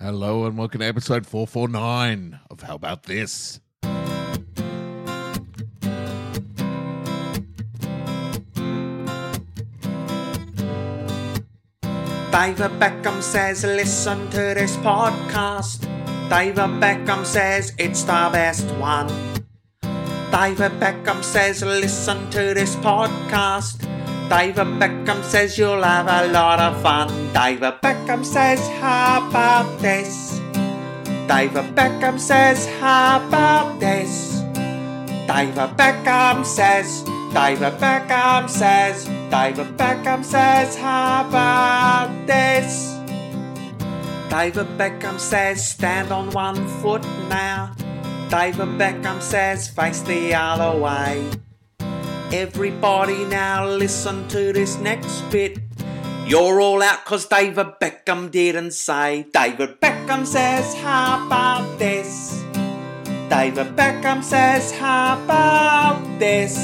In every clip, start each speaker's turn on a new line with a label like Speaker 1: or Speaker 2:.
Speaker 1: Hello and welcome to episode 449 of How About This?
Speaker 2: David Beckham says, listen to this podcast. David Beckham says, it's the best one. David Beckham says, listen to this podcast. David Beckham says, you'll have a lot of fun. David Beckham says, how about this? David Beckham says, how about this? David Beckham says, David Beckham says, David Beckham says, how about this? David Beckham says, stand on one foot now. David Beckham says, face the other way. Everybody now listen to this next bit. You're all out 'cause David Beckham didn't say. David Beckham says, how about this? David Beckham says, How about this?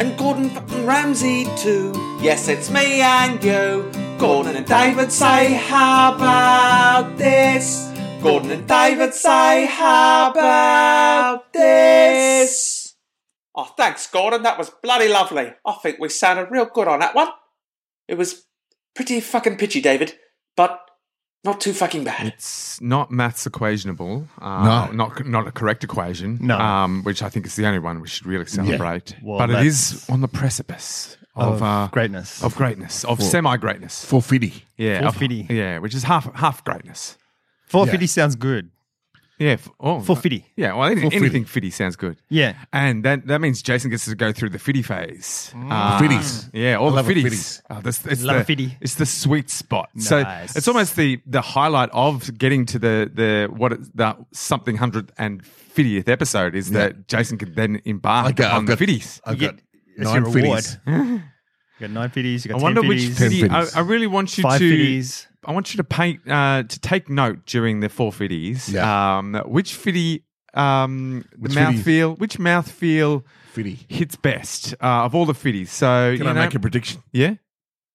Speaker 2: And Gordon fucking Ramsay too. Yes, it's me and you. Gordon and David say, How about this? Gordon and David say, How about this? Oh, thanks, Gordon. That was bloody lovely. I think we sounded real good on that one. It was pretty fucking pitchy, David, but not too fucking bad.
Speaker 3: It's not maths equationable. Uh,
Speaker 1: No.
Speaker 3: not not a correct equation.
Speaker 4: No.
Speaker 3: um, which I think is the only one we should really celebrate.
Speaker 4: Well,
Speaker 3: but it is
Speaker 4: that's-
Speaker 3: on the precipice of,
Speaker 4: of
Speaker 3: uh,
Speaker 4: greatness.
Speaker 3: of greatness, of semi greatness.
Speaker 1: 450.
Speaker 3: Yeah, of-
Speaker 4: 450.
Speaker 3: yeah, which is half half greatness.
Speaker 4: 450
Speaker 1: Yeah.
Speaker 4: sounds good.
Speaker 3: Yeah, f- oh,
Speaker 4: 450.
Speaker 3: Yeah, well, any-
Speaker 4: 450.
Speaker 3: anything fitty sounds good.
Speaker 4: Yeah.
Speaker 3: And that, that means Jason gets to go through the fitty phase. Uh,
Speaker 1: Fitties.
Speaker 3: Yeah,
Speaker 1: Mm.
Speaker 3: all
Speaker 1: I
Speaker 3: the
Speaker 1: love a
Speaker 3: fitties.
Speaker 1: fitties.
Speaker 3: Oh, this- it's
Speaker 4: Love a
Speaker 3: the,
Speaker 4: fitty.
Speaker 3: It's the sweet spot. So
Speaker 4: Nice.
Speaker 3: it's almost the the highlight of getting to the the what it- the something hundred and fiftieth episode is that Jason can then embark
Speaker 1: Okay,
Speaker 3: on
Speaker 1: I've
Speaker 3: the
Speaker 1: got-
Speaker 3: fitties.
Speaker 1: I've
Speaker 4: You
Speaker 1: got
Speaker 4: get- that's
Speaker 1: nine
Speaker 4: your reward.
Speaker 1: fitties.
Speaker 4: You got nine fifties. You
Speaker 3: I
Speaker 4: got
Speaker 3: wonder
Speaker 4: ten
Speaker 3: which
Speaker 4: fifties.
Speaker 1: Ten
Speaker 3: fitty. I,
Speaker 1: fitties.
Speaker 3: I really want you
Speaker 4: five
Speaker 3: to.
Speaker 4: fifties.
Speaker 3: I want you to paint uh, to take note during the four fitties.
Speaker 1: Yeah.
Speaker 3: Um, which fitty? Um,
Speaker 1: Which
Speaker 3: mouth
Speaker 1: fitty?
Speaker 3: feel. Which mouth feel?
Speaker 1: Fitty.
Speaker 3: hits best uh, of all the fitties. So
Speaker 1: Can
Speaker 3: you
Speaker 1: I
Speaker 3: know-
Speaker 1: make a prediction?
Speaker 3: yeah,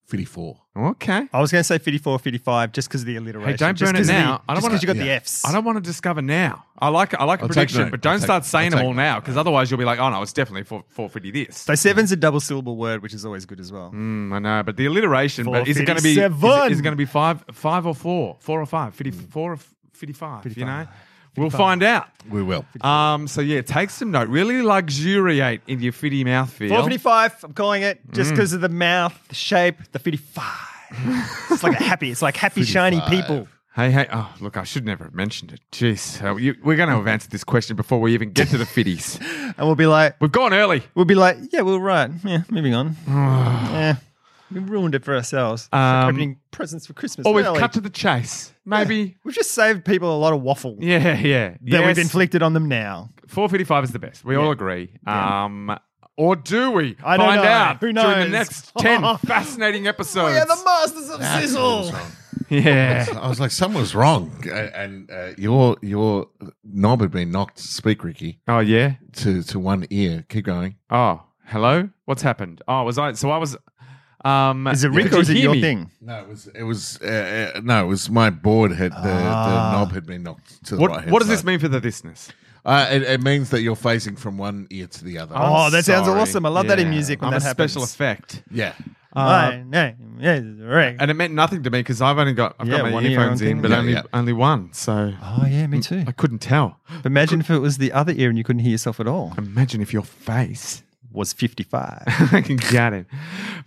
Speaker 1: 54.
Speaker 3: okay.
Speaker 4: I was going to say 54, 55 just because of the alliteration.
Speaker 3: Hey, don't
Speaker 4: just
Speaker 3: burn it
Speaker 4: 'cause of
Speaker 3: now.
Speaker 4: The,
Speaker 3: I don't
Speaker 4: just
Speaker 3: wanna-
Speaker 4: 'cause you got the
Speaker 1: yeah.
Speaker 4: Fs.
Speaker 3: I don't want to discover now. I like I like a
Speaker 1: I'll take
Speaker 3: prediction,
Speaker 1: note.
Speaker 3: but don't
Speaker 1: I'll take-
Speaker 3: start saying
Speaker 1: I'll
Speaker 3: them
Speaker 1: take
Speaker 3: all
Speaker 1: note.
Speaker 3: now because otherwise you'll be like, oh no, it's definitely four four fifty this.
Speaker 4: So seven's a double syllable word, which is always good as well.
Speaker 3: Mm, I know, but the alliteration. But is it going to be is, it-
Speaker 4: 457.
Speaker 3: is it going to be five five or four four or five fifty four or fifty five? You know,
Speaker 4: 55.
Speaker 3: we'll find out.
Speaker 1: We will.
Speaker 3: Um, so yeah, take some note. Really luxuriate in your fitty mouthfeel.
Speaker 4: 455, I'm calling it just
Speaker 3: Mm.
Speaker 4: because of the mouth, the shape, the 55. it's like a happy, it's like happy, shiny
Speaker 1: 55.
Speaker 4: people.
Speaker 3: Hey, hey, oh, look, I should never have mentioned it. Jeez, uh, you, we're going to have answered this question before we even get to the fitties.
Speaker 4: And we'll be like,
Speaker 3: We've gone early.
Speaker 4: we'll be like, yeah, we're right. Yeah, moving on. yeah. We ruined it for ourselves. It's like
Speaker 3: Um,
Speaker 4: opening presents for Christmas.
Speaker 3: Or we've
Speaker 4: early.
Speaker 3: cut to the chase. Maybe.
Speaker 4: We've just saved people a lot of waffle
Speaker 3: Yeah, yeah.
Speaker 4: that
Speaker 3: Yes,
Speaker 4: we've inflicted on them now.
Speaker 3: 455 is the best. We all agree. Um, or do we?
Speaker 4: I don't
Speaker 3: Find
Speaker 4: know.
Speaker 3: out
Speaker 4: Who
Speaker 3: during the
Speaker 4: knows?
Speaker 3: next 10 fascinating episodes.
Speaker 4: Oh, masters of
Speaker 1: That's what was wrong.
Speaker 3: yeah.
Speaker 1: I was like, someone's wrong. Uh, And uh, your your knob had been knocked, speak, Ricky,
Speaker 3: Oh, yeah.
Speaker 1: to, to one ear. Keep going.
Speaker 3: Oh, hello? What's happened? Oh, was I? So I was. Um,
Speaker 4: Is it
Speaker 3: did
Speaker 4: Rick or
Speaker 3: you
Speaker 4: is it
Speaker 3: hear
Speaker 4: your
Speaker 3: me?
Speaker 4: thing?
Speaker 1: No, it was, it was, uh, uh, no, it was my board had, the, the knob had been knocked to the right
Speaker 3: Ah. What,
Speaker 1: hand
Speaker 3: what does this mean for the listeners?
Speaker 1: Uh, it, it means that you're facing from one ear to the other.
Speaker 4: Oh, that sounds
Speaker 3: Sorry.
Speaker 4: awesome. I love that in
Speaker 3: Yeah.
Speaker 4: music
Speaker 3: I'm
Speaker 4: when that
Speaker 3: a
Speaker 4: happens.
Speaker 3: special effect.
Speaker 1: Yeah.
Speaker 4: My name is Rick.
Speaker 3: Uh, And it meant nothing to me because I've only got I've
Speaker 4: Yeah,
Speaker 3: got my
Speaker 4: one ear
Speaker 3: earphones
Speaker 4: on
Speaker 3: in,
Speaker 4: thing.
Speaker 3: but
Speaker 1: Yeah,
Speaker 3: only
Speaker 1: yeah.
Speaker 3: only one, so
Speaker 4: Oh, yeah, me too.
Speaker 3: I couldn't tell.
Speaker 4: But imagine if it was the other ear and you couldn't hear yourself at all.
Speaker 3: Imagine if your face
Speaker 4: Was 55.
Speaker 3: I can get it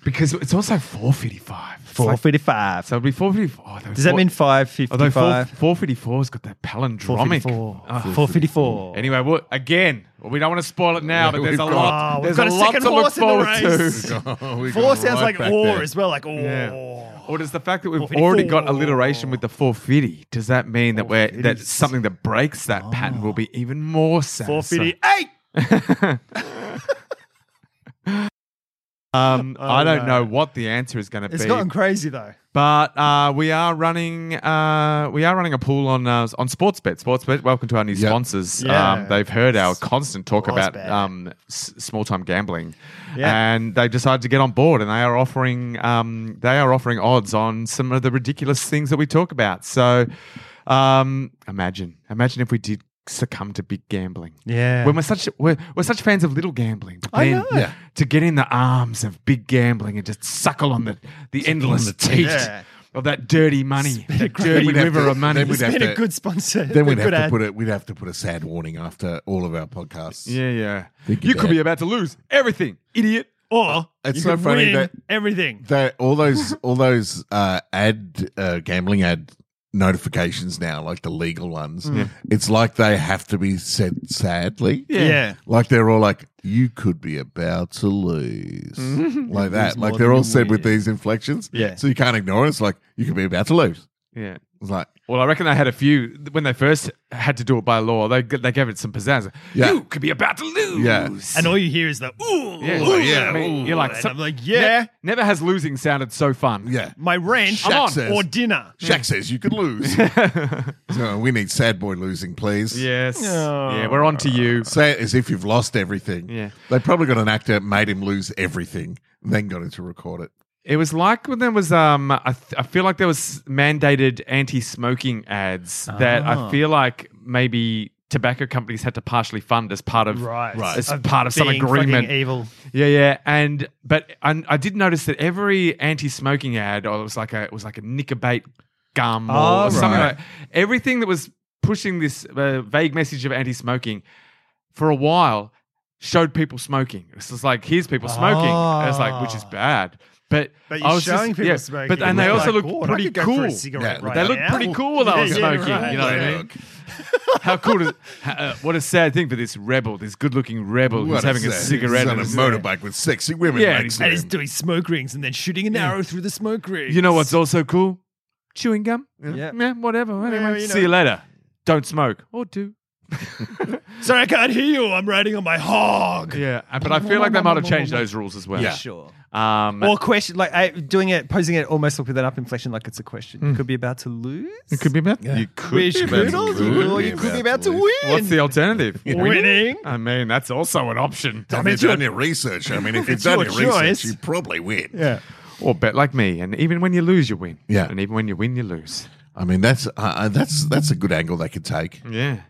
Speaker 3: because it's also four fifty five.
Speaker 4: 455.
Speaker 3: so it'd be four fifty four.
Speaker 4: Does that mean
Speaker 3: although four
Speaker 4: 555?
Speaker 3: four fifty four's got that palindromic?
Speaker 4: 454.
Speaker 3: Ah.
Speaker 4: 454.
Speaker 3: Anyway, we again, well, we don't want to spoil it now, but there's a
Speaker 1: we've
Speaker 3: lot.
Speaker 4: got- Ah,
Speaker 3: there's
Speaker 4: we've got
Speaker 3: a
Speaker 4: a
Speaker 3: lot
Speaker 4: second
Speaker 3: to look
Speaker 4: horse in the
Speaker 3: forward
Speaker 4: race.
Speaker 3: to.
Speaker 1: We
Speaker 4: Four
Speaker 1: got
Speaker 4: sounds
Speaker 1: right
Speaker 4: like
Speaker 1: back
Speaker 4: or
Speaker 1: there.
Speaker 4: as well, like oh. or.
Speaker 3: Yeah. Or does the fact that we've
Speaker 4: 454.
Speaker 3: already got alliteration with the 450, does that mean that we're that
Speaker 4: 450.
Speaker 3: something that breaks
Speaker 4: Oh.
Speaker 3: that pattern will be even more satisfying?
Speaker 4: 458.
Speaker 3: Um,
Speaker 4: Oh,
Speaker 3: I don't
Speaker 4: no.
Speaker 3: know what the answer is going to
Speaker 4: It's
Speaker 3: be,
Speaker 4: gotten crazy though.
Speaker 3: but uh, we are running uh, we are running a pool on uh, on Sportsbet. Sportsbet, welcome to our new
Speaker 1: Yeah.
Speaker 3: sponsors.
Speaker 4: Yeah.
Speaker 3: Um, they've heard our constant talk about
Speaker 4: Sportsbet.
Speaker 3: um, s- small time gambling,
Speaker 4: Yeah.
Speaker 3: and they decided to get on board, and they are offering um, they are offering odds on some of the ridiculous things that we talk about. So. Um, imagine, imagine if we did succumb to big gambling.
Speaker 4: Yeah.
Speaker 3: When we're such we're, we're such fans of little gambling, but
Speaker 4: I
Speaker 3: then
Speaker 4: know.
Speaker 1: Yeah.
Speaker 3: to get in the arms of big gambling and just suckle on the the endless teat
Speaker 4: Yeah.
Speaker 3: of that dirty money, that dirty
Speaker 1: We'd have
Speaker 3: river
Speaker 1: to-
Speaker 3: of money.
Speaker 1: then we'd have
Speaker 4: been
Speaker 1: to-
Speaker 4: a good sponsor.
Speaker 1: Then we'd have
Speaker 4: good
Speaker 1: to
Speaker 4: ad.
Speaker 1: put it. We'd have to put a sad warning after all of our podcasts.
Speaker 3: Yeah, yeah.
Speaker 1: Think
Speaker 3: you
Speaker 1: of
Speaker 3: could
Speaker 1: that.
Speaker 3: be about to lose everything, idiot.
Speaker 4: Or
Speaker 1: It's
Speaker 4: you
Speaker 1: so
Speaker 4: could
Speaker 1: funny
Speaker 4: win
Speaker 1: that-
Speaker 4: everything.
Speaker 1: That all those all those uh, ad uh, gambling ad notifications now, like the legal ones. It's like they have to be said sadly.
Speaker 4: Yeah.
Speaker 1: Like they're all like, you could be about to lose. Like that.
Speaker 4: more
Speaker 1: Like they're
Speaker 4: than
Speaker 1: all
Speaker 4: you
Speaker 1: said with
Speaker 4: win.
Speaker 1: these inflections.
Speaker 4: Yeah.
Speaker 1: So you can't ignore it. It's like, you could be about to lose.
Speaker 3: Yeah.
Speaker 1: It's like,
Speaker 3: Well, I reckon they had a few when they first had to do it by law. They they gave it some pizzazz.
Speaker 1: Yeah.
Speaker 3: You could be about to lose.
Speaker 1: Yeah.
Speaker 4: And all you hear is the ooh.
Speaker 3: Yeah,
Speaker 4: ooh,
Speaker 3: yeah.
Speaker 4: ooh,
Speaker 3: I mean, you're like,
Speaker 4: and
Speaker 3: some-
Speaker 4: I'm like, yeah,
Speaker 3: Ne- never has losing sounded so fun.
Speaker 1: yeah.
Speaker 4: my rent
Speaker 1: Shaq
Speaker 4: I'm on,
Speaker 1: says.
Speaker 4: or dinner.
Speaker 1: Shaq says you could lose. so we need sad boy losing, please.
Speaker 3: Yes.
Speaker 4: No.
Speaker 3: Yeah, we're on to you.
Speaker 1: Say it as if you've lost everything.
Speaker 3: Yeah.
Speaker 1: They probably got an actor, made him lose everything, and then got him to record it.
Speaker 3: It was like when there was um, I, th- I feel like there was mandated anti-smoking ads that
Speaker 4: Ah.
Speaker 3: I feel like maybe tobacco companies had to partially fund as part of
Speaker 4: Right. Right.
Speaker 3: as part of some
Speaker 4: Being
Speaker 3: agreement.
Speaker 4: fucking evil.
Speaker 3: Yeah, yeah, and but I, I did notice that every anti-smoking ad, or it was like a it was like a Nicobate gum or,
Speaker 4: Oh,
Speaker 3: or something
Speaker 1: right.
Speaker 3: like everything that was pushing this uh, vague message of anti-smoking for a while showed people smoking. It's just like here's people smoking. And It's like which is
Speaker 4: Ah.
Speaker 3: bad, but
Speaker 4: But
Speaker 3: I
Speaker 4: you're
Speaker 3: was just-
Speaker 4: showing people
Speaker 3: yeah,
Speaker 4: smoking.
Speaker 3: But and they
Speaker 4: You're
Speaker 3: also look
Speaker 4: like, "God, I
Speaker 3: pretty
Speaker 4: could go for a
Speaker 3: cool.
Speaker 4: cigarette
Speaker 1: Yeah,
Speaker 4: right
Speaker 3: They
Speaker 4: now."
Speaker 3: look pretty cool while they were
Speaker 4: Yeah, yeah,
Speaker 3: smoking.
Speaker 4: right.
Speaker 3: You know what
Speaker 1: They
Speaker 3: I mean?
Speaker 1: look.
Speaker 3: How cool! Is, uh, what a sad thing for this rebel, this good-looking rebel who's
Speaker 1: What
Speaker 3: having a
Speaker 1: sad-
Speaker 3: cigarette
Speaker 1: he's on a
Speaker 3: and is-
Speaker 1: motorbike with sexy women.
Speaker 3: Yeah,
Speaker 1: next to
Speaker 4: And he's
Speaker 1: him.
Speaker 4: doing smoke rings and then shooting an arrow through the smoke ring.
Speaker 3: You know what's also cool? Chewing gum.
Speaker 4: Yeah.
Speaker 3: Yeah, whatever. Anyway,
Speaker 4: you
Speaker 3: see
Speaker 4: know.
Speaker 3: you later. Don't smoke or do.
Speaker 4: Sorry, I can't hear you. I'm riding on my hog.
Speaker 3: Yeah, uh, but I feel like they might have changed those rules as well.
Speaker 1: Yeah.
Speaker 4: Sure.
Speaker 3: Um,
Speaker 4: Or question like I, doing it, posing it almost like with an up inflection, like it's a question. You could be about to lose.
Speaker 3: Hmm. it could be about.
Speaker 1: Yeah.
Speaker 3: You could.
Speaker 4: Which
Speaker 3: be about
Speaker 4: could
Speaker 3: to
Speaker 4: also,
Speaker 3: lose.
Speaker 1: lose.
Speaker 4: or
Speaker 1: be
Speaker 4: you could be
Speaker 1: about
Speaker 4: about
Speaker 1: to
Speaker 4: to
Speaker 1: lose.
Speaker 4: win.
Speaker 3: What's the alternative?
Speaker 4: winning?
Speaker 3: I mean, that's also an option.
Speaker 1: Have you done your research? I mean, if you've
Speaker 4: It's
Speaker 1: done your
Speaker 4: your
Speaker 1: research,
Speaker 4: choice.
Speaker 1: you probably win.
Speaker 4: Yeah.
Speaker 3: Or bet like me, and even when you lose, you win.
Speaker 1: Yeah.
Speaker 3: and even when you win, you lose.
Speaker 1: I mean, that's uh, uh, that's that's a good angle they could take.
Speaker 3: Yeah.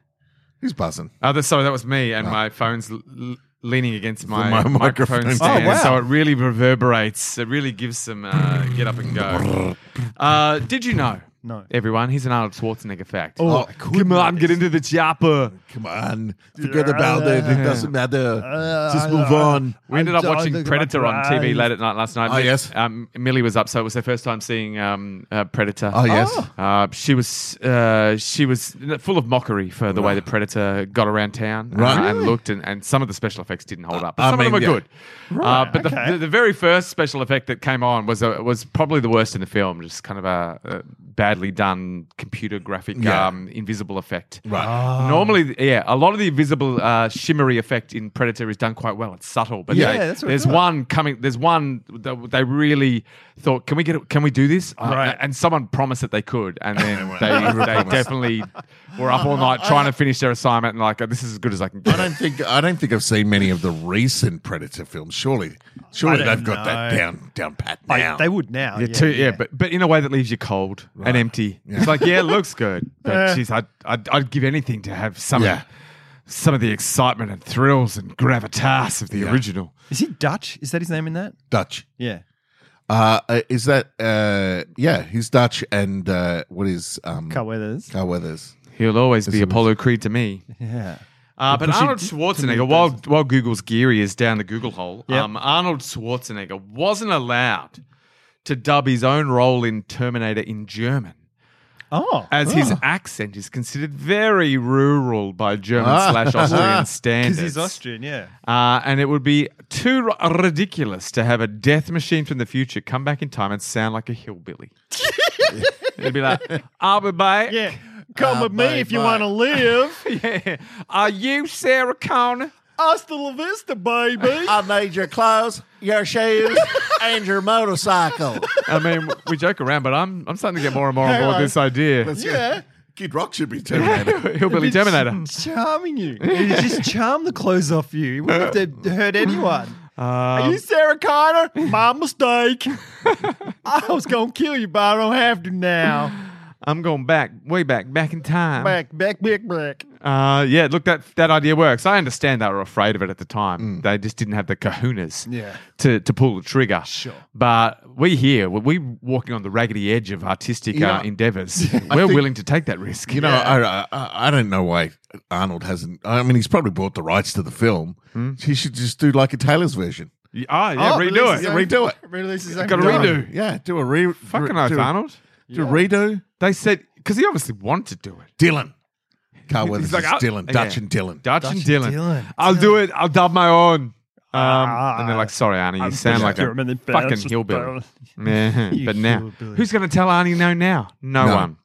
Speaker 1: Who's buzzing?
Speaker 3: Oh, that, sorry, that was me, and my phone's l- l- leaning against my,
Speaker 1: my
Speaker 3: microphone,
Speaker 1: microphone
Speaker 3: stand,
Speaker 4: stand.
Speaker 3: so it really reverberates. It really gives some uh, get up and go. Uh, did you know?
Speaker 4: No.
Speaker 3: Everyone, here's an Arnold Schwarzenegger fact.
Speaker 4: Oh, I could
Speaker 3: come on,
Speaker 4: not.
Speaker 3: get into the chopper.
Speaker 1: Come on, forget about it. It doesn't matter. Just move on.
Speaker 3: Uh, We ended up
Speaker 4: I'm
Speaker 3: watching
Speaker 4: dying to
Speaker 3: Predator on TV
Speaker 4: drive.
Speaker 3: late at night last night.
Speaker 1: Oh, yes.
Speaker 3: Um, Millie was up, so it was her first time seeing um, uh, Predator.
Speaker 1: Oh yes.
Speaker 3: Uh, she was uh, she was full of mockery for the way the Predator got around town uh,
Speaker 1: Right.
Speaker 3: and looked, and, and some of the special effects didn't hold up. But
Speaker 1: I
Speaker 3: some of
Speaker 1: mean,
Speaker 3: them
Speaker 1: yeah.
Speaker 3: are good. uh, but the,
Speaker 4: okay.
Speaker 3: the, the very first special effect that came on was uh, was probably the worst in the film. Just kind of a, a badly done computer graphic
Speaker 1: Yeah.
Speaker 3: um, invisible effect.
Speaker 1: Right.
Speaker 3: Normally, yeah, a lot of the invisible uh, shimmery effect in Predator is done quite well. It's subtle, but
Speaker 4: Yeah,
Speaker 3: they-
Speaker 4: that's what I
Speaker 3: there's
Speaker 4: thought.
Speaker 3: one coming. There's one that they really thought, can we get? it? Can we do this? Uh,
Speaker 4: Right.
Speaker 3: and someone promised that they could, and then
Speaker 1: weren't.
Speaker 3: they,
Speaker 1: They were
Speaker 3: they
Speaker 1: promised.
Speaker 3: definitely were up all night trying to finish their assignment and like, this is as good as I can
Speaker 1: I
Speaker 3: get.
Speaker 1: don't think I don't think I've seen many of the recent Predator films. Surely, surely
Speaker 4: I
Speaker 1: they've
Speaker 4: don't
Speaker 1: got that
Speaker 4: know.
Speaker 1: down down pat
Speaker 4: I-
Speaker 1: now.
Speaker 4: they would now.
Speaker 3: Yeah, too, yeah, but but in a way that leaves you cold and empty. It's like, yeah, it looks good, but geez, I'd, I'd I'd give anything to have some
Speaker 1: Yeah.
Speaker 3: of, some of the excitement and thrills and gravitas of the
Speaker 1: Yeah.
Speaker 3: original.
Speaker 4: Is he Dutch? Is that his name in that?
Speaker 1: Dutch.
Speaker 4: Yeah.
Speaker 1: Uh, uh, is that uh, yeah? He's Dutch, and uh, what is um,
Speaker 4: Carl Weathers.
Speaker 1: Carl Weathers?
Speaker 3: He'll always be Apollo Creed to me.
Speaker 4: Yeah.
Speaker 3: Uh, but
Speaker 4: Because he-
Speaker 3: Arnold Schwarzenegger, while, while Google's geary is down the Google hole,
Speaker 4: Yep.
Speaker 3: um, Arnold Schwarzenegger wasn't allowed to dub his own role in Terminator in German,
Speaker 4: Oh.
Speaker 3: as his accent is considered very rural by German
Speaker 1: Ah.
Speaker 3: slash Austrian standards.
Speaker 4: Because he's Austrian, yeah.
Speaker 3: Uh, and it would be too r- ridiculous to have a death machine from the future come back in time and sound like a hillbilly. It'd be like, I'll be back.
Speaker 4: Yeah. Come
Speaker 3: Ah,
Speaker 1: Uh,
Speaker 4: with me
Speaker 1: bye,
Speaker 4: if you
Speaker 1: bye.
Speaker 4: want to live.
Speaker 3: yeah. Are you Sarah Connor?
Speaker 4: Hasta la vista, baby.
Speaker 1: I need your clothes, your shoes, and your motorcycle.
Speaker 3: I mean, we joke around, but I'm I'm starting to get more and more on board
Speaker 4: Hang on.
Speaker 3: this idea.
Speaker 1: yeah, Kid Rock should be Terminator.
Speaker 3: Hillbilly Terminator.
Speaker 4: Charming you. He just charm the clothes off you. He wouldn't have to hurt anyone. Are you
Speaker 3: Um,
Speaker 4: Sarah Connor? My mistake. I was going to kill you, but I don't have to now.
Speaker 3: I'm going back, way back, back in time.
Speaker 4: Back, back, back, back.
Speaker 3: Uh, yeah, look, that that idea works. I understand they were afraid of it at the
Speaker 1: Mm.
Speaker 3: time. They just didn't have the kahunas
Speaker 4: Yeah.
Speaker 3: to, to pull the trigger.
Speaker 4: Sure.
Speaker 3: But we here, we we walking on the raggedy edge of artistic
Speaker 1: You know,
Speaker 3: uh, endeavors. We're
Speaker 1: think-
Speaker 3: willing to take that risk.
Speaker 1: You know, I, I I don't know why Arnold hasn't. I mean, he's probably bought the rights to the film.
Speaker 4: Hmm.
Speaker 1: He should just do like a Taylor's version.
Speaker 3: Y- Ah, yeah,
Speaker 4: Oh,
Speaker 3: redo
Speaker 4: release
Speaker 3: it.
Speaker 1: Yeah,
Speaker 4: own-
Speaker 1: redo it.
Speaker 4: Release his own
Speaker 3: Gotta
Speaker 4: gun.
Speaker 3: redo.
Speaker 1: Yeah, do a re.
Speaker 3: Fucking
Speaker 1: re-
Speaker 3: oath,
Speaker 1: do a-
Speaker 3: Arnold.
Speaker 1: Do a redo.
Speaker 3: They said because he obviously wanted to do it.
Speaker 1: Dylan. Carl Weathers
Speaker 3: like,
Speaker 1: is
Speaker 3: "Oh,
Speaker 1: Dylan.
Speaker 3: okay."
Speaker 1: Dutch and Dylan.
Speaker 3: Dutch,
Speaker 4: Dutch
Speaker 3: and
Speaker 4: and
Speaker 3: Dylan.
Speaker 4: Dylan.
Speaker 3: I'll do it. I'll dub my own. Um,
Speaker 4: Ah.
Speaker 3: and they're like, "Sorry, Arnie, you
Speaker 4: I'm
Speaker 3: sound like a
Speaker 4: German and
Speaker 3: fucking
Speaker 4: Belgian.
Speaker 3: hillbilly." Yeah,
Speaker 4: You
Speaker 3: but now,
Speaker 4: hillbilly.
Speaker 3: who's going to tell Arnie no? Now, no,
Speaker 1: No.
Speaker 3: one.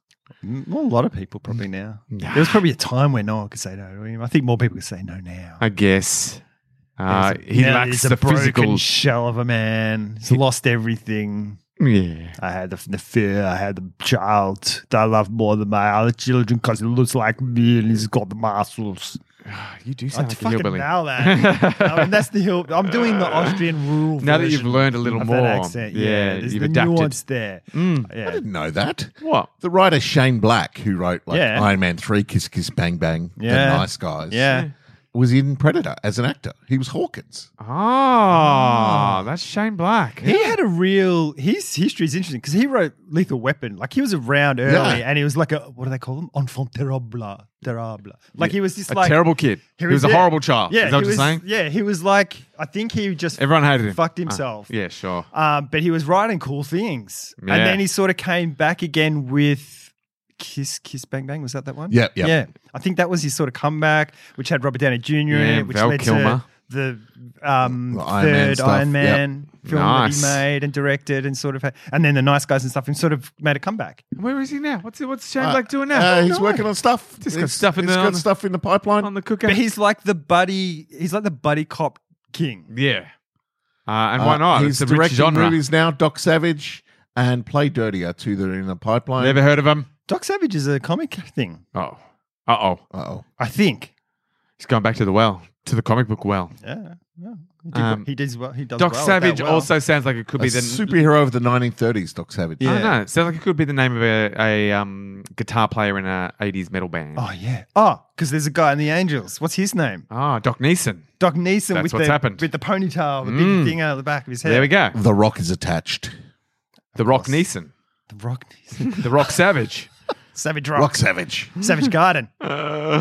Speaker 4: Mm, Well, a lot of people probably now.
Speaker 3: Yeah.
Speaker 4: There was probably a time when no one could say no to him. I think more people could say no now.
Speaker 3: I guess uh,
Speaker 4: He's a-
Speaker 3: he
Speaker 4: now
Speaker 3: lacks
Speaker 4: he's a
Speaker 3: the
Speaker 4: broken
Speaker 3: physical.
Speaker 4: shell of a man. He's lost everything.
Speaker 3: yeah,
Speaker 4: I had the, the fear. I had the child that I love more than my other children because he looks like me and he's got the muscles.
Speaker 3: Oh, you do
Speaker 4: I
Speaker 3: sound like a
Speaker 4: fucking
Speaker 3: hillbilly.
Speaker 4: nail that. I mean, that's the hill. I'm doing the Austrian rural.
Speaker 3: Now that you've
Speaker 4: version
Speaker 3: learned a little
Speaker 4: of
Speaker 3: more,
Speaker 4: that accent. Yeah, there's
Speaker 3: you've
Speaker 4: the
Speaker 3: adapted.
Speaker 4: nuance there.
Speaker 3: Mm.
Speaker 1: I
Speaker 4: Yeah.
Speaker 1: didn't know that.
Speaker 3: What?
Speaker 1: The writer Shane Black, who wrote like
Speaker 4: Yeah.
Speaker 1: Iron Man Three, Kiss Kiss Bang Bang,
Speaker 4: Yeah.
Speaker 1: The Nice Guys,
Speaker 4: Yeah.
Speaker 1: was in Predator as an actor. He was Hawkins.
Speaker 3: Ah, that's Shane Black.
Speaker 4: He had a real his history is interesting because he wrote Lethal Weapon. Like he was around early,
Speaker 1: Yeah.
Speaker 4: and he was like a what do they call him? Enfant terrible, terrible. Like he was just
Speaker 3: a
Speaker 4: like
Speaker 3: terrible kid. He was, a
Speaker 4: yeah.
Speaker 3: horrible child.
Speaker 4: Yeah,
Speaker 3: is that what
Speaker 4: he
Speaker 3: you're
Speaker 4: was,
Speaker 3: saying?
Speaker 4: Yeah, he was like I think he just
Speaker 3: Everyone hated him.
Speaker 4: fucked
Speaker 3: Ah,
Speaker 4: himself.
Speaker 3: yeah, sure.
Speaker 4: Um, but he was writing cool things,
Speaker 3: Yeah.
Speaker 4: and then he sort of came back again with Kiss Kiss Bang Bang. Was that that one?
Speaker 1: Yep, yep.
Speaker 4: yeah. I think that was his sort of comeback, which had Robert Downey Jr. in
Speaker 3: Yeah,
Speaker 4: it, which
Speaker 3: Val
Speaker 4: led
Speaker 3: Kilmer.
Speaker 4: to the um,
Speaker 1: The Iron Man
Speaker 4: third
Speaker 1: stuff,
Speaker 4: Iron
Speaker 1: yep.
Speaker 4: Man film
Speaker 3: Nice.
Speaker 4: that he made and directed, and sort of, had, and then the Nice Guys and stuff, and sort of made a comeback.
Speaker 3: Where is he now? What's what's Shane
Speaker 1: Uh,
Speaker 3: Black doing now?
Speaker 1: uh,
Speaker 3: Oh,
Speaker 1: he's
Speaker 3: no.
Speaker 1: working on stuff.
Speaker 3: He's got stuff in
Speaker 1: he's
Speaker 3: the-
Speaker 1: got
Speaker 3: on the-
Speaker 1: stuff in the pipeline.
Speaker 3: on the
Speaker 4: But
Speaker 3: cookout.
Speaker 4: he's like the buddy. He's like the buddy cop king.
Speaker 3: yeah, uh, and
Speaker 1: Uh,
Speaker 3: why not?
Speaker 1: He's
Speaker 3: it's a rich
Speaker 1: directing
Speaker 3: genre.
Speaker 1: movies now. Doc Savage and Play Dirty are two that are in the pipeline.
Speaker 3: Never heard of him.
Speaker 4: Doc Savage is a comic thing,
Speaker 3: Oh, uh oh,
Speaker 1: Oh,
Speaker 4: I think.
Speaker 3: he's going back to the well, to the comic book well.
Speaker 4: Yeah, yeah. He, did,
Speaker 3: Um,
Speaker 4: he does well. He does.
Speaker 3: Doc
Speaker 4: well at that
Speaker 3: Savage
Speaker 4: well.
Speaker 3: also sounds like it could
Speaker 1: a
Speaker 3: be the
Speaker 1: superhero of the 1930s, Doc Savage.
Speaker 3: I
Speaker 4: Yeah.
Speaker 3: don't know. It sounds like it could be the name of a, a um, guitar player in a '80s metal band.
Speaker 4: Oh yeah. Oh, because there's a guy in the Angels. What's his name?
Speaker 3: Ah, Doc Neeson.
Speaker 4: Doc Neeson
Speaker 3: That's
Speaker 4: with
Speaker 3: what's
Speaker 4: the
Speaker 3: happened.
Speaker 4: with the ponytail, the
Speaker 3: Mm.
Speaker 4: big thing out of the back of his head.
Speaker 3: There we go.
Speaker 1: The Rock is attached.
Speaker 3: The Rock
Speaker 4: course.
Speaker 3: Neeson.
Speaker 4: The Rock Neeson.
Speaker 3: The Rock Savage.
Speaker 4: Savage
Speaker 1: Rock,
Speaker 4: Rock.
Speaker 1: Savage.
Speaker 4: Savage Garden.
Speaker 3: Uh,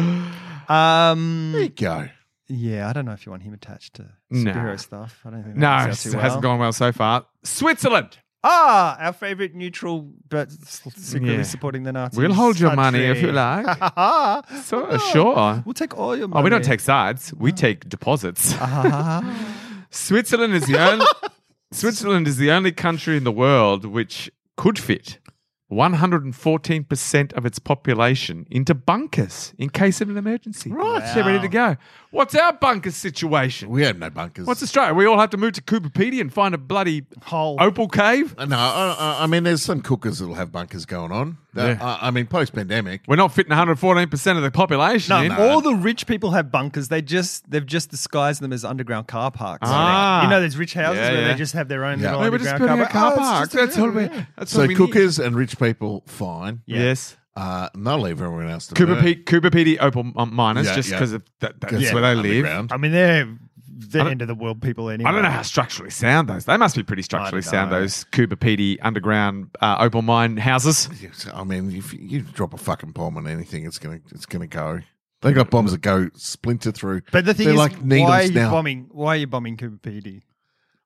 Speaker 1: There you
Speaker 4: Um,
Speaker 1: go.
Speaker 4: yeah, I don't know if you want him attached to
Speaker 3: No.
Speaker 4: superhero stuff. I don't think that
Speaker 3: no,
Speaker 4: works out
Speaker 3: it
Speaker 4: too well.
Speaker 3: hasn't gone well so far. Switzerland.
Speaker 4: Ah, our favorite neutral, but s- secretly
Speaker 3: Yeah.
Speaker 4: supporting the Nazis.
Speaker 3: We'll hold your money if you
Speaker 4: country.
Speaker 3: like. So, uh, sure.
Speaker 4: We'll take all your money.
Speaker 3: Oh, we don't take sides. We take deposits.
Speaker 4: Ah.
Speaker 3: Switzerland is the only Switzerland is the only country in the world which could fit 114% of its population into bunkers in case of an emergency. Right. They're ready to go. What's our bunker situation?
Speaker 1: We have no bunkers.
Speaker 3: What's Australia? We all have to move to Cooperpedia and find a bloody
Speaker 4: Hole.
Speaker 3: opal cave?
Speaker 1: Uh, No, I, I- I mean, there's some cookers that'll have bunkers going on. That-
Speaker 3: Yeah.
Speaker 1: I, I mean, post pandemic.
Speaker 3: We're not fitting 114% of the population
Speaker 4: No,
Speaker 3: in.
Speaker 4: all the rich people have bunkers. They just they've just disguised them as underground car parks.
Speaker 3: Ah.
Speaker 4: you know, there's rich houses
Speaker 3: Yeah,
Speaker 4: where
Speaker 3: yeah.
Speaker 4: they just have their own
Speaker 1: Yeah.
Speaker 4: little
Speaker 3: No, we're just
Speaker 4: underground
Speaker 3: building a car
Speaker 4: Oh,
Speaker 3: park.
Speaker 4: it's just
Speaker 3: That's all we. That's all
Speaker 1: So
Speaker 3: we need.
Speaker 1: cookers and rich people, fine.
Speaker 4: Yeah.
Speaker 3: Yes.
Speaker 1: Uh, and they'll leave everyone else to
Speaker 3: Cooper
Speaker 1: burn.
Speaker 3: P- Cooper Pedy Opal um, Miners,
Speaker 1: Yeah,
Speaker 3: just
Speaker 1: yeah.
Speaker 3: because that, that's
Speaker 1: Yeah,
Speaker 3: where they live.
Speaker 1: underground.
Speaker 4: Oh, I mean, they're
Speaker 3: I
Speaker 4: the
Speaker 3: don't-
Speaker 4: end of the world people anyway.
Speaker 3: I don't know how structurally sound those. They must be pretty structurally
Speaker 4: know.
Speaker 3: sound those Cooper Pedy underground uh, opal mine houses.
Speaker 1: Yes, I mean, if you drop a fucking bomb on anything, it's gonna it's gonna go. They got bombs that go splinter through.
Speaker 4: But the thing
Speaker 1: They're
Speaker 4: is,
Speaker 1: like
Speaker 4: why are
Speaker 1: needles
Speaker 4: you
Speaker 1: now.
Speaker 4: bombing? Why are you bombing Cooper PD?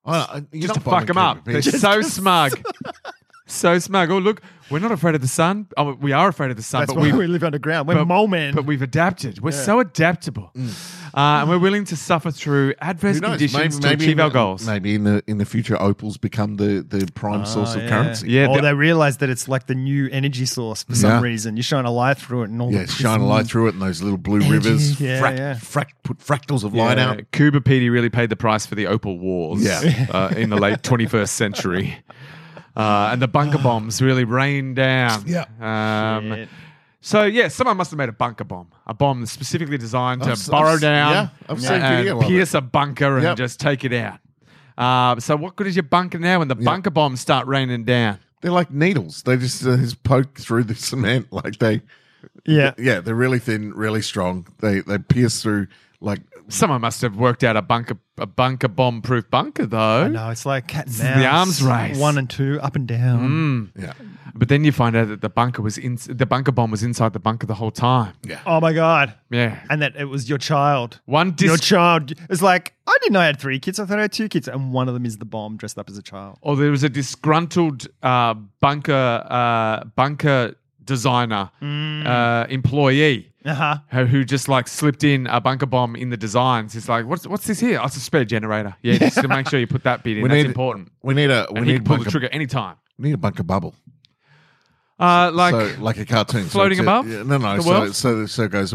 Speaker 1: I- I- you're
Speaker 3: Just
Speaker 1: not
Speaker 3: to fuck
Speaker 1: bombing
Speaker 3: them up.
Speaker 1: Cooper
Speaker 3: They're
Speaker 1: Pedy.
Speaker 3: so smug. so smug. Oh look, we're not afraid of the sun. Oh, we are afraid of the sun,
Speaker 4: That's
Speaker 3: but
Speaker 4: why
Speaker 3: we've
Speaker 4: we live underground. We're mole men.
Speaker 3: But we've adapted. We're so adaptable, uh, and we're willing to suffer through adverse
Speaker 1: Mm. Who knows?
Speaker 3: conditions to achieve
Speaker 1: in,
Speaker 3: our goals.
Speaker 1: Maybe in the in the future, opals become the the prime source of
Speaker 4: Oh, yeah.
Speaker 1: currency.
Speaker 3: Ah, Yeah,
Speaker 4: or
Speaker 3: the-
Speaker 4: they realize that it's like the new energy source for some
Speaker 1: Yeah.
Speaker 4: reason. You shine a light through it, and all
Speaker 1: Yeah,
Speaker 4: the
Speaker 1: shine a light through it, and those little blue rivers,
Speaker 4: Yeah,
Speaker 1: fract,
Speaker 4: yeah.
Speaker 1: Fract, put fractals of light out.
Speaker 3: Cuba Petey really paid the price for the opal wars
Speaker 1: Yeah.
Speaker 3: uh, in the late 21st century. Uh, and the bunker bombs really rained down.
Speaker 1: Ah. Yeah.
Speaker 3: Um, so, yeah, someone must have made a bunker bomb, a bomb that's specifically designed
Speaker 1: I've
Speaker 3: to
Speaker 1: s- I've
Speaker 3: burrow
Speaker 1: s-
Speaker 3: down
Speaker 1: yeah, I've seen
Speaker 3: and
Speaker 1: video of it.
Speaker 3: pierce a bunker and
Speaker 1: Yep.
Speaker 3: Um, just take it out. Uh, so, what good is your bunker now when the bunker bombs start raining down?
Speaker 1: They're like needles. They just, uh, just poke through the cement. Like they,
Speaker 4: Yeah.
Speaker 1: yeah, they're really thin, really strong. They they pierce through like
Speaker 3: Someone must have worked out a bunker a bunker bomb proof bunker though.
Speaker 4: No, it's like cat and
Speaker 3: the arms
Speaker 4: mouse.
Speaker 3: race. Mm.
Speaker 4: One and two, up and down.
Speaker 1: yeah
Speaker 3: But then you find out that the bunker was in the bunker bomb was inside the bunker the whole time.
Speaker 1: yeah.
Speaker 4: Oh my god!
Speaker 3: Yeah.
Speaker 4: And that it was your child.
Speaker 3: One
Speaker 4: your
Speaker 3: disc
Speaker 4: child is like, I didn't know I had three kids. I thought I had two kids, and one of them is the bomb dressed up as a child.
Speaker 3: or there was a disgruntled uh, bunker uh, bunker designer
Speaker 1: Mm.
Speaker 3: uh, employee
Speaker 4: Uh huh.
Speaker 3: who who just like slipped in a bunker bomb in the designs. He's like, "What's what's this here? Oh, it's a spread generator. Yeah, just to make sure you put that bit in.
Speaker 1: We
Speaker 3: That's
Speaker 1: need-
Speaker 3: important.
Speaker 1: We need a we
Speaker 3: and he
Speaker 1: need
Speaker 3: can pull
Speaker 1: bunker,
Speaker 3: the trigger anytime.
Speaker 1: We need a bunker bubble.
Speaker 3: Uh, like,
Speaker 1: so, like a cartoon So
Speaker 3: floating
Speaker 1: it's a-
Speaker 3: above
Speaker 1: yeah, no, no.
Speaker 3: the
Speaker 1: So,
Speaker 3: world?
Speaker 1: so so it goes.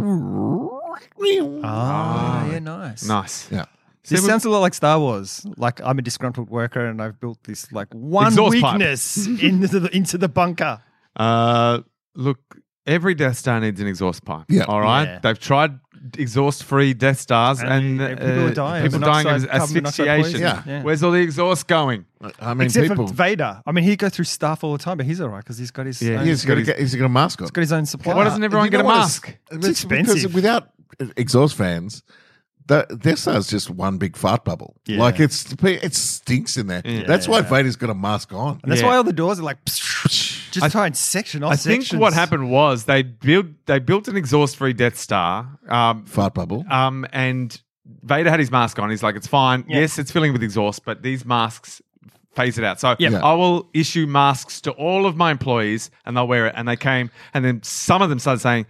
Speaker 4: Ah, yeah, nice.
Speaker 3: nice.
Speaker 1: Yeah.
Speaker 4: This
Speaker 3: See, we-
Speaker 4: sounds a lot like Star Wars. Like I'm a disgruntled worker, and I've built this like one
Speaker 3: Exhaust pipe.
Speaker 4: weakness into the into the bunker.
Speaker 3: Uh, look, every Death Star needs an exhaust pipe.
Speaker 1: Yeah.
Speaker 3: All right.
Speaker 4: Yeah.
Speaker 3: They've tried exhaust-free Death Stars, and, uh,
Speaker 4: And people are dying.
Speaker 3: People
Speaker 4: Monoxide-
Speaker 3: dying of
Speaker 4: carbon monoxide
Speaker 3: asphyxiation.
Speaker 4: poisoning.
Speaker 1: Yeah.
Speaker 4: Yeah.
Speaker 3: Where's all the exhaust going?
Speaker 1: I mean,
Speaker 4: Except
Speaker 1: people.
Speaker 4: for Vader. I mean, he go through stuff all the time, but he's all right because he's got his
Speaker 3: Yeah,
Speaker 4: own,
Speaker 1: He's got,
Speaker 3: He's got
Speaker 1: a, he's got a mask on.
Speaker 4: he's got his own supply.
Speaker 3: Why doesn't everyone
Speaker 1: You
Speaker 3: get a
Speaker 1: know what is-
Speaker 3: mask?
Speaker 1: It's
Speaker 4: expensive.
Speaker 1: because Without uh, exhaust fans, the, their star's just one big fart bubble.
Speaker 4: Yeah.
Speaker 1: Like it's it stinks in there. That's why Vader's got a mask on.
Speaker 4: And that's
Speaker 3: Yeah.
Speaker 4: why all the doors are like just try and section off.
Speaker 3: I think
Speaker 4: sections.
Speaker 3: what happened was they built they built an exhaust-free Death Star, um,
Speaker 1: Fart bubble.
Speaker 3: um, and Vader had his mask on. He's like, "It's fine. Yes, it's filling with exhaust, but these masks." Phase it out. So
Speaker 1: Yeah.
Speaker 3: I will issue masks to all of my employees, and they'll wear it. And they came, and then some of them started saying,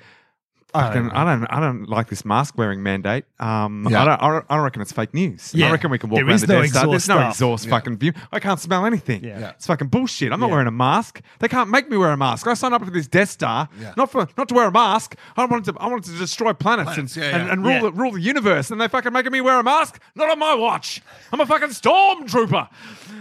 Speaker 4: I
Speaker 3: Fucking- I don't, I don't like this mask wearing mandate. Um,
Speaker 1: Yeah.
Speaker 3: I, don't, I don't, I don't reckon it's fake news. I
Speaker 4: Yeah.
Speaker 3: reckon we can walk
Speaker 4: There
Speaker 3: around
Speaker 4: is
Speaker 3: the
Speaker 4: no
Speaker 3: Death Star. There's
Speaker 4: exhaust
Speaker 3: no
Speaker 4: stuff.
Speaker 3: exhaust fucking view. I can't smell anything.
Speaker 4: Yeah. Yeah.
Speaker 3: It's fucking bullshit. I'm not
Speaker 4: Yeah.
Speaker 3: wearing a mask. They can't make me wear a mask. I signed up for this Death Star
Speaker 1: Yeah.
Speaker 3: not for not to wear a mask. I wanted to I wanted to destroy planets,
Speaker 1: Planets,
Speaker 3: and,
Speaker 1: yeah,
Speaker 3: and,
Speaker 1: yeah.
Speaker 3: and rule
Speaker 4: Yeah.
Speaker 3: the rule the universe. And they fucking making me wear a mask. Not on my watch. I'm a fucking stormtrooper.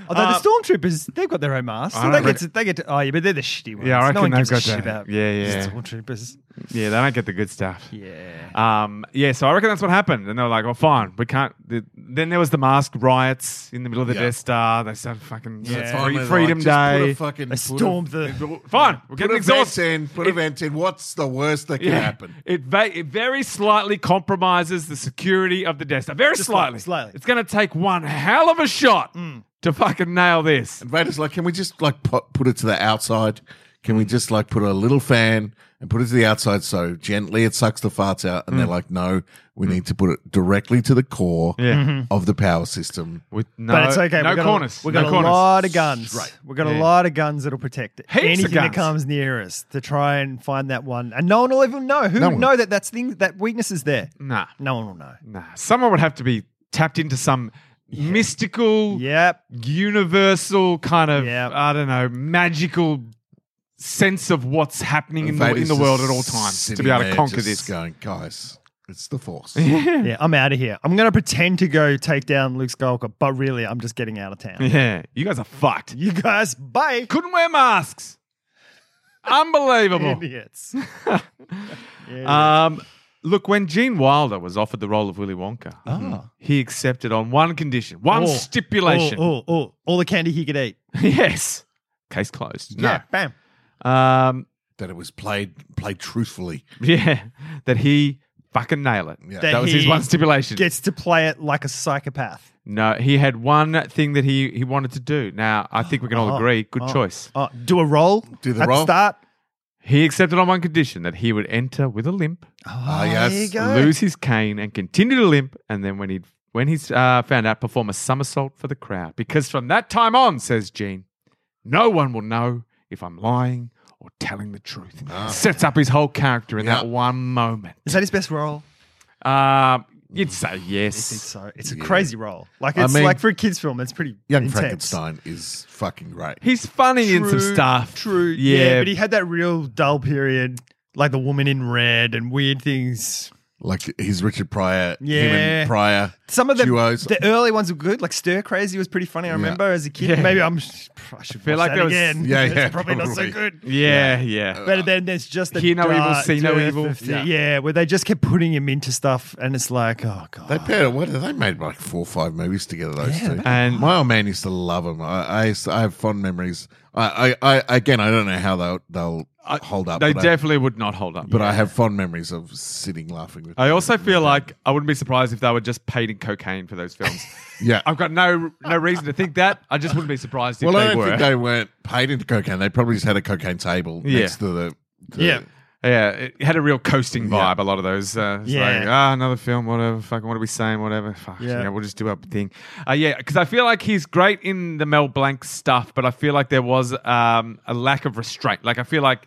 Speaker 4: Although
Speaker 3: Uh,
Speaker 4: the stormtroopers, they've got their own masks.
Speaker 3: I
Speaker 4: So
Speaker 3: don't
Speaker 4: they get
Speaker 3: reckon-
Speaker 4: to, they get to, oh yeah, but they're the shitty ones.
Speaker 3: Yeah, I
Speaker 4: no
Speaker 3: reckon
Speaker 4: one
Speaker 3: they've
Speaker 4: gives
Speaker 3: got
Speaker 4: a shit
Speaker 3: that.
Speaker 4: about
Speaker 3: Yeah, yeah.
Speaker 4: stormtroopers.
Speaker 3: yeah, they don't get the good stuff.
Speaker 4: Yeah.
Speaker 3: Um, yeah, so I reckon that's what happened. And they were like, well, fine, we can't. The, then there was the mask riots in the middle of the
Speaker 1: Yeah.
Speaker 3: Death Star. They started fucking
Speaker 4: Yeah.
Speaker 3: free-
Speaker 1: Finally,
Speaker 3: Freedom
Speaker 1: like, just
Speaker 3: Day.
Speaker 1: Put a fucking
Speaker 4: They
Speaker 1: put a-
Speaker 4: stormed the
Speaker 3: fine, we're
Speaker 1: Put
Speaker 3: getting
Speaker 1: a vent
Speaker 3: exhausted.
Speaker 1: in. Put a vent in. What's the worst that can
Speaker 3: Yeah.
Speaker 1: happen?
Speaker 3: It, va- it very slightly compromises the security of the Death Star. Very
Speaker 4: Just
Speaker 3: slightly.
Speaker 4: slightly, slightly. Hmm.
Speaker 3: It's going to take one hell of a shot to fucking nail this.
Speaker 1: And Vader's like, can we just like pu- put it to the outside? Can we just like put a little fan and put it to the outside so gently it sucks the farts out? And they're
Speaker 4: Mm.
Speaker 1: like, no, we need to put it directly to the core
Speaker 3: Yeah.
Speaker 1: of the power system.
Speaker 3: With no,
Speaker 4: But it's okay.
Speaker 3: No
Speaker 4: we got
Speaker 3: corners.
Speaker 4: A, we
Speaker 3: no
Speaker 4: got a
Speaker 3: corners.
Speaker 4: lot of guns.
Speaker 1: Right.
Speaker 4: We got
Speaker 3: Yeah.
Speaker 4: a lot of guns that'll protect it.
Speaker 3: Heaps of
Speaker 4: Anything
Speaker 3: guns.
Speaker 4: that comes near us to try and find that one, and no one will even know. Who
Speaker 1: No
Speaker 4: would
Speaker 1: one.
Speaker 4: know that that's thing that weakness is there?
Speaker 3: Nah,
Speaker 4: No one will know.
Speaker 3: nah. Someone would have to be tapped into some mystical.
Speaker 4: Yep.
Speaker 3: universal kind of
Speaker 4: Yeah.
Speaker 3: I don't know magical sense of what's happening in the, in
Speaker 1: Vader's
Speaker 3: the world at
Speaker 1: just
Speaker 3: all times to
Speaker 1: sitting
Speaker 3: be able to
Speaker 1: there
Speaker 3: conquer
Speaker 1: just
Speaker 3: this.
Speaker 1: Going, guys, it's the force.
Speaker 4: Yeah, I'm out of here. I'm gonna pretend to go take down Luke Skywalker, but really, I'm just getting out of town.
Speaker 3: Yeah, you guys are fucked.
Speaker 4: You guys, bye.
Speaker 3: Couldn't wear masks. Unbelievable.
Speaker 4: Idiots.
Speaker 3: Um, look, when Gene Wilder was offered the role of Willy Wonka, he accepted on one condition, one
Speaker 4: Mm-hmm. Oh.
Speaker 3: stipulation.
Speaker 4: Oh, oh, oh, all the candy he could eat.
Speaker 3: Yes. Case closed.
Speaker 4: Yeah, bam.
Speaker 3: No. Um,
Speaker 1: that it was played played truthfully.
Speaker 3: yeah, that he fucking nail it.
Speaker 1: Yeah.
Speaker 4: That
Speaker 3: That was his
Speaker 4: he
Speaker 3: one stipulation.
Speaker 4: Gets to play it like a psychopath.
Speaker 3: No, he had one thing that he, he wanted to do. Now, I think we can all
Speaker 4: Oh,
Speaker 3: agree. Good
Speaker 4: oh,
Speaker 3: choice.
Speaker 4: Oh, do a roll.
Speaker 1: Do the
Speaker 4: at
Speaker 1: roll.
Speaker 4: Start.
Speaker 3: He accepted on one condition that he would enter with a limp,
Speaker 1: Ah, yes.
Speaker 4: Oh, There you go.
Speaker 3: lose his cane, and continue to limp. And then when he when he's uh, found out, perform a somersault for the crowd. Because from that time on, says Gene, no one will know if I'm lying or telling the truth.
Speaker 4: Ah.
Speaker 3: Sets up his whole character in that
Speaker 1: Yeah.
Speaker 3: one moment.
Speaker 4: Is that his best role?
Speaker 3: Um,
Speaker 4: Mm.
Speaker 3: you'd say
Speaker 4: I think
Speaker 3: yes.
Speaker 4: so. It's a crazy role. Like
Speaker 1: I
Speaker 4: it's
Speaker 1: mean-
Speaker 4: like for a kids' film, it's pretty
Speaker 1: Young
Speaker 4: intense.
Speaker 1: Frankenstein is fucking great.
Speaker 3: He's funny in some
Speaker 4: True,
Speaker 3: stuff.
Speaker 4: True. Yeah, but he had that real dull period, like the woman in red and weird things.
Speaker 1: Like he's Richard Pryor, him
Speaker 4: Yeah.
Speaker 1: and Pryor.
Speaker 4: Some of the
Speaker 1: Duos.
Speaker 4: the early ones were good. Like Stir Crazy was pretty funny. I remember as a kid.
Speaker 3: Yeah.
Speaker 4: Maybe I'm. I should
Speaker 3: Feel
Speaker 4: feel
Speaker 3: like
Speaker 4: like that
Speaker 3: there was-
Speaker 4: again.
Speaker 1: Yeah,
Speaker 4: it's
Speaker 1: yeah,
Speaker 4: probably, not so
Speaker 1: probably.
Speaker 4: good.
Speaker 3: yeah, yeah.
Speaker 4: But then there's just the
Speaker 3: Hear no evil,
Speaker 4: dark
Speaker 3: see no
Speaker 4: dearth
Speaker 3: evil.
Speaker 4: of the-
Speaker 1: Yeah.
Speaker 4: yeah. where they just kept putting him into stuff, and it's like, oh god,
Speaker 1: They paired. What they made like four or five movies together. Those
Speaker 4: Yeah,
Speaker 1: two.
Speaker 3: And
Speaker 1: My old man used to love them. I, I, used to- I have fond memories I, I, I again, I don't know how they'll they'll
Speaker 3: I-
Speaker 1: hold
Speaker 4: Uh,
Speaker 1: up.
Speaker 3: They
Speaker 1: but,
Speaker 3: definitely would not hold up.
Speaker 1: I, but I have fond memories of sitting laughing with.
Speaker 3: I also feel like I wouldn't be surprised if they were just paid in cocaine for those films.
Speaker 1: yeah.
Speaker 3: I've got no no reason to think that. I just wouldn't be surprised if
Speaker 1: well, I
Speaker 3: they
Speaker 1: don't
Speaker 3: were.
Speaker 1: think they weren't paid into cocaine. They probably just had a cocaine table
Speaker 3: Yeah.
Speaker 1: next to the. to-
Speaker 4: Yeah.
Speaker 3: yeah, it had a real coasting
Speaker 1: Yeah.
Speaker 3: vibe. A lot of those. Uh, it's
Speaker 4: Yeah.
Speaker 3: like, ah, another film. Whatever. Fucking. What are we saying? Whatever. Fuck. Yeah.
Speaker 4: Yeah.
Speaker 3: we'll just do our thing. Uh, yeah, because I feel like he's great in the Mel Blanc stuff, but I feel like there was um, a lack of restraint. Like I feel like,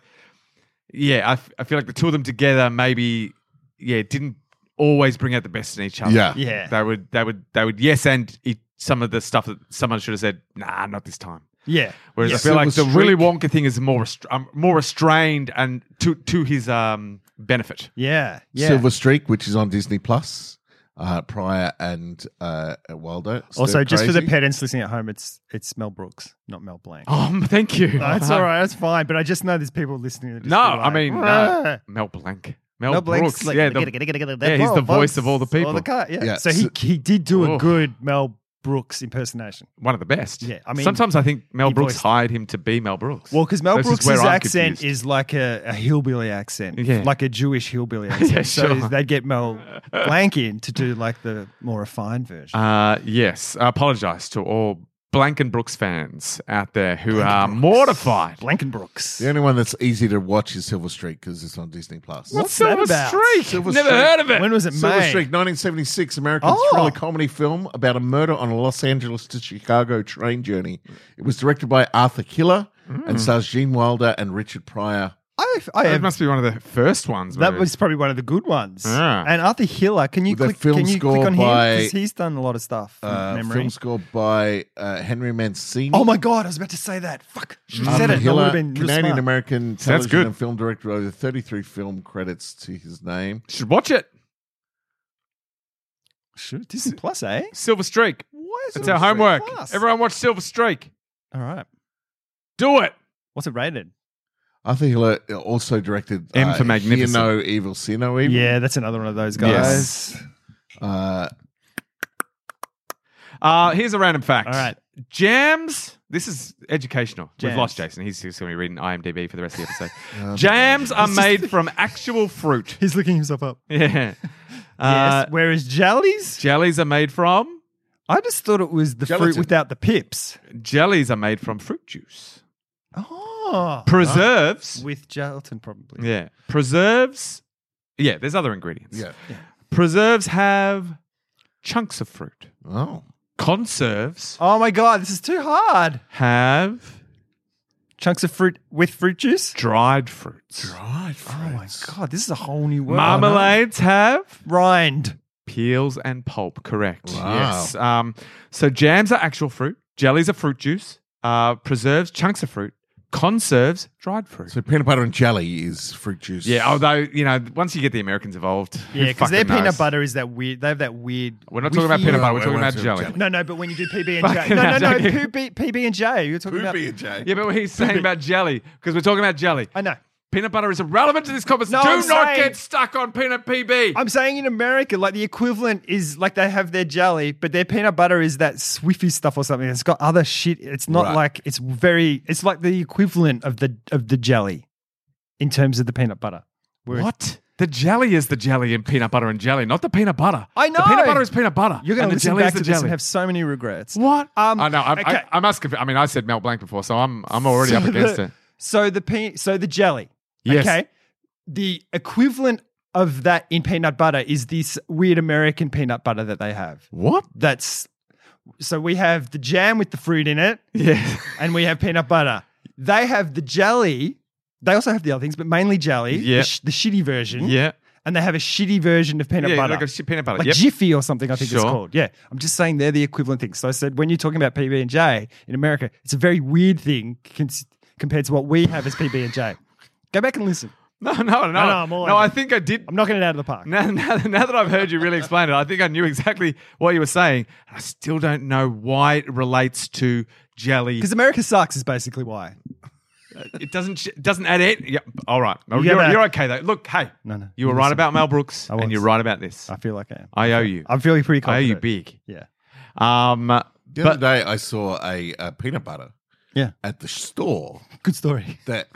Speaker 3: yeah, I, f- I feel like the two of them together maybe, yeah, didn't always bring out the best in each other.
Speaker 1: Yeah.
Speaker 4: Yeah.
Speaker 3: They would. They would. They would. Yes, and eat some of the stuff that someone should have said. Nah, not this time.
Speaker 4: Yeah.
Speaker 3: Whereas
Speaker 1: Yeah.
Speaker 3: I feel like the
Speaker 1: Silver
Speaker 3: Willy
Speaker 1: Streak.
Speaker 3: Wonka thing is more restr- um, more restrained and to to his um, benefit.
Speaker 4: Yeah. Yeah.
Speaker 1: Silver Streak, which is on Disney Plus, uh, Pryor and uh, Wilder.
Speaker 4: also,
Speaker 1: Stir
Speaker 4: just for the
Speaker 1: Crazy.
Speaker 4: parents listening at home, it's it's Mel Brooks, not Mel Blanc.
Speaker 1: Oh,
Speaker 3: Um, thank you.
Speaker 4: No,
Speaker 1: Uh-huh.
Speaker 4: it's all right. That's fine. But I just know there's people listening. That just
Speaker 3: No,
Speaker 4: be like,
Speaker 3: I mean no.
Speaker 4: "Ah."
Speaker 3: Mel Blanc. Mel,
Speaker 4: Mel Blanc's
Speaker 3: Brooks.
Speaker 4: like,
Speaker 3: yeah, the- yeah, he's the voice of all the people.
Speaker 4: All the cut, yeah.
Speaker 1: Yeah,
Speaker 4: So he
Speaker 1: so-
Speaker 4: he did do
Speaker 3: Oh.
Speaker 4: a good Mel Brooks impersonation.
Speaker 3: one of the best.
Speaker 4: Yeah, I mean,
Speaker 3: sometimes I think Mel
Speaker 4: he
Speaker 3: Brooks
Speaker 4: voiced-
Speaker 3: hired him to be Mel Brooks.
Speaker 4: Well, because Mel
Speaker 3: This is
Speaker 4: Brooks'
Speaker 3: where I'm
Speaker 4: accent
Speaker 3: confused.
Speaker 4: is like a, a hillbilly accent,
Speaker 3: Yeah.
Speaker 4: like a Jewish hillbilly accent.
Speaker 3: Yeah, sure.
Speaker 4: So they'd get Mel Blanc in to do like the more refined version.
Speaker 3: Uh, yes, I apologize to all Blank and Brooks fans out there who are mortified.
Speaker 4: Blankenbrooks.
Speaker 1: The only one that's easy to watch is Silver Streak because it's on Disney Plus.
Speaker 4: What's that about?
Speaker 3: Streak?
Speaker 1: Silver
Speaker 3: Never
Speaker 1: Streak.
Speaker 3: heard of it.
Speaker 4: When was it
Speaker 1: Silver
Speaker 4: made?
Speaker 1: Streak, 1976 American
Speaker 4: Oh.
Speaker 1: thriller comedy film about a murder on a Los Angeles to Chicago train journey. It was directed by Arthur Killer
Speaker 4: Mm.
Speaker 1: and stars Gene Wilder and Richard Pryor.
Speaker 4: I, I
Speaker 3: It
Speaker 4: have,
Speaker 3: must be one of the first ones. Ah.
Speaker 4: that
Speaker 3: maybe.
Speaker 4: was probably one of the good ones.
Speaker 3: Yeah.
Speaker 4: And Arthur Hiller, can you
Speaker 1: With a
Speaker 4: click?
Speaker 1: film
Speaker 4: Can you click
Speaker 1: score
Speaker 4: on
Speaker 1: by,
Speaker 4: him because he's done a lot of stuff. from
Speaker 1: Uh,
Speaker 4: memory.
Speaker 1: film scored by uh, Henry Mancini.
Speaker 4: Oh my god, I was about to say that. Fuck, should have said it. That would
Speaker 1: Hiller,
Speaker 4: have been real
Speaker 1: Um, Canadian
Speaker 4: smart.
Speaker 1: American
Speaker 3: Sounds
Speaker 1: television
Speaker 3: good.
Speaker 1: and film director over 33 film credits to his name.
Speaker 3: Should watch it.
Speaker 4: Shoot, Disney Plus, eh?
Speaker 3: Silver Streak.
Speaker 4: Why is
Speaker 3: That's
Speaker 4: it
Speaker 3: our
Speaker 4: on Disney
Speaker 3: homework.
Speaker 4: Plus?
Speaker 3: Everyone watch Silver Streak.
Speaker 4: All right.
Speaker 3: Do it.
Speaker 4: What's it rated?
Speaker 1: Arthur Hiller also directed uh,
Speaker 3: M for
Speaker 1: Hear
Speaker 3: Magnificent.
Speaker 1: No Evil, See No Evil.
Speaker 4: Yeah, that's another one of those
Speaker 1: Yes.
Speaker 4: guys.
Speaker 1: Uh,
Speaker 3: Uh, here's a random fact.
Speaker 4: All right.
Speaker 3: Jams. This is educational. We've
Speaker 4: Jams.
Speaker 3: lost Jason. He's, he's going to be reading IMDb for the rest of the episode.
Speaker 1: Um,
Speaker 3: Jams are made from actual fruit.
Speaker 4: He's looking himself up.
Speaker 3: Yeah. Uh,
Speaker 4: yes. Whereas jellies,
Speaker 3: Jellies are made from.
Speaker 4: I just thought it was the fruit
Speaker 1: Gelatin.
Speaker 4: without the pips.
Speaker 3: Jellies are made from fruit juice.
Speaker 4: Oh,
Speaker 3: Preserves.
Speaker 4: with gelatin probably.
Speaker 3: Yeah. Preserves. Yeah. There's other ingredients.
Speaker 1: yeah.
Speaker 3: Preserves have chunks of fruit.
Speaker 1: Oh.
Speaker 3: Conserves
Speaker 4: Oh my god, this is too hard.
Speaker 3: have
Speaker 4: Chunks of fruit with fruit juice.
Speaker 3: dried fruits.
Speaker 1: Right.
Speaker 4: Oh my god, this is a whole new world. Uh-huh.
Speaker 3: Marmalades have
Speaker 4: rind.
Speaker 3: peels and pulp. Correct.
Speaker 1: Wow.
Speaker 3: Yes. Um, so jams are actual fruit. Jellies are fruit juice. Uh, preserves chunks of fruit. Conserves dried fruit.
Speaker 1: So peanut butter and jelly is fruit juice.
Speaker 3: yeah, oh, although you know, once you get the Americans involved, who
Speaker 4: Yeah, because their
Speaker 3: fucking
Speaker 4: peanut
Speaker 3: knows?
Speaker 4: butter is that weird. They have that weird.
Speaker 3: We're not talking about
Speaker 4: whiffy-
Speaker 3: peanut butter. We're
Speaker 1: No,
Speaker 3: talking
Speaker 1: we're
Speaker 3: about
Speaker 1: talking
Speaker 3: jelly.
Speaker 1: jelly.
Speaker 4: No, no, but when you do PB and
Speaker 3: Fucking
Speaker 4: J, no, no, no,
Speaker 3: hell.
Speaker 4: PB, PB and J. You're talking about.
Speaker 1: Poopy and jelly.
Speaker 3: Yeah, but what he's saying about jelly because we're talking about jelly.
Speaker 4: I know.
Speaker 3: Peanut butter is irrelevant to this conversation.
Speaker 4: No,
Speaker 3: Do
Speaker 4: I'm
Speaker 3: not
Speaker 4: saying-
Speaker 3: get stuck on peanut PB.
Speaker 4: I'm saying in America, like the equivalent is like they have their jelly, but their peanut butter is that Swiffy stuff or something. It's got other shit. It's not
Speaker 1: Right.
Speaker 4: like it's very. It's like the equivalent of the of the jelly, in terms of the peanut butter. Whereas-
Speaker 3: what? The jelly is the jelly in peanut butter and jelly, not the peanut butter.
Speaker 4: I
Speaker 3: The peanut
Speaker 4: know.
Speaker 3: butter is peanut butter.
Speaker 4: You're going
Speaker 3: and
Speaker 4: to
Speaker 3: the
Speaker 4: listen
Speaker 3: jelly
Speaker 4: back
Speaker 3: is
Speaker 4: to
Speaker 3: the
Speaker 4: this
Speaker 3: jelly.
Speaker 4: and have so many regrets.
Speaker 3: What?
Speaker 4: Um,
Speaker 3: I know. I,
Speaker 4: okay.
Speaker 3: I, I must. Conf- I mean, I said Mel Blanc before, so I'm I'm already up
Speaker 4: So
Speaker 3: against
Speaker 4: the-
Speaker 3: it.
Speaker 4: So the pe- so the jelly.
Speaker 3: Yes.
Speaker 4: Okay. The equivalent of that in peanut butter is this weird American peanut butter that they have.
Speaker 3: What?
Speaker 4: That's so we have the jam with the fruit in it,
Speaker 3: Yeah.
Speaker 4: and we have peanut butter. They have the jelly. They also have the other things, but mainly jelly.
Speaker 3: Yeah.
Speaker 4: The, sh- the shitty version.
Speaker 3: yeah.
Speaker 4: And they have a shitty version of peanut
Speaker 3: Yeah.
Speaker 4: butter.
Speaker 3: Like a shit peanut butter.
Speaker 4: Like
Speaker 3: yep.
Speaker 4: Jiffy or something, I think
Speaker 3: Sure.
Speaker 4: it's called. Yeah, I'm just saying they're the equivalent thing. So I said when you're talking about PB and J in America, it's a very weird thing cons- compared to what we have as PB and J. Go back and listen.
Speaker 3: No, no, no.
Speaker 4: no, I'm all
Speaker 3: no
Speaker 4: over
Speaker 3: I
Speaker 4: it.
Speaker 3: think I did.
Speaker 4: I'm knocking it out of the park.
Speaker 3: Now, now, now that I've heard you really explain it, I think I knew exactly what you were saying. I still don't know why it relates to jelly.
Speaker 4: Because America sucks is basically why.
Speaker 3: It doesn't sh- it doesn't add it. Yep. All right. Oh,
Speaker 4: You go
Speaker 3: You're,
Speaker 4: back.
Speaker 3: you're okay though. Look, hey,
Speaker 4: No, no.
Speaker 3: you were right about Mel Brooks,
Speaker 4: I
Speaker 3: and
Speaker 4: was.
Speaker 3: you're right about this.
Speaker 4: I feel like I am.
Speaker 3: I owe you.
Speaker 4: I'm feeling pretty
Speaker 3: I owe
Speaker 4: confident.
Speaker 3: you big.
Speaker 4: Yeah.
Speaker 3: Um,
Speaker 1: The
Speaker 3: but
Speaker 1: other day I saw a, uh peanut butter
Speaker 4: Yeah.
Speaker 1: at the store.
Speaker 4: Good story.
Speaker 1: That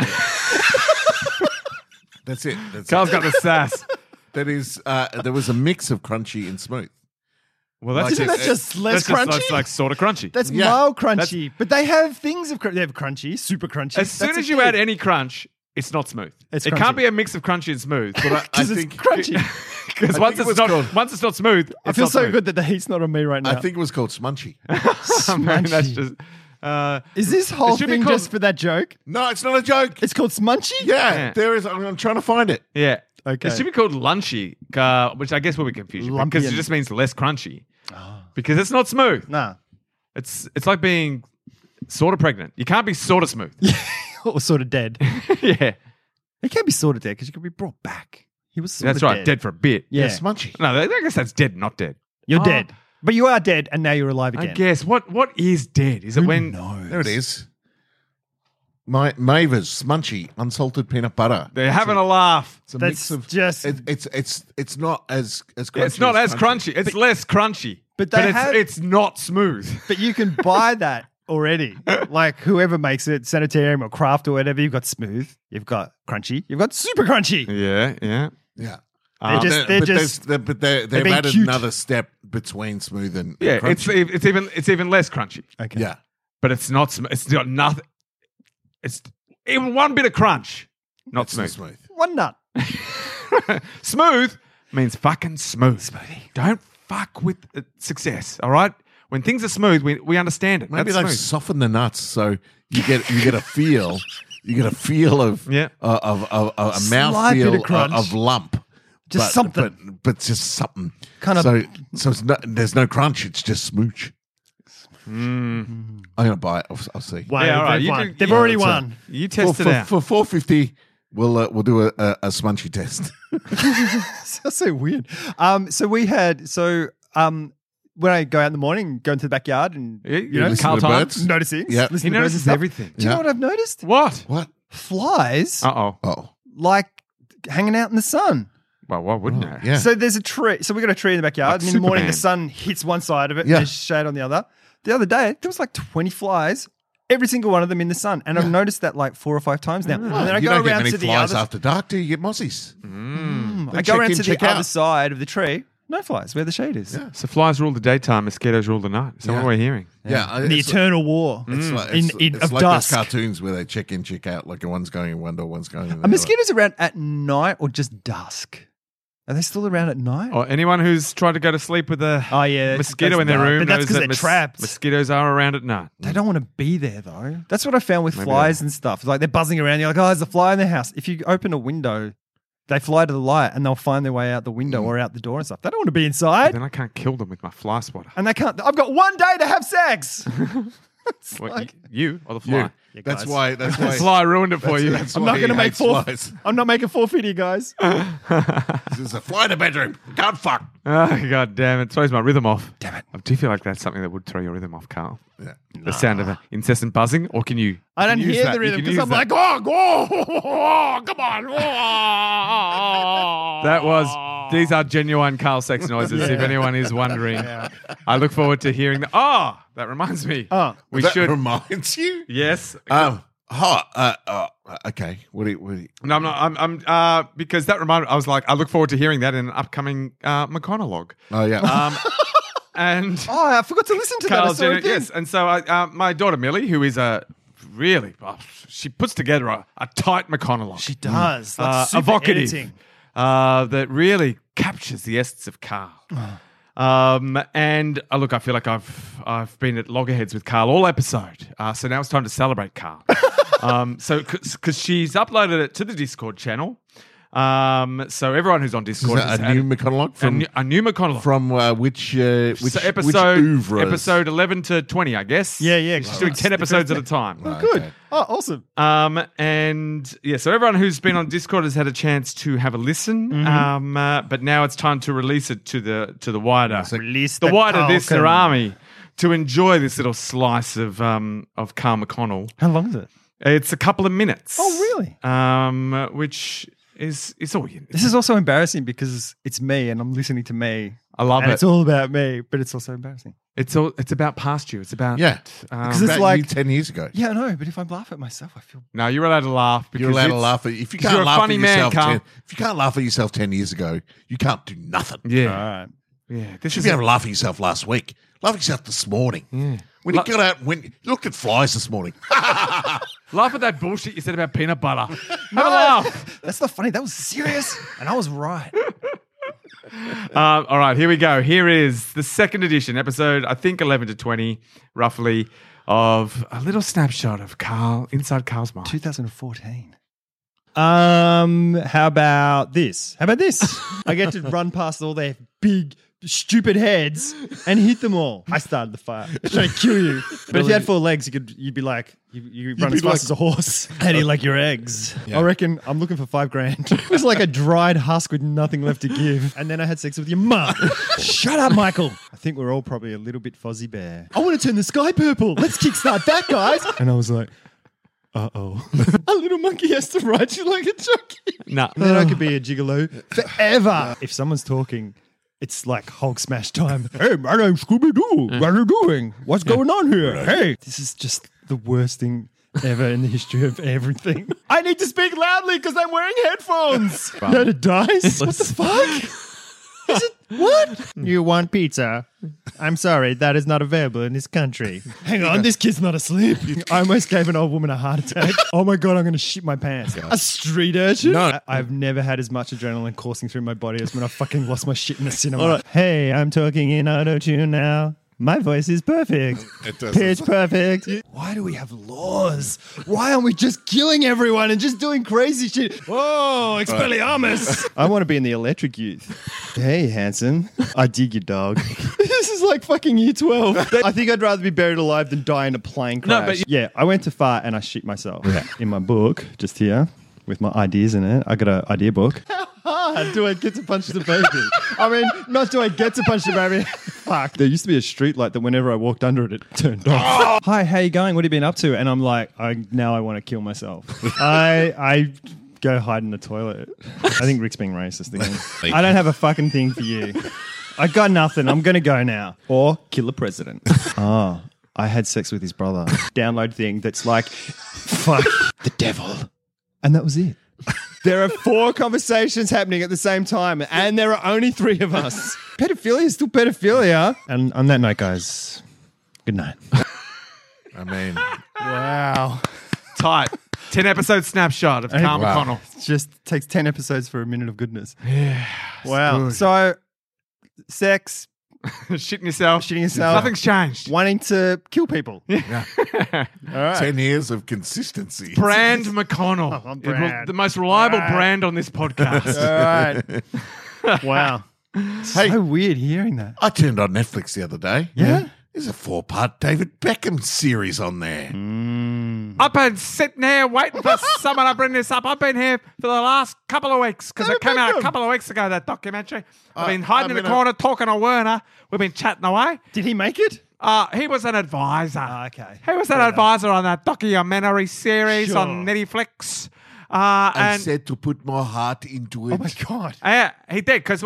Speaker 1: that's it. That's
Speaker 3: Carl's
Speaker 1: it.
Speaker 3: got the sass.
Speaker 1: That is, uh, there was a mix of crunchy and smooth.
Speaker 3: Well,
Speaker 1: Like
Speaker 3: that's just,
Speaker 1: Isn't that
Speaker 4: just
Speaker 3: that's
Speaker 4: less
Speaker 3: just like-
Speaker 4: crunchy?
Speaker 3: Like, sort of crunchy.
Speaker 4: That's
Speaker 1: Yeah.
Speaker 4: mild crunchy, but they have things of cr- they have crunchy, super crunchy.
Speaker 3: as soon as you add any crunch, it's not smooth.
Speaker 4: It's
Speaker 3: it
Speaker 4: crunchy.
Speaker 3: can't be a mix of crunchy and smooth.
Speaker 1: But I, I
Speaker 4: because it's
Speaker 1: think
Speaker 4: crunchy.
Speaker 3: Because once
Speaker 1: think it was
Speaker 3: it's not
Speaker 1: called-
Speaker 3: once it's not smooth,
Speaker 4: I feel so good that the heat's not on me right now.
Speaker 1: I think it was called smunchy.
Speaker 4: Smunchy.
Speaker 3: that's just. Uh,
Speaker 4: Is this whole
Speaker 3: should be
Speaker 4: thing
Speaker 3: called-
Speaker 4: just for that joke?
Speaker 1: No, it's not a joke.
Speaker 4: It's called Smunchy.
Speaker 1: yeah,
Speaker 3: Yeah.
Speaker 1: there is. I'm, I'm trying to find it.
Speaker 3: yeah.
Speaker 4: Okay.
Speaker 3: It should be called lunchy, uh, which I guess will be confusing because
Speaker 4: Lumpian. Ah.
Speaker 3: it just means less crunchy. Because it's not smooth.
Speaker 4: Nah.
Speaker 3: It's it's like being sort of pregnant. You can't be sort of smooth.
Speaker 4: or sort of dead.
Speaker 3: yeah,
Speaker 4: It can't be sort of dead because you can be brought back. He was sort
Speaker 3: that's right. Dead. for a bit.
Speaker 4: Yeah.
Speaker 1: Yeah, smunchy.
Speaker 3: No, I guess that's dead, not dead.
Speaker 4: You're
Speaker 3: Oh.
Speaker 4: dead, but you are dead, and now you're alive again.
Speaker 3: I guess what what is dead? Is it when
Speaker 4: knows?
Speaker 1: There it is. My Mavers smunchy unsalted peanut butter.
Speaker 3: they're having a laugh?
Speaker 1: It's a mix
Speaker 4: That's
Speaker 1: of
Speaker 4: just.
Speaker 1: it, it's it's it's not as as crunchy.
Speaker 3: It's not as crunchy. It's less crunchy.
Speaker 4: But they
Speaker 3: it's,
Speaker 4: have-
Speaker 3: it's not smooth.
Speaker 4: but you can buy that already. like whoever makes it, sanitarium or craft or whatever. You've got smooth. You've got crunchy. You've got super crunchy.
Speaker 3: yeah, yeah.
Speaker 1: Yeah. Uh,
Speaker 3: Um,
Speaker 4: They're just. They're
Speaker 1: but
Speaker 4: just.
Speaker 1: there's- but they they've
Speaker 4: being
Speaker 1: added
Speaker 4: cute.
Speaker 1: another step between smooth and and
Speaker 3: Yeah, it's
Speaker 1: crunchy.
Speaker 3: it's even it's even less crunchy,
Speaker 4: Okay.
Speaker 1: yeah.
Speaker 3: but it's not sm- it's got nothing. It's even one bit of crunch, not
Speaker 1: It's
Speaker 3: smooth.
Speaker 1: not smooth.
Speaker 4: One nut.
Speaker 3: smooth means fucking smooth. Don't fuck with uh, success. All right. When things are smooth, we, we understand it.
Speaker 1: Maybe
Speaker 3: That's
Speaker 1: they've
Speaker 3: smooth.
Speaker 1: softened the nuts so you get you get a feel you get a feel of
Speaker 3: Yeah.
Speaker 1: uh, of, of, of a
Speaker 4: Slight
Speaker 1: mouth
Speaker 4: bit
Speaker 1: feel
Speaker 4: of
Speaker 1: of,
Speaker 4: crunch.
Speaker 1: of lump.
Speaker 4: Just something.
Speaker 1: but, but just something.
Speaker 4: Kind of-
Speaker 1: so so it's not, there's no crunch. It's just smooch.
Speaker 3: Hmm.
Speaker 1: I'm gonna buy it. I'll, I'll see.
Speaker 4: Wow,
Speaker 3: all right,
Speaker 4: They've,
Speaker 3: you
Speaker 4: won.
Speaker 3: do-
Speaker 4: they've
Speaker 3: yeah,
Speaker 4: already
Speaker 1: that's a-
Speaker 4: won.
Speaker 3: You
Speaker 1: for,
Speaker 3: test it
Speaker 1: for,
Speaker 3: out.
Speaker 1: for 450, we'll uh, we'll do a, a, a smunchy test.
Speaker 4: That's so weird. Um, so we had so um, when I go out in the morning, go into the backyard and
Speaker 3: Yeah,
Speaker 4: you
Speaker 3: you
Speaker 4: know
Speaker 1: listen
Speaker 3: Carl
Speaker 1: to
Speaker 3: Time.
Speaker 1: birds.
Speaker 4: noticing,
Speaker 1: Yeah.
Speaker 3: he
Speaker 4: listen to birds and
Speaker 3: notices
Speaker 4: stuff.
Speaker 3: everything.
Speaker 4: Do you know
Speaker 1: Yeah.
Speaker 4: what I've noticed?
Speaker 3: What?
Speaker 1: What?
Speaker 4: Flies
Speaker 3: Uh oh.
Speaker 1: Oh,
Speaker 4: like hanging out in the sun.
Speaker 3: Well, why wouldn't I?
Speaker 1: yeah.
Speaker 4: So there's a tree. So we got a tree in the backyard,
Speaker 3: Like
Speaker 4: and in the morning the sun
Speaker 3: Superman.
Speaker 4: hits one side of it,
Speaker 1: Yeah.
Speaker 4: and there's shade on the other. The other day there was like 20 flies, every single one of them in the sun, and I've noticed that like four or five times
Speaker 3: Ah.
Speaker 4: now.
Speaker 1: Well,
Speaker 4: And then I
Speaker 1: you
Speaker 4: go
Speaker 1: don't get
Speaker 4: around
Speaker 1: many
Speaker 4: to the
Speaker 1: flies
Speaker 4: other.
Speaker 1: after dark, do you? You get mossies.
Speaker 4: Mm, I
Speaker 1: Then
Speaker 4: go
Speaker 1: check
Speaker 4: around
Speaker 1: in,
Speaker 4: to the
Speaker 1: check
Speaker 4: other
Speaker 1: out.
Speaker 4: side of the tree. No flies where the shade is.
Speaker 1: Yeah.
Speaker 3: So flies rule the daytime, mosquitoes rule the night. Is that
Speaker 1: Yeah.
Speaker 3: what we're hearing?
Speaker 1: Yeah, I-
Speaker 4: The
Speaker 1: it's-
Speaker 4: eternal war.
Speaker 3: Mm.
Speaker 1: It's like,
Speaker 4: in-
Speaker 1: it's,
Speaker 4: in-
Speaker 1: it's
Speaker 4: of
Speaker 1: like
Speaker 4: dusk.
Speaker 1: those cartoons where they check in, check out, like one's going in one door, one's going in the
Speaker 4: Are
Speaker 1: other.
Speaker 4: mosquitoes around at night or just dusk? Are they still around at night?
Speaker 1: Oh,
Speaker 3: Or Oh, anyone who's tried to go to sleep with a
Speaker 4: Oh, yeah, that's-
Speaker 3: mosquito
Speaker 4: that's
Speaker 3: in their
Speaker 4: dark.
Speaker 3: room
Speaker 4: But that's
Speaker 3: knows
Speaker 4: 'cause
Speaker 3: that
Speaker 4: they're trapped.
Speaker 3: Mosquitoes are around at night.
Speaker 4: They don't want to be there though. That's what I found with
Speaker 3: Maybe
Speaker 4: flies and stuff. Like they're buzzing around. You're like, oh, there's a fly in the house. If you open a window, they fly to the light and they'll find their way out the window
Speaker 1: Mm.
Speaker 4: or out the door and stuff. They don't want to be inside.
Speaker 3: Then I can't kill them with my fly swatter.
Speaker 4: And they can't. I've got one day to have sex. It's
Speaker 3: What,
Speaker 4: like-
Speaker 3: you, you or the
Speaker 1: Yeah.
Speaker 3: fly?
Speaker 1: that's
Speaker 4: guys.
Speaker 1: why. That's
Speaker 3: The
Speaker 1: why.
Speaker 3: fly ruined it for
Speaker 1: that's-
Speaker 3: you. Oh,
Speaker 1: that's
Speaker 4: I'm
Speaker 1: why
Speaker 4: not
Speaker 1: he
Speaker 4: going to make
Speaker 1: hates
Speaker 4: four.
Speaker 1: flies.
Speaker 4: I'm not making four fifty, guys.
Speaker 1: This is a fly in the bedroom. Can't fuck.
Speaker 3: Oh, God damn it. Throws my rhythm off.
Speaker 4: Damn it.
Speaker 3: I do feel like that's something that would throw your rhythm off, Carl.
Speaker 1: Yeah.
Speaker 3: The sound of an incessant buzzing, or can you?
Speaker 4: I don't
Speaker 3: can you use
Speaker 4: hear
Speaker 3: that?
Speaker 4: the
Speaker 3: You
Speaker 4: rhythm
Speaker 3: can
Speaker 4: because
Speaker 3: use
Speaker 4: I'm
Speaker 3: that.
Speaker 4: like, oh, oh,
Speaker 1: come
Speaker 4: oh,
Speaker 1: on.
Speaker 3: That was. These are genuine Carl sex noises. If anyone is wondering, I look forward to hearing them. Oh, that reminds me.
Speaker 4: Oh.
Speaker 3: we
Speaker 1: that
Speaker 3: should.
Speaker 1: reminds you.
Speaker 3: yes.
Speaker 1: Um. Hot. Uh, uh, okay. What do you? What do you
Speaker 3: No, I'm not. I'm. I'm uh, because that reminded. I was like, I look forward to hearing that in an upcoming uh, McConaughey.
Speaker 1: oh yeah.
Speaker 3: Um, and
Speaker 4: I forgot to listen to
Speaker 3: Carl's
Speaker 4: that. I saw
Speaker 3: doing
Speaker 4: a
Speaker 3: it,
Speaker 4: thing.
Speaker 3: yes. And so I, uh, my daughter Millie, who is a really, oh, she puts together a, a tight McConaughey.
Speaker 4: She does. Like
Speaker 3: uh,
Speaker 4: super
Speaker 3: evocative
Speaker 4: editing.
Speaker 3: uh, that really captures the essence of Carl. Um, and uh, look, I feel like I've I've been at loggerheads with Carl all episode, uh, so now it's time to celebrate Carl. um, so because she's uploaded it to the Discord channel, um, so everyone who's on
Speaker 1: Is
Speaker 3: Discord
Speaker 1: that
Speaker 3: has
Speaker 1: a
Speaker 3: had
Speaker 1: new McConaughey
Speaker 3: a
Speaker 1: from
Speaker 3: new- a new McConnell
Speaker 1: from uh, which uh, which
Speaker 3: so
Speaker 1: which
Speaker 3: episode
Speaker 1: oeuvres?
Speaker 3: episode eleven to twenty, I guess.
Speaker 4: Yeah, yeah,
Speaker 3: She's
Speaker 4: right.
Speaker 3: doing ten
Speaker 4: The
Speaker 3: episodes at
Speaker 4: first-
Speaker 3: a time.
Speaker 1: Right,
Speaker 4: Good.
Speaker 1: okay.
Speaker 4: Oh, awesome.
Speaker 3: Um, and yeah, so everyone who's been on Discord has had a chance to have a listen.
Speaker 4: Mm-hmm.
Speaker 3: Um, uh, but now it's time to release it to the to the wider
Speaker 4: Release
Speaker 3: the
Speaker 4: the
Speaker 3: wider this their
Speaker 4: Carl.
Speaker 3: army to enjoy this little slice of um of Carl McConnell.
Speaker 4: How long is it?
Speaker 3: It's a couple of minutes.
Speaker 4: Oh, really?
Speaker 3: Um, uh, which is it's all you.
Speaker 4: This is also embarrassing because it's me and I'm listening to me.
Speaker 3: I love
Speaker 4: and
Speaker 3: it.
Speaker 4: it's all about me, but it's also embarrassing.
Speaker 3: it's all. It's about past you. It's about
Speaker 1: Yeah.
Speaker 3: um,
Speaker 4: 'Cause it's
Speaker 1: About
Speaker 4: like-
Speaker 1: you ten years ago.
Speaker 4: Yeah, I know, but if I laugh at myself, I feel
Speaker 3: no, you're allowed to laugh. Because
Speaker 1: You're allowed to
Speaker 3: it's-
Speaker 1: laugh at if you
Speaker 3: 'cause
Speaker 1: can't
Speaker 3: you're a
Speaker 1: laugh
Speaker 3: funny
Speaker 1: at
Speaker 3: man,
Speaker 1: yourself.
Speaker 3: Carl.
Speaker 1: 10, if you can't laugh at yourself ten years ago, you can't do nothing. You
Speaker 3: Yeah,
Speaker 4: all right.
Speaker 3: yeah. This
Speaker 1: should
Speaker 3: is
Speaker 1: be able to laugh at yourself last week. Laugh at yourself this morning. When you got out, when you looked at flies this morning.
Speaker 3: laugh at that bullshit you said about peanut butter. Have a laugh.
Speaker 4: That's not funny. That was serious, and I was right.
Speaker 3: Um, all right, here we go. Here is the second edition, episode, I think 11 to 20, roughly, of a little snapshot of Carl inside Carl's mind.
Speaker 4: 2014. Um, how about this? How about this? I get to run past all their big, stupid heads and hit them all. I started the fire. They're trying to kill you. But if you had four legs, you could you'd be like you you run
Speaker 1: be
Speaker 4: as fast
Speaker 1: like-
Speaker 4: as a horse and eat like your eggs. I reckon I'm looking for five grand. It was like a dried husk with nothing left to give. And then I had sex with your mum. Shut up, Michael. I think we're all probably a little bit Fozzie Bear. I want to turn the sky purple. Let's kickstart that, guys. And I was like, uh oh. a little monkey has to ride you like a jockey.
Speaker 3: Nah.
Speaker 4: Then I could be a gigolo forever. if someone's talking, it's like Hulk smash time. hey, my name's Scooby Doo. What are you doing? What's going on here? Hey, this is just the worst thing ever in the history of everything. I need to speak loudly because I'm wearing headphones. you had a dice? what the fuck? Is it what? You want pizza? I'm sorry, that is not available in this country. Hang on, this kid's not asleep. I almost gave an old woman a heart attack. Oh my god, I'm going to shit my pants. A street urchin?
Speaker 1: No.
Speaker 4: I- I've never had as much adrenaline coursing through my body as when I fucking lost my shit in the cinema. Hey, I'm talking in auto tune now. My voice is perfect.
Speaker 1: It does.
Speaker 4: Pitch perfect. Why do we have laws? Why aren't we just killing everyone and just doing crazy shit? Whoa, expelliarmus! I want to be in the electric youth. Hey, handsome. I dig your dog. this is like fucking year 12. I think I'd rather be buried alive than die in a plane crash.
Speaker 3: No, but you-
Speaker 4: yeah, I went too far and I shit myself. In my book, just here, with my ideas in it, I got an idea book. How hard do I get to punch the baby? I mean, not do I get to punch the baby. Fuck. There used to be a street light that whenever I walked under it, it turned off. Hi, how you going? What have you been up to? And I'm like, I now I want to kill myself. I I go hide in the toilet. I think Rick's being racist again. I don't have a fucking thing for you. I got nothing. I'm gonna go now. Or kill the president. Oh, I had sex with his brother. Download thing that's like, fuck the devil. And that was it. There are four conversations happening at the same time, and there are only three of us. Pedophilia is still pedophilia. And on that note, guys, good night.
Speaker 1: I mean,
Speaker 4: Wow.
Speaker 3: Tight. 10 episode snapshot of Carl
Speaker 1: wow.
Speaker 3: McConnell.
Speaker 4: It just takes 10 episodes for a minute of goodness. Yeah. Wow. So, sex,
Speaker 3: Shitting yourself.
Speaker 4: Shitting yourself.
Speaker 3: Nothing's changed.
Speaker 4: wanting to kill people.
Speaker 1: ten years of consistency.
Speaker 3: Brand McConnell.
Speaker 4: I'm
Speaker 3: It will-
Speaker 4: Brand.
Speaker 3: The most reliable
Speaker 4: Brand.
Speaker 3: brand on this podcast.
Speaker 4: All right. wow.
Speaker 1: Hey.
Speaker 4: So weird hearing that.
Speaker 1: I turned on Netflix the other day.
Speaker 4: Yeah?
Speaker 1: There's a four part David Beckham series on there.
Speaker 3: I've been sitting here waiting for someone to bring this up. I've been here for the last couple of weeks because it
Speaker 4: David
Speaker 3: came out a
Speaker 4: Beckham.
Speaker 3: couple of weeks ago, that documentary. I've
Speaker 1: Uh,
Speaker 3: been hiding
Speaker 1: I'm
Speaker 3: in the
Speaker 1: gonna-
Speaker 3: corner talking to Werner. We've been chatting away.
Speaker 4: Did he make it?
Speaker 3: Uh, he was an advisor.
Speaker 4: okay.
Speaker 3: He was an advisor on that documentary series
Speaker 4: Sure.
Speaker 3: on Netflix.
Speaker 1: I
Speaker 3: Uh, and
Speaker 1: said to put more heart into it.
Speaker 4: Oh my God.
Speaker 3: yeah, he did because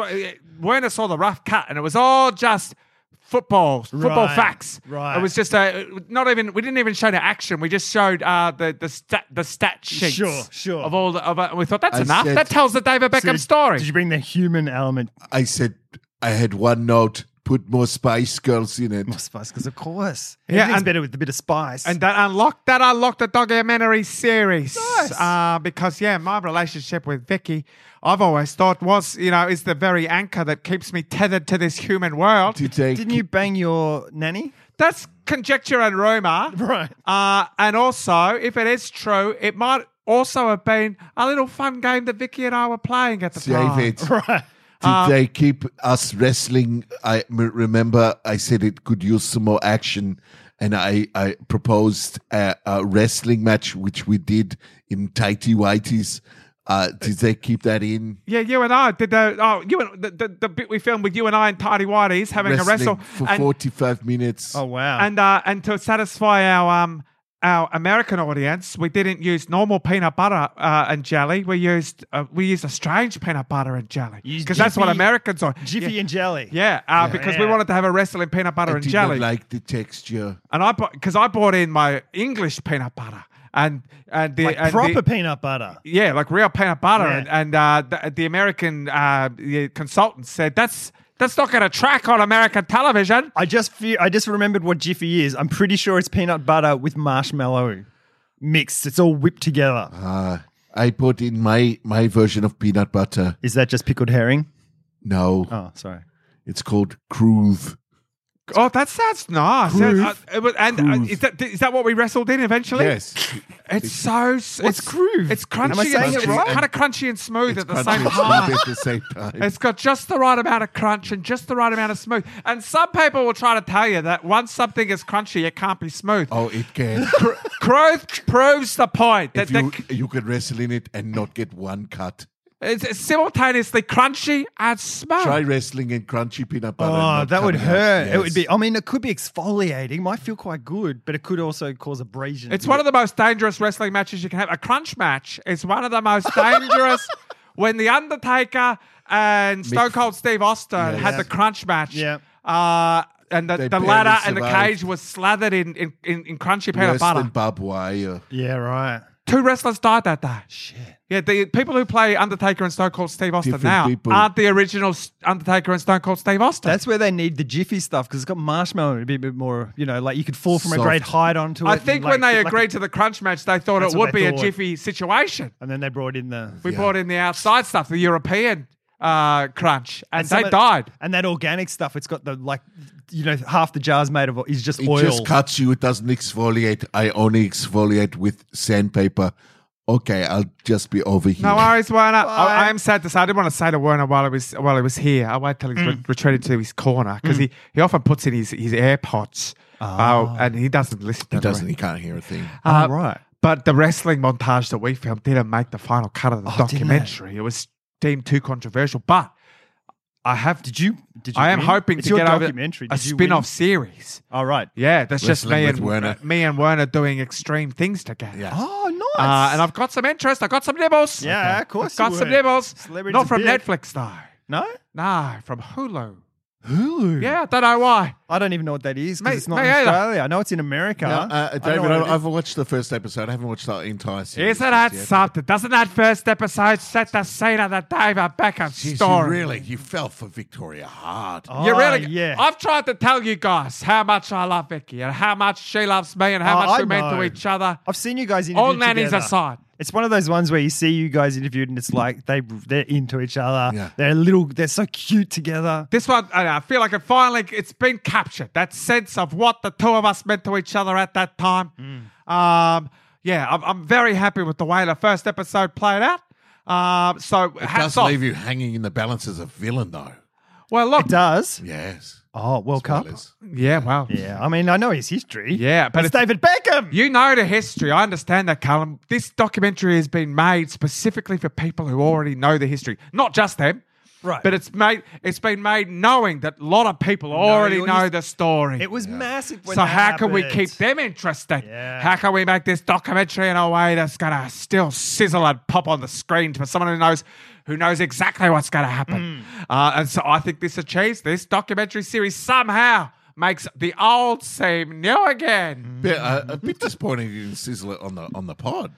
Speaker 3: Werner saw the rough cut, and it was all just football, football
Speaker 4: Right,
Speaker 3: facts.
Speaker 4: right.
Speaker 3: It was just uh, not even. We didn't even show the action. We just showed uh, the the stat the stat sheets.
Speaker 4: Sure, sure.
Speaker 3: Of all, the, of, uh, we thought that's
Speaker 1: I
Speaker 3: enough.
Speaker 1: said-
Speaker 3: that tells the David Beckham
Speaker 4: Did-
Speaker 3: story.
Speaker 4: Did you bring the human element?
Speaker 1: I said I had one note. Put more Spice Girls in it.
Speaker 4: Spice, because of course.
Speaker 3: Yeah,
Speaker 4: Everything's
Speaker 3: and-
Speaker 4: better with a bit of spice.
Speaker 3: and that unlocked that unlocked the documentary series.
Speaker 4: Nice.
Speaker 3: Uh, because yeah, my relationship with Vicky, I've always thought was you know is the very anchor that keeps me tethered to this human world.
Speaker 1: Did they
Speaker 4: Didn't you bang your nanny?
Speaker 3: That's conjecture and rumor.
Speaker 4: Right.
Speaker 3: Uh, and also, if it is true, it might also have been a little fun game that Vicky and I were playing at the time.
Speaker 1: David?
Speaker 4: Right.
Speaker 1: Did
Speaker 3: Ah.
Speaker 1: they keep us wrestling? I m- remember I said it could use some more action, and I, I proposed a, a wrestling match, which we did in tighty whities. Uh, did they keep that in?
Speaker 3: Yeah, you and I did the oh, you and the, the, the bit we filmed with you and I and Tidy Whitey's having a wrestle
Speaker 1: for
Speaker 3: and Oh,
Speaker 1: forty-five minutes.
Speaker 4: Oh, wow.
Speaker 3: and uh, and to satisfy our um our American audience, we didn't use normal peanut butter uh, and jelly. We used uh, we used a strange peanut butter and jelly
Speaker 4: Use
Speaker 3: because that's what
Speaker 4: Jiffy-
Speaker 3: Americans are.
Speaker 4: Jiffy
Speaker 3: yeah,
Speaker 4: and jelly.
Speaker 3: yeah, uh, because we
Speaker 4: Yeah.
Speaker 3: wanted to have a wrestle in peanut butter
Speaker 1: I
Speaker 3: and
Speaker 1: did
Speaker 3: jelly.
Speaker 1: not like the texture.
Speaker 3: and I bought because I bought in my English peanut butter and and the
Speaker 4: Like
Speaker 3: and the-
Speaker 4: proper peanut butter.
Speaker 3: yeah, like real peanut butter,
Speaker 4: Yeah.
Speaker 3: and, and uh, the, the American uh, the consultant said that's that's not going to track on American television.
Speaker 4: I just feel, I just remembered what Jiffy is. I'm pretty sure it's peanut butter with marshmallow mixed. It's all whipped together.
Speaker 3: Uh-huh.
Speaker 1: Uh, I put in my my version of peanut butter.
Speaker 4: Is that just pickled herring?
Speaker 1: No,
Speaker 4: Oh, sorry.
Speaker 1: it's called cruth.
Speaker 3: Oh, that sounds nice.
Speaker 1: Groove.
Speaker 3: Uh, it was- and uh,
Speaker 1: Groove.
Speaker 3: is that is that what we wrestled in eventually?
Speaker 1: Yes,
Speaker 3: It's so s- it's
Speaker 4: groove?
Speaker 3: It's crunchy.
Speaker 4: Am I saying
Speaker 3: and
Speaker 4: it
Speaker 3: smooth.
Speaker 4: right?
Speaker 3: Kind of crunchy and smooth
Speaker 1: it's
Speaker 3: at the
Speaker 1: crunchy
Speaker 3: same
Speaker 1: and
Speaker 3: time.
Speaker 1: smooth at the same time.
Speaker 3: It's got just the right amount of crunch and just the right amount of smooth. And some people will try to tell you that once something is crunchy, it can't be smooth.
Speaker 1: oh, it can.
Speaker 3: Growth proves the point
Speaker 1: if
Speaker 3: that
Speaker 1: you,
Speaker 3: the,
Speaker 1: you can wrestle in it and not get one cut.
Speaker 3: it's it's simultaneously crunchy and smooth.
Speaker 1: Try wrestling in crunchy peanut butter. and
Speaker 4: Oh,
Speaker 1: not
Speaker 4: that would
Speaker 1: coming out.
Speaker 4: hurt. It would
Speaker 1: Yes.
Speaker 4: be. I mean, it could be exfoliating. Might feel quite good, but it could also cause abrasion.
Speaker 3: It's one of the most dangerous wrestling matches you can have. A crunch match is one of the most dangerous. when the Undertaker and Stone Cold Steve Austin had
Speaker 1: Yeah.
Speaker 3: the crunch match,
Speaker 4: Yeah.
Speaker 3: uh, and the,
Speaker 1: They
Speaker 3: the
Speaker 1: barely
Speaker 3: ladder and the
Speaker 1: survived.
Speaker 3: cage was slathered in in, in, in crunchy peanut
Speaker 1: Worse
Speaker 3: butter.
Speaker 1: than barbed wire.
Speaker 4: Yeah, right.
Speaker 3: Two wrestlers died that day. Shit. Yeah, the people who play Undertaker and Stone Cold Steve Austin
Speaker 1: Different
Speaker 3: now
Speaker 1: people.
Speaker 3: aren't the original S- Undertaker and Stone Cold Steve Austin.
Speaker 4: That's where they need the Jiffy stuff because it's got marshmallow. It'd be a bit more, you know, like you could fall from a
Speaker 1: Soft.
Speaker 4: great height onto it.
Speaker 3: I
Speaker 4: and
Speaker 3: think
Speaker 4: like-
Speaker 3: when they
Speaker 4: like-
Speaker 3: agreed to the crunch match, they thought
Speaker 4: That's
Speaker 3: it
Speaker 4: what
Speaker 3: would
Speaker 4: they
Speaker 3: be a
Speaker 4: thought.
Speaker 3: jiffy situation.
Speaker 4: and then they brought in the.
Speaker 3: We
Speaker 1: Yeah.
Speaker 3: brought in the outside stuff, the European uh, crunch, and,
Speaker 4: some
Speaker 3: they
Speaker 4: of-
Speaker 3: died.
Speaker 4: And that organic stuff, it's got the like, you know, half the jar's made of is just
Speaker 1: It
Speaker 4: oil.
Speaker 1: just cuts you. It doesn't exfoliate. I only exfoliate with sandpaper. Okay, I'll just be over here.
Speaker 3: No worries, Werner. I,
Speaker 4: Bye.
Speaker 3: I am sad to say I didn't want to say to Werner while he was while he was here. I wait till he's re- retreated to his corner because he, he often puts in his his AirPods, uh, and he doesn't listen. To Uh,
Speaker 1: he doesn't. He can't hear a thing.
Speaker 4: Oh, right.
Speaker 3: But the wrestling montage that we filmed didn't make the final cut of the
Speaker 4: Oh, didn't it?
Speaker 3: documentary. It was deemed too controversial. But I have.
Speaker 4: Did you? Did you?
Speaker 3: I am
Speaker 4: win?
Speaker 3: hoping
Speaker 4: It's
Speaker 3: to
Speaker 4: your
Speaker 3: get over
Speaker 4: documentary.
Speaker 3: a
Speaker 4: Did you
Speaker 3: spin-off
Speaker 4: win?
Speaker 3: series.
Speaker 4: All right.
Speaker 3: Yeah, that's just
Speaker 1: Wrestling
Speaker 3: me
Speaker 1: with
Speaker 3: and uh,
Speaker 1: Werner.
Speaker 3: me and Werner doing extreme things together.
Speaker 1: Yeah.
Speaker 4: Oh, nice.
Speaker 3: Uh, and I've got some interest. I got some nibbles.
Speaker 4: Yeah, of course
Speaker 3: I've got
Speaker 4: you
Speaker 3: some
Speaker 4: would.
Speaker 3: nibbles.
Speaker 4: Celebrities
Speaker 3: Not
Speaker 4: are
Speaker 3: from
Speaker 4: big.
Speaker 3: Netflix though.
Speaker 4: no
Speaker 3: Nah, from Hulu.
Speaker 4: Hulu.
Speaker 3: Yeah, I don't know why.
Speaker 4: I don't even know what that is
Speaker 3: Me-
Speaker 4: because it's not
Speaker 3: me
Speaker 4: in
Speaker 3: either.
Speaker 4: Australia. I know it's in America.
Speaker 1: No,
Speaker 4: I
Speaker 1: uh,
Speaker 4: don't know
Speaker 1: David,
Speaker 4: what
Speaker 1: I,
Speaker 4: it
Speaker 1: I've watched the first episode. I haven't watched the entire series.
Speaker 3: Isn't that
Speaker 1: just yet.
Speaker 3: something? Doesn't that first episode set the scene of the David Beckham
Speaker 1: Jeez,
Speaker 3: story?
Speaker 1: You really, you fell for Victoria hard.
Speaker 4: Oh,
Speaker 3: You really?
Speaker 4: yeah.
Speaker 3: I've tried to tell you guys how much I love Vicky and how much she loves me and how
Speaker 4: Oh,
Speaker 3: much
Speaker 4: I
Speaker 3: we mean
Speaker 4: know.
Speaker 3: to each other.
Speaker 4: I've seen you guys interview
Speaker 3: All nannies
Speaker 4: together.
Speaker 3: aside.
Speaker 4: It's one of those ones where you see you guys interviewed and it's like they they're into each other.
Speaker 1: Yeah.
Speaker 4: They're little. They're so cute together.
Speaker 3: This one, I I feel like it finally it's been captured. That sense of what the two of us meant to each other at that time. Um, yeah, I'm, I'm very happy with the way the first episode played out. Um, so
Speaker 1: It
Speaker 3: hats
Speaker 1: does
Speaker 3: off.
Speaker 1: leave you hanging in the balance as a villain, though.
Speaker 3: Well, look,
Speaker 4: It does.
Speaker 1: Yes.
Speaker 4: Oh, World Cup.
Speaker 1: Spoilers.
Speaker 3: yeah, well,
Speaker 4: Yeah, I mean, I know his history.
Speaker 3: Yeah, but
Speaker 4: it's
Speaker 3: it's-
Speaker 4: David Beckham.
Speaker 3: You know the history. I understand that, Callum. This documentary has been made specifically for people who already know the history, not just them.
Speaker 4: Right.
Speaker 3: But it's made. It's been made knowing that a lot of people already
Speaker 4: you
Speaker 3: know
Speaker 4: just-
Speaker 3: the story.
Speaker 4: it was massive. When
Speaker 3: so
Speaker 4: that
Speaker 3: how can we
Speaker 4: happened.
Speaker 3: keep them interested?
Speaker 4: Yeah.
Speaker 3: How can we make this documentary in a way that's gonna still sizzle and pop on the screen for someone who knows who knows exactly what's gonna happen?
Speaker 4: Hmm.
Speaker 3: Uh, and so I think this achieves this documentary series somehow makes the old seem new
Speaker 4: Hmm.
Speaker 3: again.
Speaker 1: Bit, uh, a bit disappointed you didn't sizzle it on the on the pod.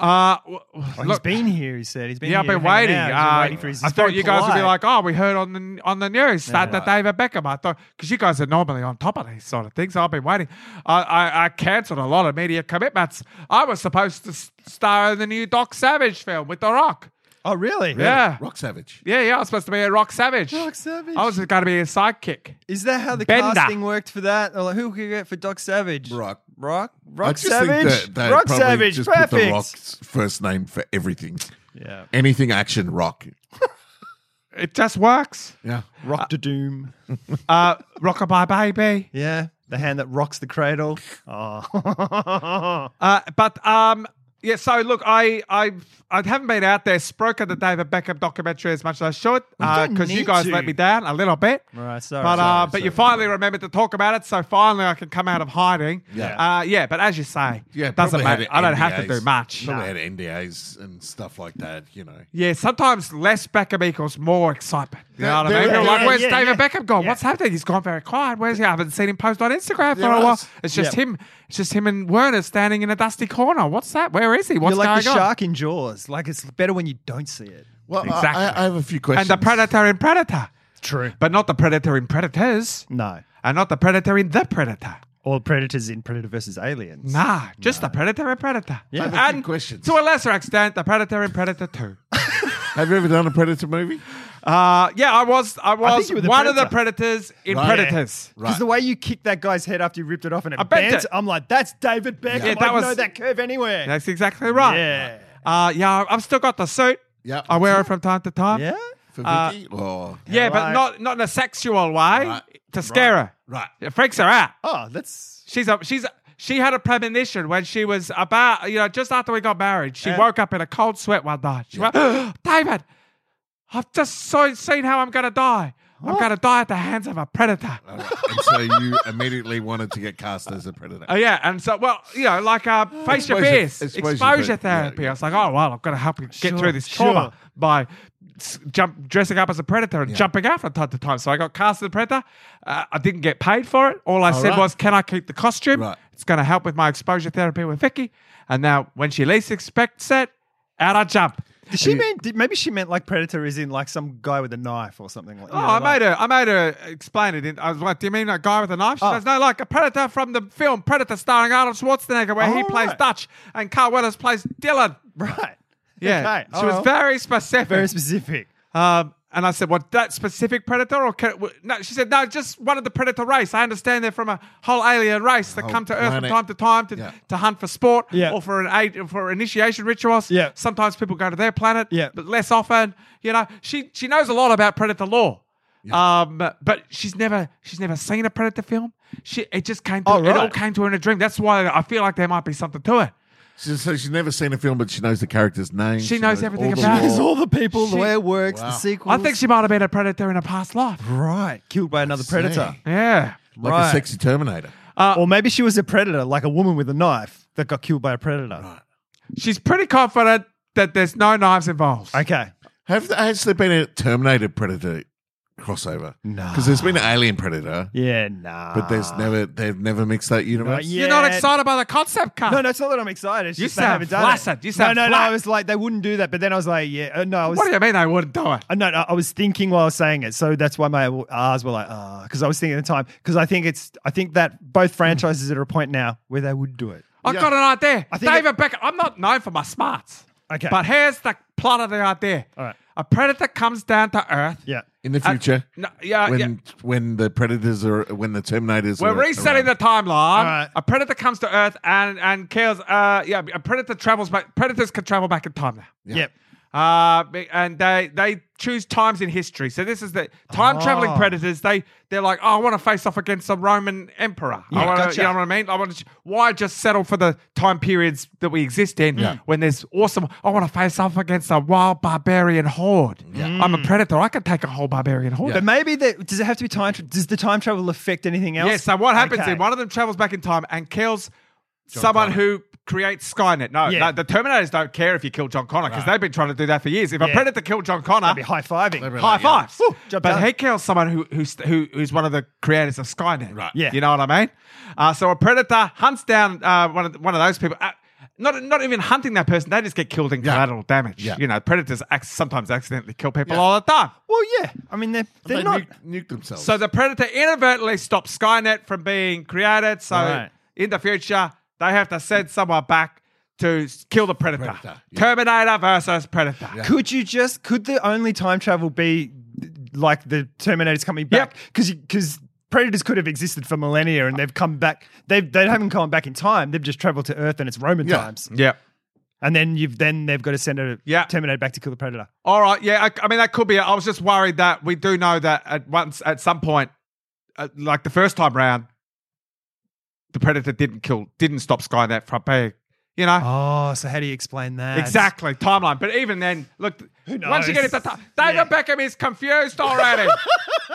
Speaker 3: Uh, w-
Speaker 4: Oh,
Speaker 3: look,
Speaker 4: he's been here. He said he's been.
Speaker 3: yeah, I've
Speaker 4: here
Speaker 3: been
Speaker 4: hanging
Speaker 3: waiting.
Speaker 4: out. He's been
Speaker 3: Uh,
Speaker 4: waiting for his,
Speaker 3: I
Speaker 4: he's very
Speaker 3: thought you guys would be like,
Speaker 4: polite.
Speaker 3: "Oh, we heard on the on the news that
Speaker 4: Yeah.
Speaker 3: the David Beckham." I thought because you guys are normally on top of these sort of things. I've been waiting. I I, I cancelled a lot of media commitments. I was supposed to s- star in the new Doc Savage film with The Rock.
Speaker 4: "Oh, really?
Speaker 3: Yeah,
Speaker 1: Rock Savage.
Speaker 3: yeah, yeah. I was supposed to be a Rock Savage.
Speaker 4: Doc Savage.
Speaker 3: I was going to be a sidekick.
Speaker 4: Is that how the
Speaker 3: Bender.
Speaker 4: casting worked for that? Or like, who could you get for Doc Savage?
Speaker 1: Rock.
Speaker 4: Rock,
Speaker 1: I
Speaker 4: Rock
Speaker 1: just
Speaker 4: Savage,
Speaker 1: think that they
Speaker 4: Rock
Speaker 1: probably
Speaker 4: Savage,
Speaker 1: just
Speaker 4: perfect.
Speaker 1: put the Rock's first name for everything.
Speaker 4: Yeah,
Speaker 1: Anything action rock.
Speaker 3: It just works.
Speaker 1: Yeah.
Speaker 4: Rock to Doom.
Speaker 3: Uh, Rockabye Baby.
Speaker 4: Yeah, the hand that rocks the cradle. Oh,
Speaker 3: Uh, but um, yeah, so look, I I I haven't been out there sproke at the David Beckham documentary as much as I should
Speaker 4: don't
Speaker 3: because you
Speaker 4: need
Speaker 3: guys
Speaker 4: to.
Speaker 3: let me down a little bit.
Speaker 4: Right, sorry,
Speaker 3: but uh,
Speaker 4: sorry,
Speaker 3: but
Speaker 4: sorry.
Speaker 3: you finally remembered to talk about it, so finally I can come out of hiding.
Speaker 1: Yeah.
Speaker 3: uh, yeah. But as you say,
Speaker 1: Yeah,
Speaker 3: yeah, doesn't
Speaker 1: probably had
Speaker 3: matter. I don't have to
Speaker 1: NDAs.
Speaker 3: do much.
Speaker 1: Probably had NDAs and stuff like that, you know.
Speaker 3: Yeah, sometimes less Beckham equals more excitement. You know what I
Speaker 1: There-
Speaker 3: mean?
Speaker 1: there-
Speaker 3: People are like,
Speaker 4: yeah,
Speaker 3: where's
Speaker 4: yeah,
Speaker 3: David
Speaker 4: yeah.
Speaker 3: Beckham gone? What's happening? He's gone very quiet. Where's he? I haven't seen him post on Instagram for
Speaker 1: There
Speaker 3: a while.
Speaker 1: was.
Speaker 3: It's just
Speaker 4: Yeah.
Speaker 3: him. It's just him and Werner standing in a dusty corner. What's that? Where is he? What's
Speaker 4: You're like the
Speaker 3: going on?
Speaker 4: shark in Jaws. Like it's better when you don't see it.
Speaker 1: Well, I-
Speaker 3: Exactly.
Speaker 1: I, I have a few
Speaker 3: And
Speaker 1: questions.
Speaker 3: the predator in Predator,
Speaker 5: True.
Speaker 3: but not the predator in Predators,
Speaker 4: No.
Speaker 3: and not the predator in the Predator.
Speaker 4: Or predators in Predator versus Aliens.
Speaker 3: Nah, just the predator and predator.
Speaker 4: Yeah. I have
Speaker 1: a few
Speaker 3: and
Speaker 1: questions.
Speaker 3: to a lesser extent, the predator and predator two.
Speaker 1: Have you ever done a Predator movie?
Speaker 3: Uh, yeah, I was, I was
Speaker 4: you were
Speaker 3: one
Speaker 4: the
Speaker 3: of the
Speaker 4: predator.
Speaker 3: predators in
Speaker 1: Right.
Speaker 3: Predators.
Speaker 4: Because the way you kicked that guy's head after you ripped it off and it
Speaker 3: I bent
Speaker 4: bent,
Speaker 3: it.
Speaker 4: I'm like, that's David Beckham.
Speaker 3: Yeah,
Speaker 4: I
Speaker 3: that was-
Speaker 4: know that curve anywhere.
Speaker 3: That's exactly right.
Speaker 4: Yeah.
Speaker 3: Uh, yeah, I've still got the suit.
Speaker 1: Yep.
Speaker 3: I wear it from time to time.
Speaker 4: Yeah?
Speaker 1: For
Speaker 3: Uh,
Speaker 1: Vicky? or
Speaker 3: Yeah, but
Speaker 4: Right.
Speaker 3: not not in a sexual way
Speaker 1: Right.
Speaker 3: to scare her.
Speaker 1: Right.
Speaker 3: It freaks her out.
Speaker 4: Oh, that's
Speaker 3: She's a she's a, she had a premonition when she was about you know just after we got married. She
Speaker 4: Yeah.
Speaker 3: woke up in a cold sweat one night. She went, David, I've just so seen how I'm gonna die. I'm gonna die at the hands of a predator.
Speaker 1: All right. and so you immediately wanted to get cast as a predator.
Speaker 3: Oh yeah, and so well, you know, like uh, face your
Speaker 1: Exposure-
Speaker 3: fears,
Speaker 1: exposure
Speaker 3: exposure,
Speaker 1: therapy,
Speaker 3: therapy.
Speaker 1: yeah, yeah.
Speaker 3: I was like, oh well, I've got to help you get
Speaker 4: Sure,
Speaker 3: through this
Speaker 4: sure.
Speaker 3: trauma by s- jump dressing up as a predator and jumping out from time to time. So I got cast as a predator. Uh, I didn't get paid for it. All I said
Speaker 1: right.
Speaker 3: was, can I keep the costume?
Speaker 1: Right.
Speaker 3: It's going to help with my exposure therapy with Vicky. And now, when she least expects it, out I jump.
Speaker 4: Did she mean? Did, maybe she meant like predator is in like some guy with a knife or something like.
Speaker 3: Oh, I made her. I made her explain it. In, I was like, "Do you mean a guy with a knife?" She
Speaker 4: Oh.
Speaker 3: goes, "No, like a predator from the film Predator, starring Arnold Schwarzenegger, where he
Speaker 4: Oh,
Speaker 3: plays
Speaker 4: right.
Speaker 3: Dutch and Carl Weathers plays Dylan."
Speaker 4: right.
Speaker 3: Yeah,
Speaker 4: Okay.
Speaker 3: she was
Speaker 4: Alright.
Speaker 3: very specific.
Speaker 4: very specific.
Speaker 3: um, and I said, "What that specific predator?" Or can, w- no, she said, "No, just one of the predator race. I understand they're from a whole alien race that
Speaker 1: Whole
Speaker 3: come to Earth from
Speaker 1: planet.
Speaker 3: time to time to,
Speaker 1: Yeah.
Speaker 3: to hunt for sport
Speaker 4: Yeah.
Speaker 3: or for an aid for initiation rituals.
Speaker 4: Yeah.
Speaker 3: sometimes people go to their planet,
Speaker 4: Yeah.
Speaker 3: but less often. You know, she she knows a lot about predator law." Um, but she's never she's never seen a predator film. She it just came to
Speaker 4: Oh,
Speaker 3: it all
Speaker 4: right.
Speaker 3: came to her in a dream. That's why I feel like there might be something to it.
Speaker 1: So, so she's never seen a film, but she knows the character's name.
Speaker 3: She knows everything
Speaker 1: the
Speaker 3: about it.
Speaker 1: lore.
Speaker 4: There's all the people, the
Speaker 3: She-
Speaker 4: way it works,
Speaker 1: Wow.
Speaker 4: the sequel.
Speaker 3: I think she might have been a predator in a past life.
Speaker 4: right killed by another predator,
Speaker 1: Dang.
Speaker 3: Yeah.
Speaker 1: Like a
Speaker 4: Right.
Speaker 1: sexy Terminator.
Speaker 3: Uh,
Speaker 4: or maybe she was a predator, like a woman with a knife that got killed by a predator.
Speaker 3: She's pretty confident that there's no knives involved.
Speaker 4: Okay,
Speaker 1: Have has there been a Terminator Predator crossover?
Speaker 4: No.
Speaker 1: because there's been an Alien Predator,
Speaker 4: yeah, nah.
Speaker 1: but
Speaker 5: Ah.
Speaker 1: there's never they've never mixed that universe.
Speaker 4: yet.
Speaker 3: You're not
Speaker 4: Yeah.
Speaker 3: excited by the concept car.
Speaker 4: No, no, it's not that I'm excited. It's
Speaker 3: You
Speaker 4: just they
Speaker 3: sound
Speaker 4: haven't done
Speaker 3: flaccid.
Speaker 4: it.
Speaker 3: You sound
Speaker 4: no, no, no.
Speaker 3: flat.
Speaker 4: I was like, they wouldn't do that. But then I was like, yeah, uh, no, I was
Speaker 3: What do you mean they wouldn't do it?
Speaker 4: Uh, no, no, I was thinking while I was saying it, so that's why my R's were like ah, because I was thinking at the time because I think it's I think that both franchises are at a point now where they would do it.
Speaker 3: I've got an idea.
Speaker 4: I think
Speaker 3: David Beckham, I'm not known for my smarts.
Speaker 4: Okay.
Speaker 3: But here's the plot of the idea.
Speaker 4: All right.
Speaker 3: A predator comes down to Earth.
Speaker 4: Yeah,
Speaker 1: In
Speaker 3: Uh,
Speaker 1: the future,
Speaker 3: No, yeah,
Speaker 1: when
Speaker 3: yeah.
Speaker 1: when the Predators are when the Terminators
Speaker 3: We're
Speaker 1: are
Speaker 3: resetting
Speaker 1: around.
Speaker 3: the timeline.
Speaker 4: right.
Speaker 3: A predator comes to Earth and and kills. Uh, yeah, a predator travels back. Predators can travel back in time now.
Speaker 4: Yep.
Speaker 3: Uh, be- and they they choose times in history. So this is the time traveling
Speaker 4: Ah.
Speaker 3: predators. They they're like, oh, I want to face off against some Roman emperor. I
Speaker 4: Yeah,
Speaker 3: wanna,
Speaker 4: gotcha.
Speaker 3: You know what I mean? I want to. Why just settle for the time periods that we exist in when there's awesome? I want to face off against a wild barbarian horde. I'm
Speaker 4: Mm.
Speaker 3: a predator. I can take a whole barbarian horde.
Speaker 4: But maybe that does it have to be time? Tra- does the time travel affect anything else?
Speaker 3: Yeah, so what happens
Speaker 4: Okay.
Speaker 3: is one of them travels back in time and kills someone who creates Skynet. No,
Speaker 4: Yeah.
Speaker 3: no, the Terminators don't care if you kill John Connor because they've been trying to do that for years. If a
Speaker 4: Yeah.
Speaker 3: predator killed John Connor,
Speaker 4: I'd be high fiving.
Speaker 3: high fives.
Speaker 4: Woo, job
Speaker 3: but
Speaker 4: done.
Speaker 3: he kills someone who, who's, who, who's one of the creators of Skynet.
Speaker 1: Right.
Speaker 4: Yeah.
Speaker 3: You know what I mean? Uh, so a predator hunts down uh, one, of the- one of those people. Uh, not, not even hunting that person, they just get killed in collateral damage.
Speaker 1: Yeah.
Speaker 3: You know, predators ac- sometimes accidentally kill people all the time.
Speaker 4: Well, yeah, I mean they're
Speaker 1: They
Speaker 4: they're not.
Speaker 1: nuke, nuke themselves.
Speaker 3: So the Predator inadvertently stops Skynet from being created. So
Speaker 4: Right.
Speaker 3: in the future, they have to send someone back to s- kill the Predator.
Speaker 1: Predator, yeah.
Speaker 3: Terminator versus Predator.
Speaker 4: Could you just? Could the only time travel be like the Terminators coming back? Because because Predators could have existed for millennia and they've come back. They've they haven't gone back in time. They've just traveled to Earth and it's Roman
Speaker 1: Yeah.
Speaker 4: times.
Speaker 3: Yeah.
Speaker 4: And then you've then they've got to send a
Speaker 3: Yeah.
Speaker 4: Terminator back to kill the Predator.
Speaker 3: All right. Yeah. I, I mean, that could be. it. I was just worried that we do know that at once, at some point, uh, like the first time round, the Predator didn't kill, didn't stop Skynet from being, You know,
Speaker 5: Oh, so how do you explain that?
Speaker 3: Exactly, timeline. But even then, look, once you get
Speaker 5: knows?
Speaker 3: into time, David Beckham is confused already.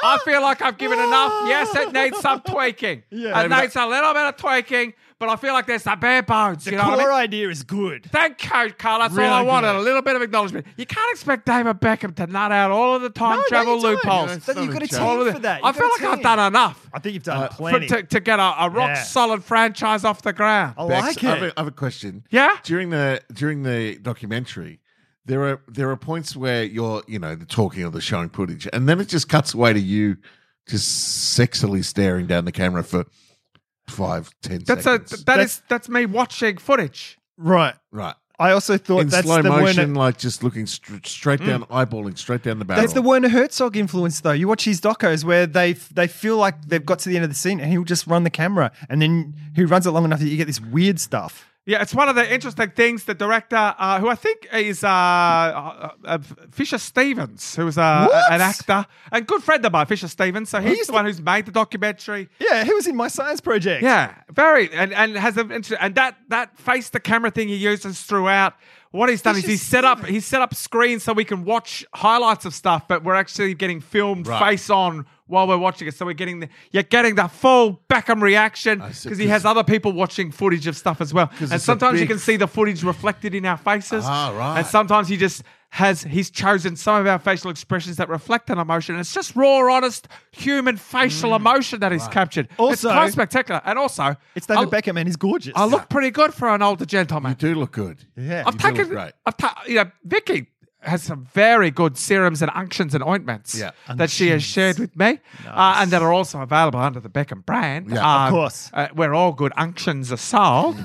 Speaker 3: I feel like I've given enough. Yes, it needs some tweaking.
Speaker 4: Yeah.
Speaker 3: it needs a little bit of tweaking, but I feel like there's the bare bones. you know what I
Speaker 5: Core
Speaker 3: mean?
Speaker 5: idea is good.
Speaker 3: Thank you, Carl. That's
Speaker 5: Really
Speaker 3: all I wanted.
Speaker 5: good.
Speaker 3: A little bit of acknowledgement. You can't expect David Beckham to nut out all of the time travel
Speaker 5: you don't.
Speaker 3: loopholes.
Speaker 5: That- you've got a
Speaker 3: All
Speaker 5: team
Speaker 3: of the-
Speaker 5: for that.
Speaker 3: I
Speaker 5: You've
Speaker 3: feel
Speaker 5: got a
Speaker 3: like I've
Speaker 5: team.
Speaker 3: done uh, enough
Speaker 5: I think you've done
Speaker 3: for,
Speaker 5: plenty.
Speaker 3: to, to get a, a rock
Speaker 5: Yeah. Oh,
Speaker 3: solid franchise off the ground.
Speaker 5: I
Speaker 1: Bex,
Speaker 5: like
Speaker 1: I have,
Speaker 5: it.
Speaker 1: a, I have a question.
Speaker 3: Yeah?
Speaker 1: During the during the documentary, there are there are points where you're you know talking or the showing footage, and then it just cuts away to you just sexily staring down the camera for five ten
Speaker 3: That's a
Speaker 1: seconds.
Speaker 3: that is that's me watching footage.
Speaker 5: Right.
Speaker 1: right.
Speaker 4: I also thought
Speaker 1: In
Speaker 4: oh, that's
Speaker 1: slow
Speaker 4: the
Speaker 1: motion,
Speaker 4: Werner,
Speaker 1: like just looking str- straight down, eyeballing straight down the barrel.
Speaker 4: that's the Werner Herzog influence, though. You watch his docos where they they feel like they've got to the end of the scene, and he'll just run the camera, and then he runs it long enough that you get this weird stuff.
Speaker 3: Yeah, it's one of the interesting things. The director, uh, who I think is uh, uh, uh, Fisher Stevens, who was uh,
Speaker 4: What?
Speaker 3: an actor and good friend of mine, Fisher Stevens. So he's
Speaker 4: He's
Speaker 3: the
Speaker 4: the-
Speaker 3: one who's made the documentary.
Speaker 4: Yeah, he was in my science project.
Speaker 3: Yeah, very, and and has an inter- and that that face the camera thing he uses throughout. What he's done is he's set up he's set up screens so we can watch highlights of stuff, but we're actually getting filmed face on while we're watching it. So we're getting the you're getting the full Beckham reaction
Speaker 1: see,
Speaker 3: because he
Speaker 1: 'cause-
Speaker 3: has other people watching footage of stuff as well, and
Speaker 1: it's a
Speaker 3: sometimes you
Speaker 1: big-
Speaker 3: can see the footage reflected in our faces.
Speaker 1: Ah, right.
Speaker 3: And sometimes he just has he's chosen some of our facial expressions that reflect an emotion. It's just raw, honest human facial
Speaker 1: Mm.
Speaker 3: emotion that he's captured.
Speaker 4: Also-
Speaker 3: it's quite spectacular. And also,
Speaker 4: It's David
Speaker 3: I-
Speaker 4: Beckham, and he's gorgeous.
Speaker 3: I look pretty good for an older
Speaker 1: you
Speaker 3: gentleman.
Speaker 1: do look good.
Speaker 4: Yeah.
Speaker 3: I've
Speaker 1: you do look
Speaker 3: taken,
Speaker 1: great.
Speaker 3: I've ta- you know, Vicky has some very good serums and unctions and ointments
Speaker 1: Yeah.
Speaker 3: that she has shared with me uh, and that are also available under the Beckham brand.
Speaker 1: Yeah,
Speaker 3: Um,
Speaker 1: of Mm.
Speaker 4: course.
Speaker 3: Uh, where all good unctions are sold.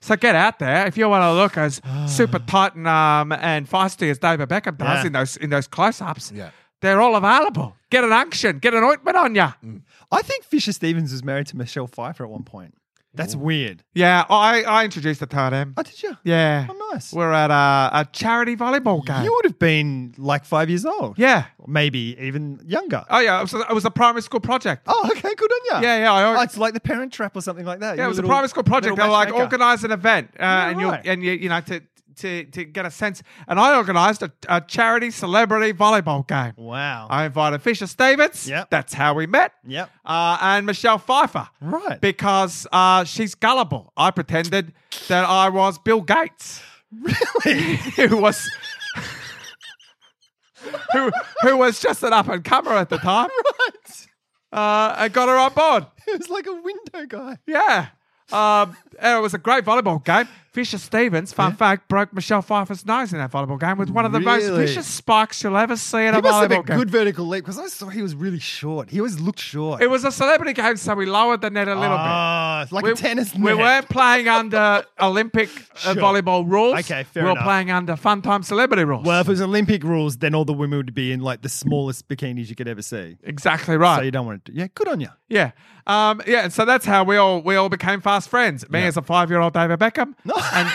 Speaker 3: So get out there if you want to look as super tight and, um, and feisty as David Beckham does
Speaker 4: Yeah.
Speaker 3: in those in those close-ups.
Speaker 1: Yeah.
Speaker 3: They're all available. Get an unction, get an ointment on you.
Speaker 1: Mm.
Speaker 4: I think Fisher Stevens was married to Michelle Pfeiffer at one point. That's weird.
Speaker 3: Yeah, I, I introduced the Tardem.
Speaker 4: Oh, did you?
Speaker 3: Yeah.
Speaker 4: Oh, nice.
Speaker 3: We're at a, a charity volleyball game.
Speaker 4: You would have been like five years old.
Speaker 3: yeah.
Speaker 4: Maybe even younger.
Speaker 3: Oh, yeah. It was, it was a primary school project.
Speaker 4: Oh, okay, good on you.
Speaker 3: Yeah, yeah, I
Speaker 4: oh,
Speaker 3: already-
Speaker 4: it's like the Parent Trap or something like that.
Speaker 3: yeah,
Speaker 4: You
Speaker 3: it was
Speaker 4: little-
Speaker 3: a primary school project. They
Speaker 4: little
Speaker 3: were like,
Speaker 4: matchmaker.
Speaker 3: organise an event, uh,
Speaker 4: Yeah,
Speaker 3: and you
Speaker 4: right.
Speaker 3: and you you know to to to get a sense. And I organised a, a charity celebrity volleyball game.
Speaker 4: Wow.
Speaker 3: I invited Fisher Stevens.
Speaker 4: Yep.
Speaker 3: that's how we met.
Speaker 4: Yep.
Speaker 3: uh, and Michelle Pfeiffer.
Speaker 4: Right.
Speaker 3: because uh, she's gullible. I pretended that I was Bill Gates.
Speaker 4: really?
Speaker 3: who was who who was just an up and comer at the time.
Speaker 4: right.
Speaker 3: Uh, I got her on board.
Speaker 4: It was like a window guy.
Speaker 3: Yeah. Um, and it was a great volleyball game. Fisher Stevens, fun fact, broke Michelle Pfeiffer's nose in that volleyball game with one of the most
Speaker 4: Really?
Speaker 3: vicious spikes you'll ever see in
Speaker 4: He
Speaker 3: a
Speaker 4: must have
Speaker 3: volleyball
Speaker 4: been
Speaker 3: game.
Speaker 4: good vertical leap because I saw he was really short. He always looked short.
Speaker 3: It was a celebrity game, so we lowered the net a little bit.
Speaker 4: Ah, it's like a tennis net.
Speaker 3: we weren't playing under Olympic uh,
Speaker 4: Sure.
Speaker 3: volleyball rules.
Speaker 4: Okay, fair
Speaker 3: We were
Speaker 4: enough.
Speaker 3: playing under fun time celebrity rules.
Speaker 4: Well, if it was Olympic rules, then all the women would be in like the smallest bikinis you could ever see.
Speaker 3: exactly right.
Speaker 4: So you don't want to. Yeah, good on you.
Speaker 3: Yeah, um, yeah, and so that's how we all we all became fast friends. Me as a five year old David Beckham, and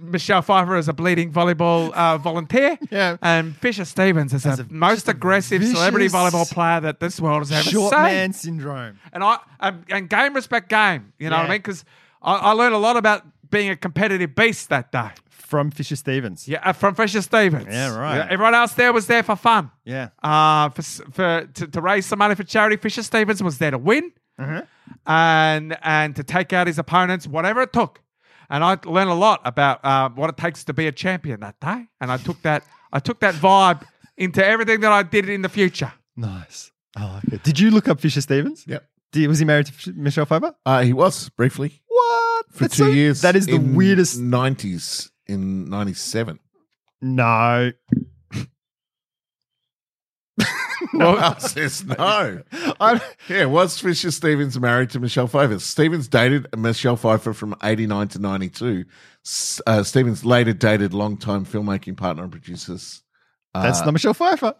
Speaker 3: Michelle Pfeiffer as a bleeding volleyball uh, volunteer,
Speaker 4: Yeah.
Speaker 3: and Fisher Stevens as, the most aggressive celebrity
Speaker 4: vicious
Speaker 3: volleyball player that this world has ever
Speaker 4: Short
Speaker 3: seen.
Speaker 4: man syndrome.
Speaker 3: And I and, and game respect game. You know what I
Speaker 4: Yeah.
Speaker 3: mean? Because I, I learned a lot about being a competitive beast that day.
Speaker 4: From Fisher Stevens.
Speaker 3: Yeah, uh, from Fisher Stevens.
Speaker 4: Yeah, right.
Speaker 3: everyone else there was there for fun.
Speaker 4: Yeah.
Speaker 3: Uh, for, s- for to, to raise some money for charity, Fisher Stevens was there to win
Speaker 1: Mm-hmm.
Speaker 3: and and to take out his opponents, whatever it took. And I learned a lot about uh, what it takes to be a champion that day. And I took that I took that vibe into everything that I did in the future.
Speaker 4: Nice. I like it. Did you look up Fisher Stevens?
Speaker 1: Yep.
Speaker 4: Did, was he married to Fish- Michelle Pfeiffer?
Speaker 1: Uh, he was briefly
Speaker 4: What?
Speaker 1: for
Speaker 4: That's
Speaker 1: two
Speaker 4: so-
Speaker 1: years.
Speaker 4: That is the
Speaker 1: in
Speaker 4: weirdest.
Speaker 1: Nineties in ninety seven.
Speaker 4: No.
Speaker 1: No, one says no.
Speaker 4: I,
Speaker 1: Yeah, was Fisher Stevens married to Michelle Pfeiffer? Stevens dated Michelle Pfeiffer from 89 to 92. S- Uh, Stevens later dated longtime filmmaking partner and producers
Speaker 4: that's not Michelle Pfeiffer.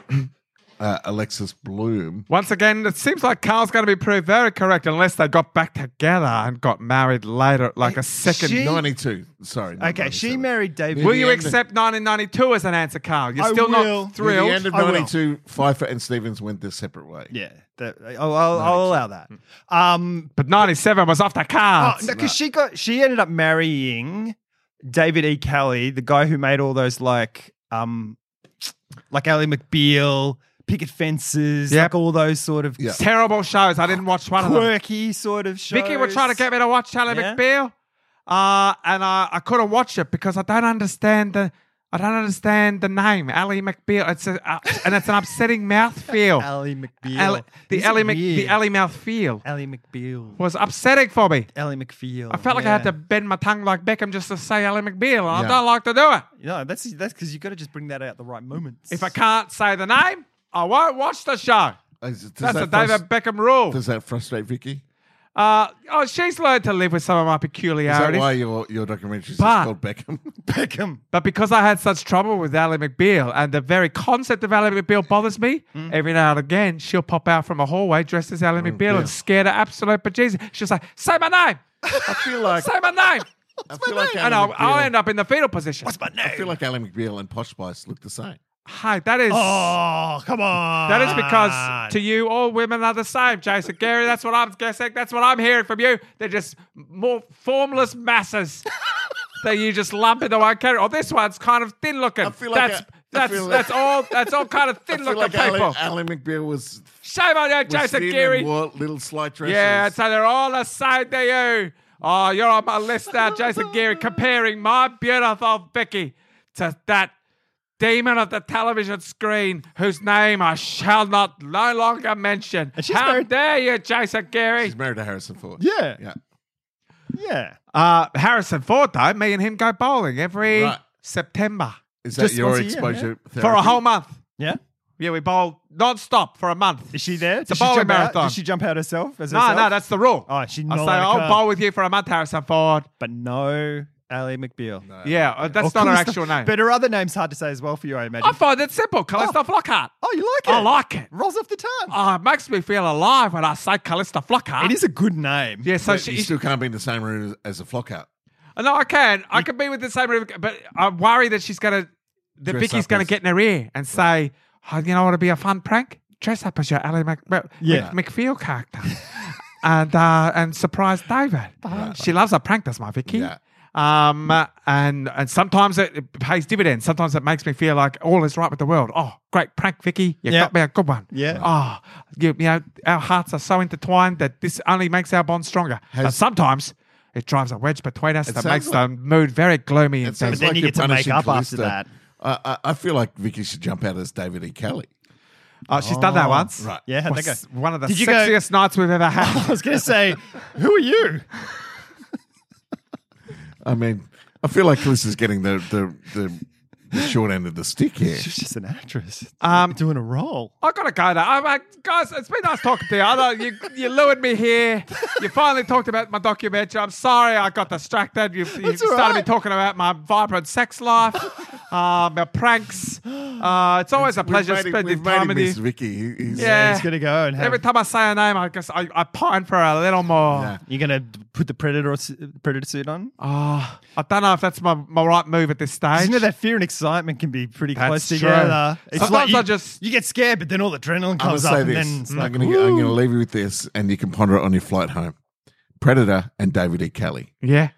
Speaker 1: uh, Alexis Bloom.
Speaker 3: Once again, it seems like Carl's going to be proved very correct unless they got back together and got married later, like a second.
Speaker 4: she-
Speaker 1: 92. Sorry. not
Speaker 4: Okay, she
Speaker 1: 97.
Speaker 4: married David.
Speaker 3: Will you
Speaker 1: end-
Speaker 3: accept 1992 as an answer, Carl? You're
Speaker 4: I
Speaker 3: still
Speaker 4: will.
Speaker 3: not
Speaker 4: Near
Speaker 1: Near
Speaker 3: thrilled.
Speaker 1: the end of
Speaker 4: I will.
Speaker 1: 92, Pfeiffer and Stevens went their separate way.
Speaker 4: Yeah, that, I'll, I'll, I'll allow that.
Speaker 3: Hmm.
Speaker 4: Um,
Speaker 3: But 97 was off the
Speaker 4: oh,
Speaker 3: cards.
Speaker 4: because she got she ended up marrying
Speaker 5: David E. Kelly, the guy who made all those like um like Ally McBeal, picket fences,
Speaker 3: Yep.
Speaker 5: like all those sort of
Speaker 1: Yeah.
Speaker 3: Terrible shows. I didn't watch one of them.
Speaker 5: quirky sort of shows.
Speaker 3: Vicky was trying to get me to watch Charlie
Speaker 5: Yeah.
Speaker 3: McBeal, uh, and I, I couldn't watch it because I don't understand the I don't understand the name Ally McBeal. It's a, uh, and it's an upsetting mouthfeel.
Speaker 5: Ally McBeal.
Speaker 3: Ally- the
Speaker 5: These
Speaker 3: Ally
Speaker 5: are
Speaker 3: Mc, the
Speaker 5: weird.
Speaker 3: Ally mouthfeel
Speaker 5: Ally McBeal.
Speaker 3: was upsetting for me.
Speaker 5: Ally McBeal.
Speaker 3: I felt like I had to bend my tongue like Beckham just to say Ally McBeal, and I
Speaker 1: Yeah.
Speaker 3: don't like to do it.
Speaker 5: No, that's that's because you got to just bring that out at the right moments.
Speaker 3: If I can't say the name, I won't watch the show.
Speaker 1: Is- does
Speaker 3: That's
Speaker 1: that
Speaker 3: a David
Speaker 1: frust-
Speaker 3: Beckham rule.
Speaker 1: Does that frustrate Vicky?
Speaker 3: Uh, oh, she's learned to live with some of
Speaker 1: Is
Speaker 3: my
Speaker 1: that
Speaker 3: peculiarities.
Speaker 1: why your your documentary is
Speaker 3: But-
Speaker 1: called Beckham?
Speaker 5: Beckham,
Speaker 3: But because I had such trouble with Ally McBeal and the very concept of Ally McBeal bothers me,
Speaker 5: Mm.
Speaker 3: every now and again she'll pop out from a hallway dressed as
Speaker 5: Oh,
Speaker 3: Ally McBeal and scare the absolute bejesus. She'll say, Say my name!
Speaker 1: I feel like
Speaker 3: Say my name!
Speaker 1: I feel like
Speaker 3: and
Speaker 1: Alan
Speaker 3: I'll, I'll
Speaker 1: McBeal.
Speaker 3: end up in the fetal position.
Speaker 5: what's my name?
Speaker 1: I feel like Alan McBeal and Posh Spice look the same.
Speaker 3: Hi, that is.
Speaker 5: oh, come on.
Speaker 3: That is
Speaker 1: Ah.
Speaker 3: because to you, all women are the same, Jason Gary. That's what I'm guessing. That's what I'm hearing from you. They're just more formless masses that you just lump into one category. Oh, this one's kind of thin looking.
Speaker 1: I feel like
Speaker 3: that's
Speaker 1: I- I
Speaker 3: that's
Speaker 1: feel like-
Speaker 3: that's all. That's all kind of
Speaker 1: I
Speaker 3: thin
Speaker 1: feel
Speaker 3: looking
Speaker 1: like
Speaker 3: people.
Speaker 1: Alan, Alan McBeal was,
Speaker 3: Shame on you,
Speaker 1: was
Speaker 3: Jason
Speaker 1: thin
Speaker 3: Geary.
Speaker 1: and wore little slight dresses.
Speaker 3: Yeah, so they're all the same to you. Oh, you're on my list now, Jason Geary, comparing my beautiful Vicky to that demon of the television screen whose name I shall not no longer mention.
Speaker 4: she's
Speaker 3: How
Speaker 4: married-
Speaker 3: dare you, Jason Geary?
Speaker 1: He's married to Harrison Ford.
Speaker 4: Yeah.
Speaker 1: Yeah.
Speaker 4: Yeah.
Speaker 3: Uh, Harrison Ford, though, me and him go bowling every
Speaker 1: Right.
Speaker 3: September
Speaker 1: Is that
Speaker 4: Just
Speaker 1: your
Speaker 4: once a year,
Speaker 1: exposure
Speaker 3: for
Speaker 1: therapy?
Speaker 3: a whole month.
Speaker 4: Yeah.
Speaker 3: Yeah, we bowl non-stop for a month.
Speaker 4: Is she there?
Speaker 3: It's a
Speaker 4: Did she
Speaker 3: bowling
Speaker 4: jump out?
Speaker 3: marathon.
Speaker 4: Did she jump out herself? As
Speaker 3: No,
Speaker 4: herself?
Speaker 3: no, that's the rule.
Speaker 4: Oh, she
Speaker 3: I
Speaker 4: not
Speaker 3: say,
Speaker 4: allowed to
Speaker 3: I'll
Speaker 4: come.
Speaker 3: bowl with you for a month, Harrison Ford.
Speaker 4: But no, Ally McBeal. No.
Speaker 3: Yeah, uh, that's not her actual name.
Speaker 4: But her other name's hard to say as well for you, I imagine.
Speaker 3: I find it simple. Callista Flockhart.
Speaker 4: oh, you like it?
Speaker 3: I like it.
Speaker 4: Rolls off the tongue.
Speaker 3: Oh, it makes me feel alive when I say Callista Flockhart.
Speaker 4: It is a good name.
Speaker 3: Yeah, so
Speaker 1: But
Speaker 3: she.
Speaker 1: you still can't be in the same room as, as a flock out.
Speaker 3: no, I can. I can be with the same room, but I worry that she's going to. That
Speaker 1: Dress
Speaker 3: Vicky's
Speaker 1: up
Speaker 3: going to
Speaker 1: as-
Speaker 3: get in her ear and say, oh, you know what would be a fun prank? Dress up as your Ally Mc, Mc-
Speaker 4: Yeah.
Speaker 3: McFeel character and uh, and surprise David. She loves a prank, does my Vicky.
Speaker 1: Yeah.
Speaker 3: Um, and and sometimes it, it pays dividends. Sometimes it makes me feel like all is right with the world. Oh, great prank, Vicky. You
Speaker 4: Yeah.
Speaker 3: got me a good one.
Speaker 4: Yeah.
Speaker 3: Oh, you, you know, our hearts are so intertwined that this only makes our bond stronger.
Speaker 1: Has-
Speaker 3: but sometimes it drives a wedge between us that
Speaker 1: sounds
Speaker 3: makes
Speaker 1: like-
Speaker 3: the mood very gloomy and
Speaker 1: It sounds
Speaker 3: things.
Speaker 4: then
Speaker 1: like
Speaker 4: you
Speaker 1: you're
Speaker 4: get to make
Speaker 1: punishing
Speaker 4: up after
Speaker 1: Calista.
Speaker 4: that.
Speaker 1: I, I, I feel like Vicky should jump out as David E. Kelly.
Speaker 3: Oh, she's done that once.
Speaker 1: Right.
Speaker 4: Yeah, how'd that go?
Speaker 3: Was One of the
Speaker 4: Did you go-
Speaker 3: sexiest nights we've ever
Speaker 4: I
Speaker 3: had.
Speaker 4: was going to say, who are you?
Speaker 1: I mean, I feel like Callista's getting the, the, the, the short end of the stick here.
Speaker 4: She's just an actress
Speaker 3: Um,
Speaker 4: doing a role.
Speaker 3: I gotta go now. I'm like, guys, it's been nice talking to you. I know you, you lured me here. You finally talked about my documentary. I'm sorry I got distracted. You, you
Speaker 4: all
Speaker 3: started me
Speaker 4: right.
Speaker 3: talking about my vibrant sex life, uh, my pranks. Uh, it's always a pleasure
Speaker 1: We've made him-
Speaker 3: spending
Speaker 1: we've made
Speaker 3: time
Speaker 1: him
Speaker 3: with
Speaker 1: miss
Speaker 3: you.
Speaker 1: Vicky. He- he's-
Speaker 3: Yeah.
Speaker 4: He's going to go and have.
Speaker 3: Every time I say her name, I guess I, I pine for a little more.
Speaker 1: Yeah.
Speaker 4: You're going to put the predator su- predator suit on.
Speaker 3: Ah, I don't know if that's my, my right move at this stage.
Speaker 4: You know that fear and excitement can be pretty
Speaker 3: That's
Speaker 4: close
Speaker 3: true.
Speaker 4: together. It's
Speaker 3: Sometimes
Speaker 4: like you,
Speaker 3: I just-
Speaker 4: you get scared, but then all the adrenaline
Speaker 1: I'm gonna
Speaker 4: comes up,
Speaker 1: say
Speaker 4: and
Speaker 1: this.
Speaker 4: then it's
Speaker 1: I'm
Speaker 4: like,
Speaker 1: gonna, I'm gonna leave you with this, and you can ponder it on your flight home. Predator and David E. Kelly
Speaker 3: yeah.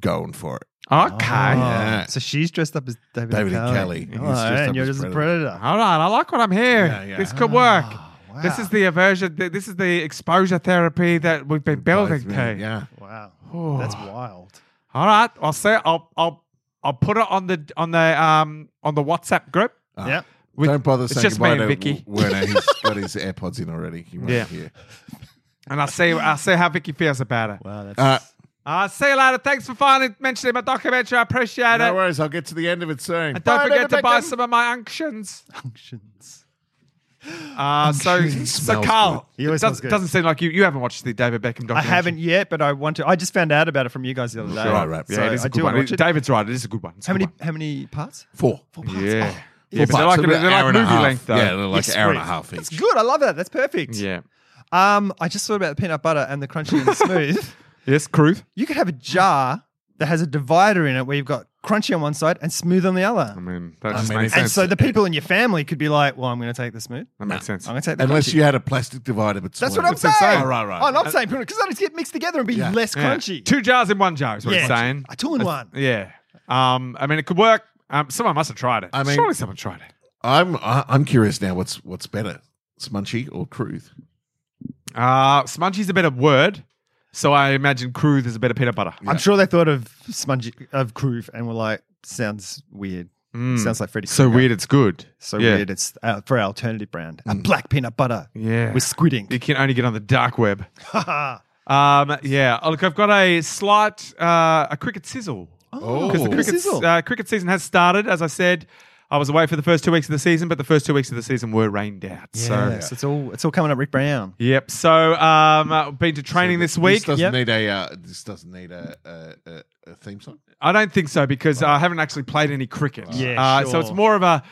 Speaker 1: going for it.
Speaker 3: Okay.
Speaker 4: oh.
Speaker 1: Yeah.
Speaker 4: So she's dressed up as David,
Speaker 1: David E. Kelly. He's
Speaker 4: All
Speaker 1: dressed
Speaker 4: right,
Speaker 1: up
Speaker 4: and you're
Speaker 1: as
Speaker 4: just a
Speaker 1: Predator.
Speaker 4: predator.
Speaker 3: All right, I like what I'm hearing.
Speaker 1: Yeah, yeah.
Speaker 3: This could work.
Speaker 4: Oh, wow.
Speaker 3: This is the aversion. th- This is the exposure therapy that we've been building
Speaker 1: Both
Speaker 3: to.
Speaker 1: men, Yeah.
Speaker 4: Wow.
Speaker 3: Oh.
Speaker 4: That's wild.
Speaker 3: All right, I'll say I'll I'll I'll put it on the on the um on the WhatsApp group.
Speaker 1: Ah.
Speaker 4: Yep.
Speaker 3: With-
Speaker 1: Don't bother
Speaker 3: it's
Speaker 1: saying
Speaker 3: just me
Speaker 1: goodbye
Speaker 3: and
Speaker 1: to
Speaker 3: Vicky.
Speaker 1: Werner. He's got his AirPods in already. He won't
Speaker 3: Yeah.
Speaker 1: hear.
Speaker 3: And I'll see I'll see how Vicky feels about it.
Speaker 4: Wow. That's
Speaker 1: Uh,
Speaker 3: Uh, see you later. Thanks for finally mentioning my documentary. I appreciate
Speaker 1: Uh, no
Speaker 3: it.
Speaker 1: worries. I'll get to the end of it soon.
Speaker 3: And don't
Speaker 4: Bye,
Speaker 3: forget
Speaker 4: David
Speaker 3: to buy
Speaker 4: Beckham.
Speaker 3: some of my unctions.
Speaker 4: functions.
Speaker 3: Uh, so,
Speaker 1: Unctions.
Speaker 3: so
Speaker 1: Smells
Speaker 3: Carl,
Speaker 4: good. He always
Speaker 3: it does,
Speaker 4: smells good.
Speaker 3: doesn't seem like you, you haven't watched the David Beckham documentary.
Speaker 4: I haven't yet, but I want to. I just found out about it from you guys the other day.
Speaker 1: Right, right.
Speaker 3: Yeah,
Speaker 4: So
Speaker 3: it is a
Speaker 4: I
Speaker 3: good
Speaker 4: do
Speaker 3: one.
Speaker 4: want to watch it.
Speaker 3: David David's right. It is a good one. It's a
Speaker 4: How
Speaker 3: good
Speaker 4: many?
Speaker 3: one.
Speaker 4: How many parts?
Speaker 1: Four.
Speaker 3: Yeah.
Speaker 4: Oh.
Speaker 3: Yeah, but they're like,
Speaker 1: So about
Speaker 3: they're
Speaker 1: an
Speaker 3: like
Speaker 1: hour and a
Speaker 3: movie
Speaker 1: half.
Speaker 3: length, though.
Speaker 1: Yeah, they're like
Speaker 4: Yeah,
Speaker 1: an hour and a
Speaker 4: sweet.
Speaker 1: half
Speaker 4: That's
Speaker 1: each.
Speaker 4: good. I love that. That's perfect.
Speaker 3: Yeah.
Speaker 4: Um, I just thought about the peanut butter and the crunchy and smooth.
Speaker 3: Yes, Cruth.
Speaker 4: You could have a jar that has a divider in it where you've got crunchy on one side and smooth on the other.
Speaker 3: I mean, that
Speaker 1: I
Speaker 3: just
Speaker 1: mean,
Speaker 3: makes
Speaker 4: And
Speaker 3: sense.
Speaker 4: so the people in your family could be like, "Well, I'm going to take the smooth.
Speaker 3: that makes sense.
Speaker 4: I'm going to take the
Speaker 1: Unless
Speaker 4: crunchy."
Speaker 1: you had a plastic divider, but
Speaker 4: That's
Speaker 1: smaller.
Speaker 4: what I'm saying.
Speaker 1: Oh, right, right.
Speaker 4: I'm not saying because that'd get mixed together and be less
Speaker 3: Yeah.
Speaker 4: crunchy.
Speaker 3: Two jars in one jar is what
Speaker 4: Yeah.
Speaker 3: he's saying.
Speaker 4: A two in one.
Speaker 3: Yeah. Um, I mean, it could work. Um, someone must have tried it.
Speaker 1: I mean-
Speaker 3: surely someone tried it.
Speaker 1: I'm I- I'm curious now. What's what's better, Smunchy or Cruth?
Speaker 3: Uh, smudgy's a better word, so I imagine Cruth is a better peanut butter.
Speaker 4: I'm sure they thought of Smudge of Groove and were like, sounds weird.
Speaker 3: Mm.
Speaker 4: Sounds like Freddy.
Speaker 3: so
Speaker 4: Krueger.
Speaker 3: weird, it's good.
Speaker 4: So
Speaker 3: Yeah. Hmm.
Speaker 4: weird. It's uh, for our alternative brand. A black peanut butter
Speaker 3: Yeah,
Speaker 4: with squid ink.
Speaker 3: you can only get on the dark web.
Speaker 4: Ha
Speaker 3: Um, yeah. Oh, look, I've got a slight uh, a cricket sizzle.
Speaker 1: Oh.
Speaker 3: because the
Speaker 1: Cricket
Speaker 3: cricket
Speaker 4: sizzle.
Speaker 3: uh, cricket season has started. As I said, I was away for the first two weeks of the season, but the first two weeks of the season were rained out.
Speaker 4: yeah.
Speaker 3: So.
Speaker 4: So it's all it's all coming up Rick Brown.
Speaker 3: Yep. So um, I've been to training this
Speaker 1: This
Speaker 3: week.
Speaker 1: doesn't
Speaker 4: Yep.
Speaker 1: need a uh, this doesn't need a, a, a, a theme song.
Speaker 3: I don't think so because I haven't actually played any cricket.
Speaker 4: Yeah,
Speaker 3: Uh, So
Speaker 4: sure.
Speaker 3: it's more of a.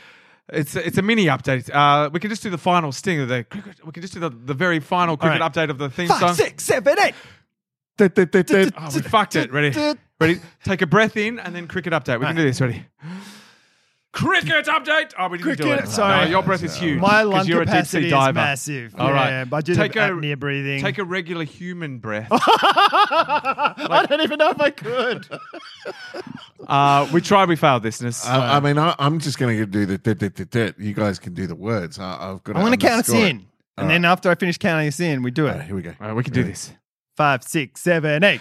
Speaker 3: It's a, it's a mini update. Uh, we can just do the final sting of the cricket. We can just do the, the very final cricket
Speaker 4: right.
Speaker 3: update of the theme song.
Speaker 4: Five, six, seven, eight.
Speaker 3: Oh, we fucked it. Ready? Ready? Take a breath in and then cricket update. We can do this. Ready? Cricket update. Oh, we didn't do
Speaker 4: Cricket,
Speaker 3: it.
Speaker 4: sorry.
Speaker 3: No, your breath is huge.
Speaker 4: My
Speaker 3: 'cause
Speaker 4: lung
Speaker 3: you're a deep sea
Speaker 4: capacity is
Speaker 3: diver.
Speaker 4: massive.
Speaker 3: All right.
Speaker 4: Yeah, but I do
Speaker 3: Take
Speaker 4: take
Speaker 3: a-
Speaker 4: apnea breathing.
Speaker 3: Take a regular human breath.
Speaker 4: I don't even know if I could.
Speaker 3: Uh, we tried, we failed, listeners.
Speaker 1: I, I mean, I, I'm just going to do the dit, dit, dit, dit. You guys can do the words. I, I've got.
Speaker 4: I want to count us
Speaker 1: underscore it.
Speaker 4: in. And then after I finish counting us in, we do
Speaker 1: All right,
Speaker 4: it.
Speaker 1: here we go.
Speaker 3: All right, Uh, we can do this.
Speaker 4: Five, six, seven, eight.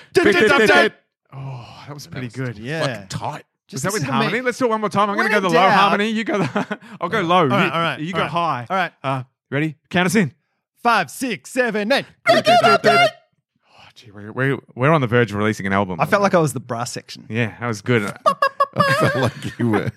Speaker 3: Oh, that was pretty good.
Speaker 4: Yeah.
Speaker 1: Fucking tight.
Speaker 3: Is
Speaker 4: Just
Speaker 3: that with
Speaker 4: listen to me.
Speaker 3: harmony? Let's do it one more time. I'm going to
Speaker 4: When
Speaker 3: go
Speaker 4: in
Speaker 3: the low
Speaker 4: doubt-
Speaker 3: harmony. You go. The, I'll go low. All
Speaker 4: right, all right,
Speaker 3: You
Speaker 4: all
Speaker 3: go
Speaker 4: right.
Speaker 3: high.
Speaker 4: All right.
Speaker 3: Uh, ready? Count us in.
Speaker 4: Five, six, seven, eight.
Speaker 3: Oh, gee, we're, we're, we're on the verge of releasing an album.
Speaker 5: I felt like I was the brass section.
Speaker 3: Yeah, that was good.
Speaker 1: I felt like you were.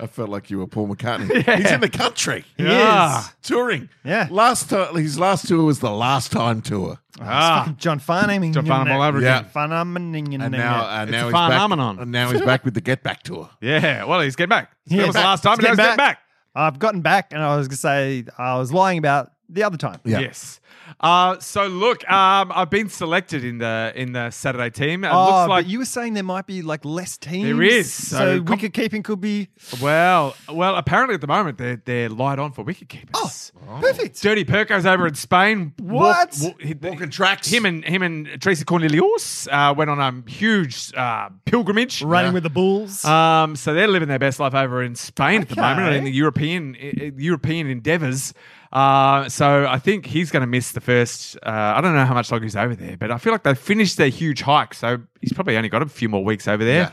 Speaker 1: I felt like you were Paul McCartney. He's in the country
Speaker 3: Yeah.
Speaker 4: is.
Speaker 1: touring.
Speaker 4: Yeah.
Speaker 1: Last time, his last tour was the last time tour,
Speaker 3: Ah,
Speaker 4: John Farnham.
Speaker 3: John Farnham all over
Speaker 1: Yeah.
Speaker 3: again.
Speaker 1: and now uh,
Speaker 3: It's
Speaker 1: now
Speaker 3: a
Speaker 1: he's back.
Speaker 3: phenomenon.
Speaker 1: And now he's back with the Get Back tour.
Speaker 3: Yeah, well, he's getting back. That
Speaker 4: Yeah,
Speaker 3: was
Speaker 4: back.
Speaker 3: the last time,
Speaker 4: He's
Speaker 3: and now he's
Speaker 4: getting
Speaker 3: getting back.
Speaker 4: I've gotten back, and I was gonna say I was lying about the other time.
Speaker 1: Yeah.
Speaker 3: Yes. Uh, so look, um, I've been selected in the in the Saturday team. It
Speaker 4: Oh,
Speaker 3: looks like
Speaker 4: but you were saying there might be like less teams.
Speaker 3: There is,
Speaker 4: so,
Speaker 3: so com-
Speaker 4: wicket keeping could be
Speaker 3: well, well. Apparently, at the moment, they're they're light on for wicketkeepers.
Speaker 4: perfect.
Speaker 3: Dirty Perco's over in Spain.
Speaker 4: Oh. What?
Speaker 3: Walk, walk,
Speaker 1: Walking tracks.
Speaker 3: Him and him and Tracy Cornelius uh, went on a huge uh, pilgrimage.
Speaker 4: Running with the bulls.
Speaker 3: Um, so they're living their best life over in Spain at the
Speaker 4: Okay.
Speaker 3: moment in the European i- i- European endeavors. Uh, so I think he's going to miss the first. Uh, I don't know how much longer he's over there, but I feel like they finished their huge hike, so he's probably only got a few more weeks over there.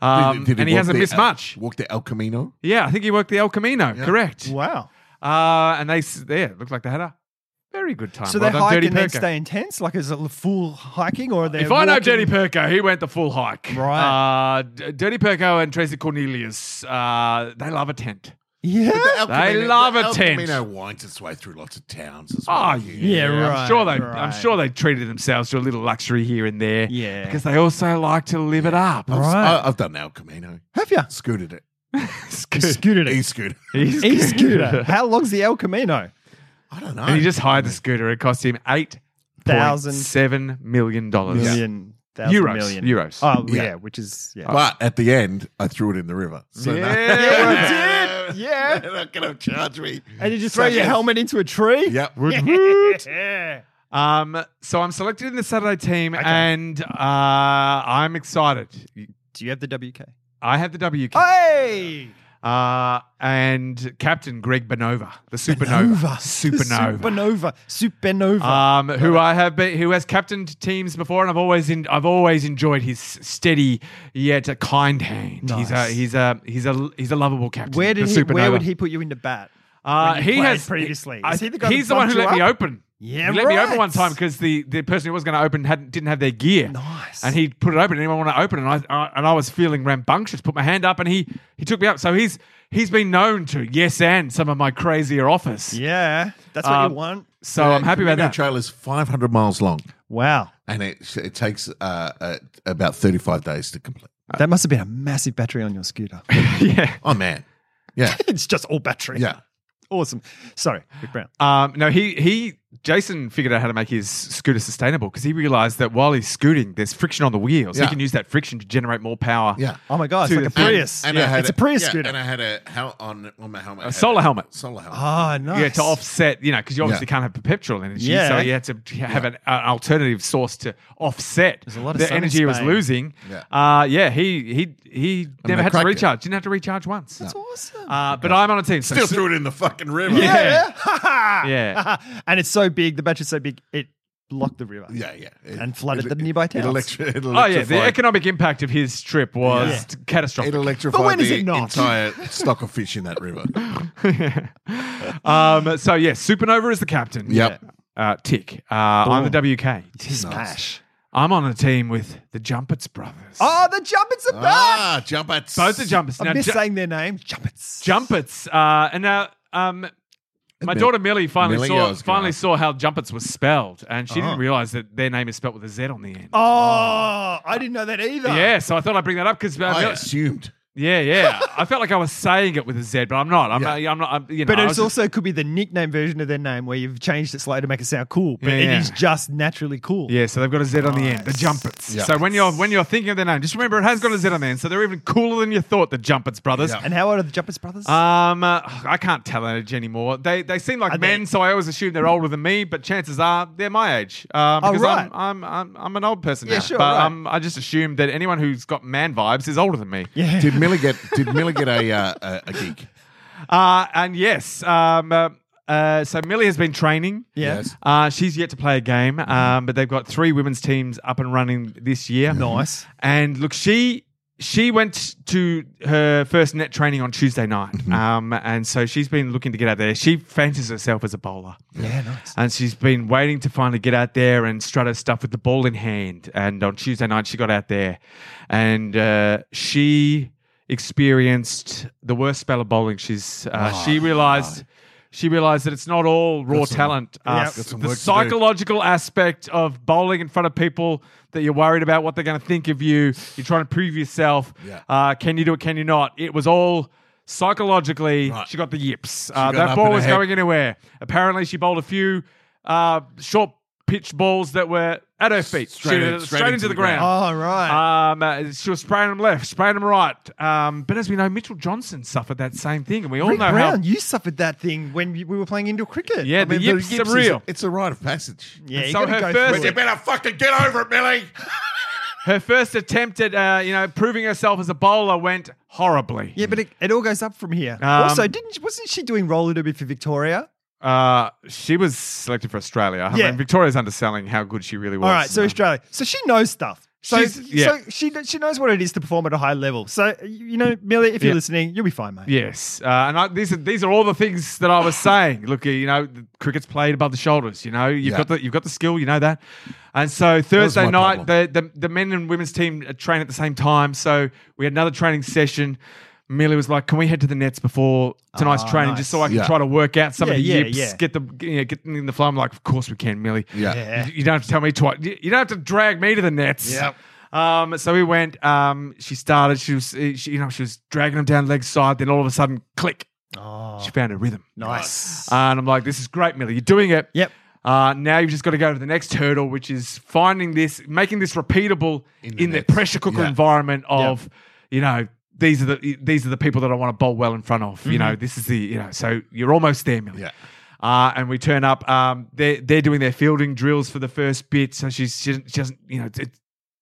Speaker 3: Um, and he
Speaker 1: walk
Speaker 3: hasn't
Speaker 1: the-
Speaker 4: uh,
Speaker 3: missed much.
Speaker 1: Walked the El Camino.
Speaker 3: Yeah, I think he worked the El Camino. Correct.
Speaker 4: wow.
Speaker 3: Uh, and they s- yeah, it looked like they had a very good time.
Speaker 4: So
Speaker 3: well
Speaker 4: they
Speaker 3: done,
Speaker 4: hike
Speaker 3: Dirty
Speaker 4: and then
Speaker 3: Perko.
Speaker 4: stay intense. Like is it full hiking or are they?
Speaker 3: If I know
Speaker 4: walking-
Speaker 3: Dirty Perko, he went the full hike.
Speaker 4: Right.
Speaker 3: Uh, D- Dirty Perko and Tracy Cornelius, uh, they love a tent.
Speaker 4: yeah.
Speaker 1: El
Speaker 3: They love
Speaker 1: the
Speaker 3: a
Speaker 1: El
Speaker 3: tent.
Speaker 1: Camino winds its way through lots of towns as well.
Speaker 3: Oh yeah, I'm
Speaker 4: right,
Speaker 3: sure they, I'm
Speaker 4: right.
Speaker 3: sure they treated themselves to a little luxury here and there.
Speaker 4: Yeah.
Speaker 3: because they also like to live it up.
Speaker 1: I've,
Speaker 4: Right.
Speaker 1: I, have done El Camino.
Speaker 4: Have you?
Speaker 1: Scooted it.
Speaker 3: It's
Speaker 4: He
Speaker 3: good.
Speaker 4: scooted
Speaker 1: E
Speaker 4: it.
Speaker 1: scooter.
Speaker 3: He's
Speaker 4: E
Speaker 3: good.
Speaker 4: scooter. How long's the El Camino?
Speaker 1: I don't know.
Speaker 3: And he just hired the scooter. It cost him eight thousand
Speaker 4: Thousand.
Speaker 3: seven million dollars.
Speaker 4: Million. thousand
Speaker 3: Euros.
Speaker 4: million.
Speaker 3: Euros. Uh,
Speaker 4: Oh
Speaker 1: Yeah.
Speaker 4: yeah. which is yeah.
Speaker 1: but at the end, I threw it in the river. So
Speaker 3: Yeah.
Speaker 4: Yeah, we did. Yeah.
Speaker 1: They're not going to charge me.
Speaker 4: And you just throw your
Speaker 1: Suckers.
Speaker 4: helmet into a tree?
Speaker 1: Yep.
Speaker 3: Um, so I'm selected in the Saturday team, and uh, I'm excited.
Speaker 4: Do you have the WK?
Speaker 3: I have the WK.
Speaker 4: Oh, Hey!
Speaker 3: uh, and Captain Greg Benova, the supernova, supernova,
Speaker 4: Supernova. Supernova.
Speaker 3: um, who I have been, who has captained teams before, and I've always in, I've always enjoyed his steady yet a kind hand. He's a
Speaker 4: Nice.
Speaker 3: he's a he's a he's a lovable captain.
Speaker 4: where did
Speaker 3: the
Speaker 4: he, where
Speaker 3: supernova.
Speaker 4: would he put you into bat?
Speaker 3: Uh,
Speaker 4: when you
Speaker 3: he
Speaker 4: played
Speaker 3: has
Speaker 4: previously?
Speaker 3: I-
Speaker 4: Is he the guy that
Speaker 3: he's the one who
Speaker 4: bumped you
Speaker 3: let me
Speaker 4: up?
Speaker 3: open.
Speaker 4: Yeah,
Speaker 3: he let me open
Speaker 4: right.
Speaker 3: one time because the, the person who was going to open hadn't didn't have their gear.
Speaker 4: Nice.
Speaker 3: And he put it open. Anyone want to open? And I, I and I was feeling rambunctious. Put my hand up, and he he took me up. So he's he's been known to yes and some of my crazier offers.
Speaker 4: Yeah, that's what
Speaker 3: Um,
Speaker 4: you want.
Speaker 3: So I'm happy about that.
Speaker 1: trail is 500 miles long
Speaker 4: Wow,
Speaker 1: and it, it takes uh, uh, about 35 days to complete.
Speaker 4: that must have been a massive battery on your scooter.
Speaker 3: yeah.
Speaker 1: Oh, man. Yeah.
Speaker 4: it's just all battery.
Speaker 1: Yeah.
Speaker 4: awesome. Sorry, Rick Brown.
Speaker 3: Um, no, he he Jason figured out how to make his scooter sustainable because he realized that while he's scooting, there's friction on the wheels.
Speaker 1: Yeah.
Speaker 3: He can use that friction to generate more power.
Speaker 1: Yeah.
Speaker 4: Oh my god,
Speaker 3: To
Speaker 4: it's like a
Speaker 3: the thing.
Speaker 4: Prius.
Speaker 1: And
Speaker 4: yeah,
Speaker 1: I had
Speaker 4: it's a Prius
Speaker 1: yeah,
Speaker 4: scooter.
Speaker 1: And I had a hel- on, on my helmet. I had
Speaker 3: solar helmet.
Speaker 1: Solar helmet.
Speaker 4: oh, nice.
Speaker 3: Yeah, to offset, you know, because you obviously
Speaker 1: Yeah.
Speaker 3: can't have perpetual energy.
Speaker 4: Yeah.
Speaker 3: So you had to have an, an alternative source to offset
Speaker 4: There's a lot of
Speaker 3: the
Speaker 4: sun in
Speaker 3: energy he was
Speaker 4: Spain.
Speaker 3: losing.
Speaker 1: Yeah.
Speaker 3: Uh, yeah, he he he never
Speaker 1: they
Speaker 3: had to
Speaker 1: cracked it.
Speaker 3: recharge. Didn't have to recharge once.
Speaker 4: That's awesome.
Speaker 3: Uh, but I'm on a team.
Speaker 1: Still
Speaker 3: Still
Speaker 1: threw it in the fucking river.
Speaker 3: Yeah.
Speaker 4: yeah.
Speaker 3: Yeah.
Speaker 4: and it's so big, the battery's so big, it blocked the river.
Speaker 1: Yeah, yeah. It-
Speaker 4: And flooded
Speaker 1: it-
Speaker 4: the nearby
Speaker 1: it
Speaker 4: towns.
Speaker 1: electri- it
Speaker 3: Oh, yeah. The
Speaker 1: electrified-
Speaker 3: economic impact of his trip was
Speaker 4: Yeah.
Speaker 3: t-
Speaker 1: It
Speaker 3: catastrophic.
Speaker 1: electrified
Speaker 4: But when
Speaker 1: the
Speaker 4: is it not?
Speaker 1: entire stock of fish in that river.
Speaker 3: um, so, yeah, Supernova is the captain.
Speaker 1: Yep.
Speaker 3: Uh, tick. Uh, I'm the WK.
Speaker 4: Smash.
Speaker 3: I'm on a team with the Jumpets brothers.
Speaker 4: Oh, the Jumpets are back.
Speaker 1: ah, jump at
Speaker 3: Both the Jumpets.
Speaker 4: I
Speaker 3: Now,
Speaker 4: miss
Speaker 3: Ju-
Speaker 4: saying their name. Jumpets.
Speaker 3: Jumpets. Uh, and now, um, my
Speaker 1: Mil-
Speaker 3: daughter Millie
Speaker 1: Millie, I
Speaker 3: finally saw
Speaker 1: was gonna
Speaker 3: finally
Speaker 1: ask.
Speaker 3: saw how Jumpets was spelled, and she
Speaker 4: Oh.
Speaker 3: didn't realize that their name is spelled with a Z on the end.
Speaker 4: Oh, I didn't know that either.
Speaker 3: Ah. Yeah, so I thought I'd bring that up because uh,
Speaker 1: I
Speaker 3: Mil-
Speaker 1: assumed.
Speaker 3: yeah, yeah, I felt like I was saying it with a Z, but I'm not. I'm,
Speaker 1: Yeah.
Speaker 3: not, I'm not. I'm, you know,
Speaker 4: But
Speaker 3: I
Speaker 4: it's
Speaker 3: was just-
Speaker 4: also could be the nickname version of their name where you've changed it slightly to make it sound cool, but
Speaker 3: Yeah,
Speaker 4: it
Speaker 3: yeah.
Speaker 4: is just naturally cool.
Speaker 3: Yeah, so they've got a Z on the end, the Jumpets.
Speaker 1: Yeah.
Speaker 3: So when you're when you're thinking of their name, just remember it has got a Z on the end. So they're even cooler than you thought, the Jumpets brothers.
Speaker 1: Yeah.
Speaker 4: And how old are the Jumpets brothers?
Speaker 3: Um, uh, I can't tell age anymore. They they seem like
Speaker 4: Are
Speaker 3: men,
Speaker 4: they-
Speaker 3: so I always assume they're older than me. But chances are they're my age. Um,
Speaker 4: Oh,
Speaker 3: because
Speaker 4: right.
Speaker 3: I'm, I'm I'm I'm an old person
Speaker 4: Yeah,
Speaker 3: now.
Speaker 4: sure,
Speaker 3: but
Speaker 4: right.
Speaker 3: um, I just assume that anyone who's got man vibes is older than me.
Speaker 4: yeah.
Speaker 1: Did Miller get? Did Miller get a uh, a, a gig?
Speaker 3: Uh, and yes, um, uh, uh, so Millie has been training.
Speaker 4: yeah. Mm-hmm.
Speaker 1: Yes.
Speaker 3: Uh, she's yet to play a game, um, but they've got three women's teams up and running this year.
Speaker 4: Nice.
Speaker 3: And look, she she went to her first net training on Tuesday night, um, and so she's been looking to get out there. She fancies herself as a bowler,
Speaker 4: Yeah, nice.
Speaker 3: and she's been waiting to finally get out there and strut her stuff with the ball in hand. And on Tuesday night, she got out there, and uh, she experienced the worst spell of bowling. She's uh,
Speaker 1: Oh,
Speaker 3: she realised. She realized that it's not all raw talent. Uh,
Speaker 4: Yep. Got
Speaker 1: some
Speaker 3: the
Speaker 1: work to do.
Speaker 3: psychological aspect of bowling in front of people that you're worried about what they're going to think of you. You're trying to prove yourself.
Speaker 1: Yeah.
Speaker 3: Uh, can you do it? Can you not? It was all psychologically.
Speaker 1: Right.
Speaker 3: She got the yips. Uh,
Speaker 1: got
Speaker 3: that
Speaker 1: up
Speaker 3: ball
Speaker 1: in
Speaker 3: was
Speaker 1: her head.
Speaker 3: going anywhere. Apparently, she bowled a few uh, short pitch balls that were at her feet,
Speaker 1: Straight
Speaker 3: She- uh,
Speaker 1: in- straight
Speaker 3: into, the, ground.
Speaker 4: Oh, right.
Speaker 3: Um, uh, she was spraying them left, spraying them right. Um, but as we know, Mitchell Johnson suffered that same thing, and we all
Speaker 4: Rick
Speaker 3: know
Speaker 4: Brown,
Speaker 3: how.
Speaker 4: you suffered that thing when you- we were playing indoor cricket.
Speaker 3: Yeah, the yips, are real.
Speaker 1: It's a rite of passage.
Speaker 4: Yeah,
Speaker 3: And
Speaker 4: you
Speaker 3: so
Speaker 4: gotta
Speaker 3: her
Speaker 4: go
Speaker 3: first-
Speaker 4: through it.
Speaker 1: better fucking get over it, Millie.
Speaker 3: her first attempt at uh, you know proving herself as a bowler went horribly.
Speaker 4: Yeah, but it, it all goes up from here.
Speaker 3: Um,
Speaker 4: also, didn't wasn't she doing roller derby for Victoria?
Speaker 3: Uh, she was selected for Australia. I
Speaker 4: Yeah.
Speaker 3: mean, Victoria's underselling how good she really was.
Speaker 4: All right, so Australia. So she knows stuff. So,
Speaker 3: She's- yeah.
Speaker 4: so she she knows what it is to perform at a high level. So you know, Millie, if you're
Speaker 3: Yeah.
Speaker 4: listening, you'll be fine, mate.
Speaker 3: Yes, uh, and I, these are these are all the things that I was saying. Look, you know, the cricket's played above the shoulders. You know, you've
Speaker 1: Yeah.
Speaker 3: got the you've got the skill. You know that. And so Thursday
Speaker 1: my
Speaker 3: night, the,
Speaker 1: problem.
Speaker 3: the the men and women's team uh, train at the same time. So we had another training session. Millie was like, "Can we head to the nets before tonight's
Speaker 4: Ah,
Speaker 3: training,
Speaker 4: nice.
Speaker 3: just so I can
Speaker 1: Yeah.
Speaker 3: try to work out some of the
Speaker 4: Yeah, yeah,
Speaker 3: yips,
Speaker 4: yeah.
Speaker 3: get the you know, get in the flow." I'm like, "Of course we can, Millie.
Speaker 1: Yeah.
Speaker 4: Yeah.
Speaker 3: You, you don't have to tell me twice. You, you don't have to drag me to the nets.
Speaker 1: Yep.
Speaker 3: Um, so we went. Um, she started. She was, eh, she, you know, she was dragging him down leg side. Then all of a sudden, click.
Speaker 4: Oh,
Speaker 3: She found a rhythm.
Speaker 4: nice.
Speaker 3: Uh, and I'm like, this is great, Millie. You're doing it.
Speaker 4: Yep.
Speaker 3: Uh, now you've just got to go to the next hurdle, which is finding this, making this repeatable in the,
Speaker 1: the nets.
Speaker 3: pressure cooker
Speaker 1: Yeah.
Speaker 3: environment of, you know, these are the these are the people that I want to bowl well in front of. You know, this is the you know. So you're almost there, Millie.
Speaker 1: Yeah.
Speaker 3: Uh, and we turn up. Um, they're they're doing their fielding drills for the first bit, so she's she doesn't, she doesn't you know it,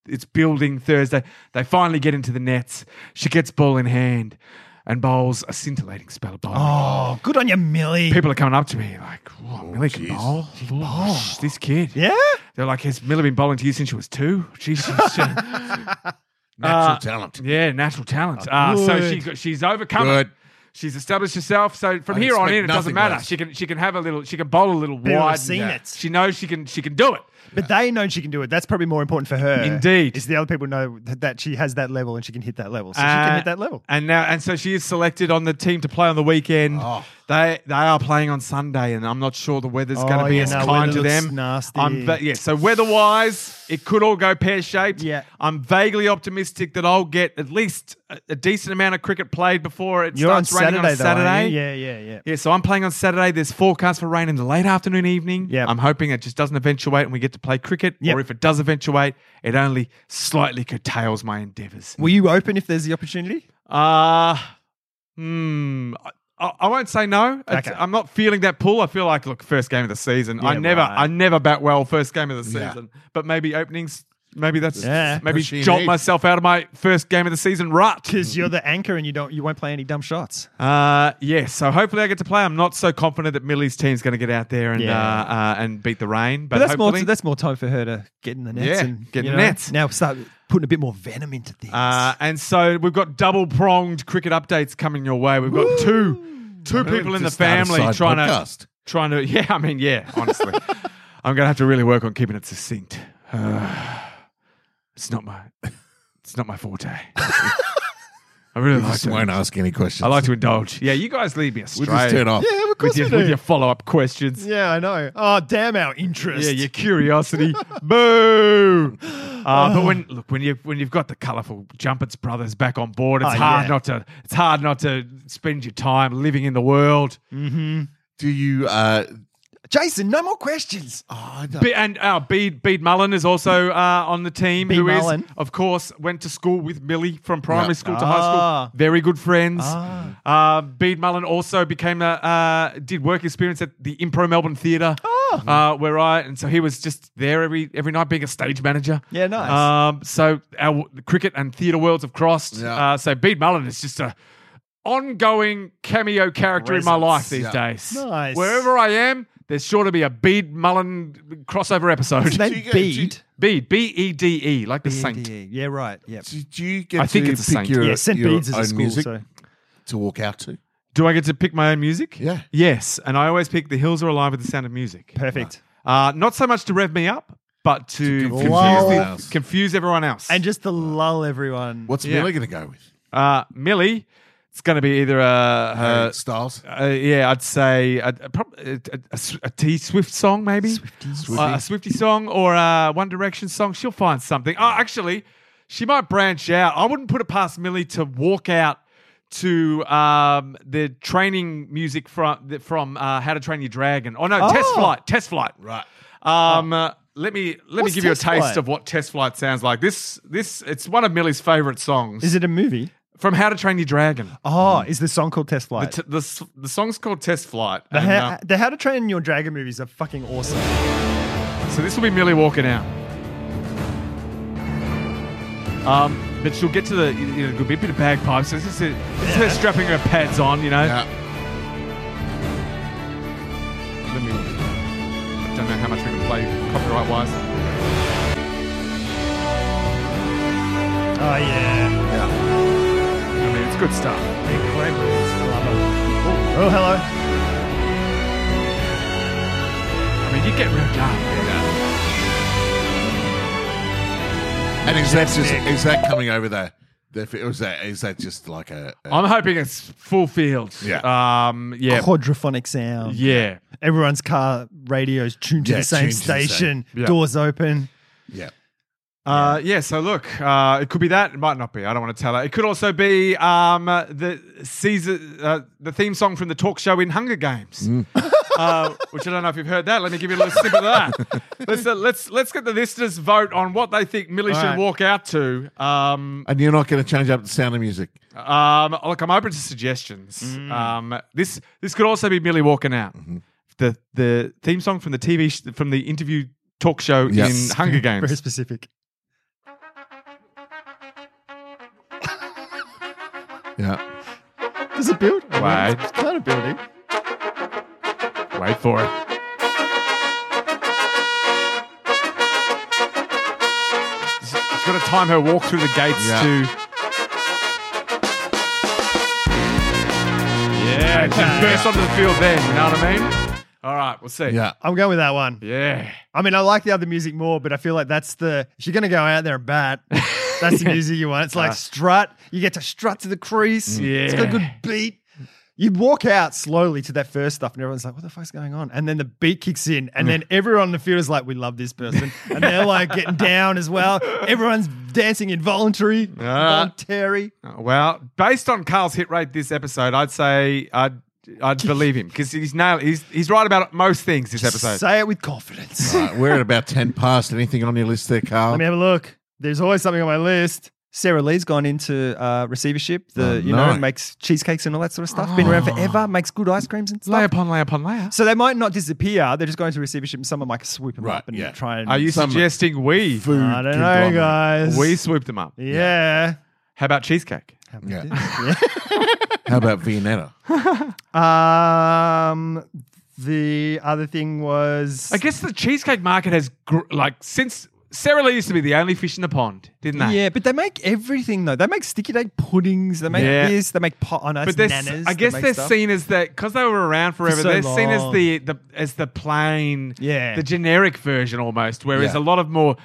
Speaker 3: it's building Thursday. They finally get into the nets. She gets ball in hand, and bowls a scintillating spell of bowling
Speaker 4: oh, good on you, Millie.
Speaker 3: people are coming up to me like, "Whoa, Millie can
Speaker 1: Oh, jeez.
Speaker 3: bowl. Ooh, sh- This kid.
Speaker 4: yeah.
Speaker 3: They're like, has Millie been bowling to you since she was two? She's, she's she-
Speaker 1: Natural
Speaker 3: Uh,
Speaker 1: talent.
Speaker 3: yeah, natural talent. Uh, so
Speaker 4: good.
Speaker 3: she got- she's overcome. it.
Speaker 1: Oh, Good.
Speaker 3: She's established herself. So from
Speaker 1: I
Speaker 3: here on
Speaker 1: expect
Speaker 3: in, it doesn't
Speaker 1: nothing
Speaker 3: matter.
Speaker 1: less.
Speaker 3: She can she can have a little. She can bowl a little
Speaker 4: People have
Speaker 3: wide. uh,
Speaker 4: seen it.
Speaker 3: She knows she can she can do it.
Speaker 4: But they know she can do it. That's probably more important for her.
Speaker 3: Indeed.
Speaker 4: Is the other people know that that she has that level and she can hit that level. So she can
Speaker 3: Uh,
Speaker 4: hit that level.
Speaker 3: And now and so she is selected on the team to play on the weekend. They they are playing on Sunday, and I'm not sure the weather's going
Speaker 4: Oh,
Speaker 3: to be
Speaker 4: yeah,
Speaker 3: as
Speaker 4: no,
Speaker 3: kind
Speaker 4: weather
Speaker 3: to
Speaker 4: looks
Speaker 3: them.
Speaker 4: nasty.
Speaker 3: I'm, but yeah, so weather wise, it could all go pear shaped.
Speaker 4: Yeah.
Speaker 3: I'm vaguely optimistic that I'll get at least a, a decent amount of cricket played before it
Speaker 4: You're on
Speaker 3: starts raining
Speaker 4: Saturday,
Speaker 3: on Saturday.
Speaker 4: though. aren't you? Yeah, yeah, yeah.
Speaker 3: Yeah, so I'm playing on Saturday. There's forecast for rain in the late afternoon, evening.
Speaker 4: Yep.
Speaker 3: I'm hoping it just doesn't eventuate and we get to play cricket.
Speaker 4: Yep.
Speaker 3: Or if it does eventuate, it only slightly curtails my endeavours.
Speaker 4: Will you open if there's the opportunity?
Speaker 3: Uh, hmm. I- I, I won't say no. It's-
Speaker 4: Okay.
Speaker 3: I'm not feeling that pull. I feel like, look, first game of the season. I
Speaker 4: Yeah,
Speaker 3: never,
Speaker 4: right.
Speaker 3: I never bat well first game of the
Speaker 1: Yeah.
Speaker 3: season. But maybe openings. Maybe that's
Speaker 4: Yeah.
Speaker 3: maybe
Speaker 1: Pushing
Speaker 3: jolt
Speaker 1: eight.
Speaker 3: myself out of my first game of the season rut.
Speaker 4: Because you're the anchor and you don't you won't play any dumb shots.
Speaker 3: Uh, yeah, so hopefully I get to play. I'm not so confident that Millie's team's going to get out there and
Speaker 4: Yeah.
Speaker 3: uh, uh, and beat the rain, but,
Speaker 4: But that's more
Speaker 3: hopefully,
Speaker 4: that's more time for her to get in the nets
Speaker 3: Yeah,
Speaker 4: and
Speaker 3: get
Speaker 4: you
Speaker 3: in
Speaker 4: know,
Speaker 3: the nets.
Speaker 4: Now start putting a bit more venom into things.
Speaker 3: Uh, and so we've got double pronged cricket updates coming your way. We've got two two people in the family trying to trying to yeah. I mean yeah. Honestly, I'm gonna have to really work on keeping it succinct. Uh, it's not my it's not my forte. I really like
Speaker 1: Just won't
Speaker 3: to.
Speaker 1: ask any questions.
Speaker 3: I like to indulge. Yeah, you guys leave me astray.
Speaker 1: We'll just turn off.
Speaker 4: yeah, of
Speaker 3: with
Speaker 4: course
Speaker 3: your,
Speaker 4: we do.
Speaker 3: with your follow up questions.
Speaker 4: yeah, I know. Oh, damn our interest.
Speaker 3: Yeah, your curiosity. Boo! Uh, but when look when you when you've got the colourful Jumpets brothers back on board, it's
Speaker 4: Oh,
Speaker 3: hard
Speaker 4: yeah.
Speaker 3: not to it's hard not to spend your time living in the world.
Speaker 1: Do you? Uh,
Speaker 4: Jason, no more questions.
Speaker 1: oh, I don't-
Speaker 3: Be- and uh, Bede Bede Mullen is also uh, on the team,
Speaker 4: Bede
Speaker 3: who is,
Speaker 4: Mullen.
Speaker 3: of course went to school with Millie from primary school to high
Speaker 4: Ah.
Speaker 3: school. Very good friends. Uh, Bede Mullen also became a uh, did work experience at the Impro Melbourne Theatre,
Speaker 4: Ah.
Speaker 3: uh, where I and so he was just there every every night being a stage manager.
Speaker 4: Yeah, nice.
Speaker 3: Um, so our the cricket and theatre worlds have crossed.
Speaker 1: Yeah.
Speaker 3: Uh, so Bede Mullen is just a ongoing cameo character in my life these
Speaker 1: Yeah.
Speaker 3: days.
Speaker 4: Nice.
Speaker 3: Wherever I am, there's sure to be a Bede Mullen crossover episode.
Speaker 4: Name
Speaker 1: you get-
Speaker 4: Bede.
Speaker 3: Bede, B E D E, like the saint.
Speaker 4: BDE. Yeah, right. Yep.
Speaker 1: do, do you get
Speaker 3: I think
Speaker 1: to
Speaker 3: it's a
Speaker 1: pick
Speaker 3: saint.
Speaker 1: your,
Speaker 4: Yeah, St.
Speaker 1: your
Speaker 4: Bede's is
Speaker 1: own
Speaker 4: a school,
Speaker 1: music
Speaker 4: so
Speaker 1: to walk out to?
Speaker 3: Do I get to pick my own music?
Speaker 1: Yeah.
Speaker 3: Yes, and I always pick The Hills Are Alive with the Sound of Music.
Speaker 4: perfect.
Speaker 3: Uh, not so much to rev me up, but to, confuse,
Speaker 1: everyone
Speaker 3: the-
Speaker 1: else.
Speaker 3: confuse everyone else.
Speaker 4: And just to lull everyone.
Speaker 1: Uh, What's
Speaker 3: Yeah.
Speaker 1: Millie going to go with?
Speaker 3: uh, Millie, it's going to be either a,
Speaker 1: Uh,
Speaker 3: her-
Speaker 1: Styles.
Speaker 3: uh, yeah, I'd say a, a, prob- a, a- a Sw- a T Swift song, maybe Uh, a Swifty song or a One Direction song. She'll find something. Oh, actually, she might branch out. I wouldn't put it past Millie to walk out to um, the training music from the- from uh, How to Train Your Dragon. Oh no, Test Flight, Test Flight.
Speaker 1: Right.
Speaker 3: Um, uh, let me let
Speaker 4: What's
Speaker 3: me give you a
Speaker 4: Test
Speaker 3: taste
Speaker 4: Flight?
Speaker 3: of what Test Flight sounds like. This this it's one of Millie's favorite songs
Speaker 4: Is it a movie?
Speaker 3: from How to Train Your Dragon.
Speaker 1: Hmm.
Speaker 4: Oh, is the song called Test
Speaker 3: The,
Speaker 4: Flight?
Speaker 3: t- the, s- the song's called Test Flight.
Speaker 4: The,
Speaker 3: and,
Speaker 4: how,
Speaker 3: uh,
Speaker 4: the How to Train Your Dragon movies are fucking awesome. Oh,
Speaker 3: So this will be Millie walking out. Um, but she'll get to the you know, a good bit of bagpipes. So this is, it. this is her strapping her pads on, you know.
Speaker 1: Yeah.
Speaker 3: Let me. I don't know how much we can play copyright wise.
Speaker 4: Oh yeah,
Speaker 3: I mean, it's good stuff.
Speaker 4: they're great movies. I love them. Oh, oh, hello.
Speaker 3: I mean, you get real dark.
Speaker 1: And is that just is that coming over the the or is that is that just like a, a
Speaker 3: I'm hoping it's full field.
Speaker 1: Yeah.
Speaker 3: Um. Yeah.
Speaker 4: Quadraphonic sound.
Speaker 3: Yeah.
Speaker 4: Everyone's car radio's tuned to
Speaker 1: Yeah,
Speaker 4: the same
Speaker 1: tuned to the same.
Speaker 4: station.
Speaker 3: Yeah.
Speaker 4: Doors open.
Speaker 1: yeah?
Speaker 3: Uh, yeah, so look, uh, it could be that. It might not be. I don't want to tell her. It could also be um, uh, the Caesar, uh, the theme song from the talk show in Hunger Games, uh, which I don't know if you've heard that. Let me give you a little snippet of that. Let's, uh, let's, let's get the listeners' vote on what they think Millie should
Speaker 4: right.
Speaker 3: walk out to. Um,
Speaker 1: And you're not going to change up the sound of music.
Speaker 3: um, look, I'm open to suggestions. Um, this, this could also be Millie walking out. The, the theme song from the TV, sh- from the interview talk show
Speaker 1: Yes.
Speaker 3: in Hunger
Speaker 4: Very
Speaker 3: Games.
Speaker 4: specific.
Speaker 1: Yeah.
Speaker 4: Does it build?
Speaker 3: Wait.
Speaker 4: It's kind of building.
Speaker 3: Wait for it. She's got to time her walk through the gates
Speaker 1: Yeah.
Speaker 3: to. Yeah, just burst onto the field there. You know what I mean? All right, we'll see.
Speaker 1: Yeah.
Speaker 4: I'm going with that one.
Speaker 3: Yeah.
Speaker 4: I mean, I like the other music more, but I feel like that's the if you're gonna go out there and bat, that's the music you want. It's like strut. You get to strut to the crease.
Speaker 3: Ah. Mm.
Speaker 4: It's got a
Speaker 3: Yeah.
Speaker 4: good beat. You walk out slowly to that first stuff, and everyone's like, "What the fuck's going on?" And then the beat kicks in, and then everyone in the field is like, "We love this person," and they're like getting down as well. Everyone's dancing involuntary,
Speaker 3: Ah.
Speaker 4: voluntary.
Speaker 3: Oh, Well, based on Carl's hit rate this episode, I'd say I'd I'd believe him because he's nailed. He's he's right about most things this episode.
Speaker 4: Say it with confidence.
Speaker 3: Ah.
Speaker 1: All right, we're at about 10 past. Anything on your list there, Carl?
Speaker 4: Let me have a look. There's always something on my list. Sarah Lee's gone into uh, receivership. The
Speaker 1: Oh,
Speaker 4: you know
Speaker 1: no.
Speaker 4: makes cheesecakes and all that sort of stuff. Been around
Speaker 3: Oh.
Speaker 4: forever. Makes good ice creams and stuff.
Speaker 3: layer upon layer upon layer.
Speaker 4: So they might not disappear. They're just going to receivership, and someone might swoop them
Speaker 1: Right,
Speaker 4: up and
Speaker 1: yeah.
Speaker 4: try and.
Speaker 3: Are you
Speaker 1: Some
Speaker 3: suggesting we
Speaker 1: Food
Speaker 4: I don't know,
Speaker 1: conglomerate.
Speaker 4: guys.
Speaker 3: we swoop them up?
Speaker 4: yeah.
Speaker 3: How about cheesecake?
Speaker 1: Yeah. How about Viennetta?
Speaker 4: Um. The other thing was
Speaker 3: I guess the cheesecake market has gr- like since Sarah Lee used to be the only fish in the pond, didn't they?
Speaker 4: Yeah, but they make everything though. They make sticky date puddings. They make
Speaker 3: Yeah.
Speaker 4: this. They make pot. Oh, no,
Speaker 3: But
Speaker 4: it's
Speaker 3: they're,
Speaker 4: nanas.
Speaker 3: I
Speaker 4: that
Speaker 3: guess
Speaker 4: make
Speaker 3: they're
Speaker 4: stuff.
Speaker 3: seen as that because they were around forever.
Speaker 4: so
Speaker 3: they're seen as
Speaker 4: long.
Speaker 3: the, the as the plain,
Speaker 4: Yeah.
Speaker 3: the generic version almost. Whereas
Speaker 4: Yeah.
Speaker 3: a lot of more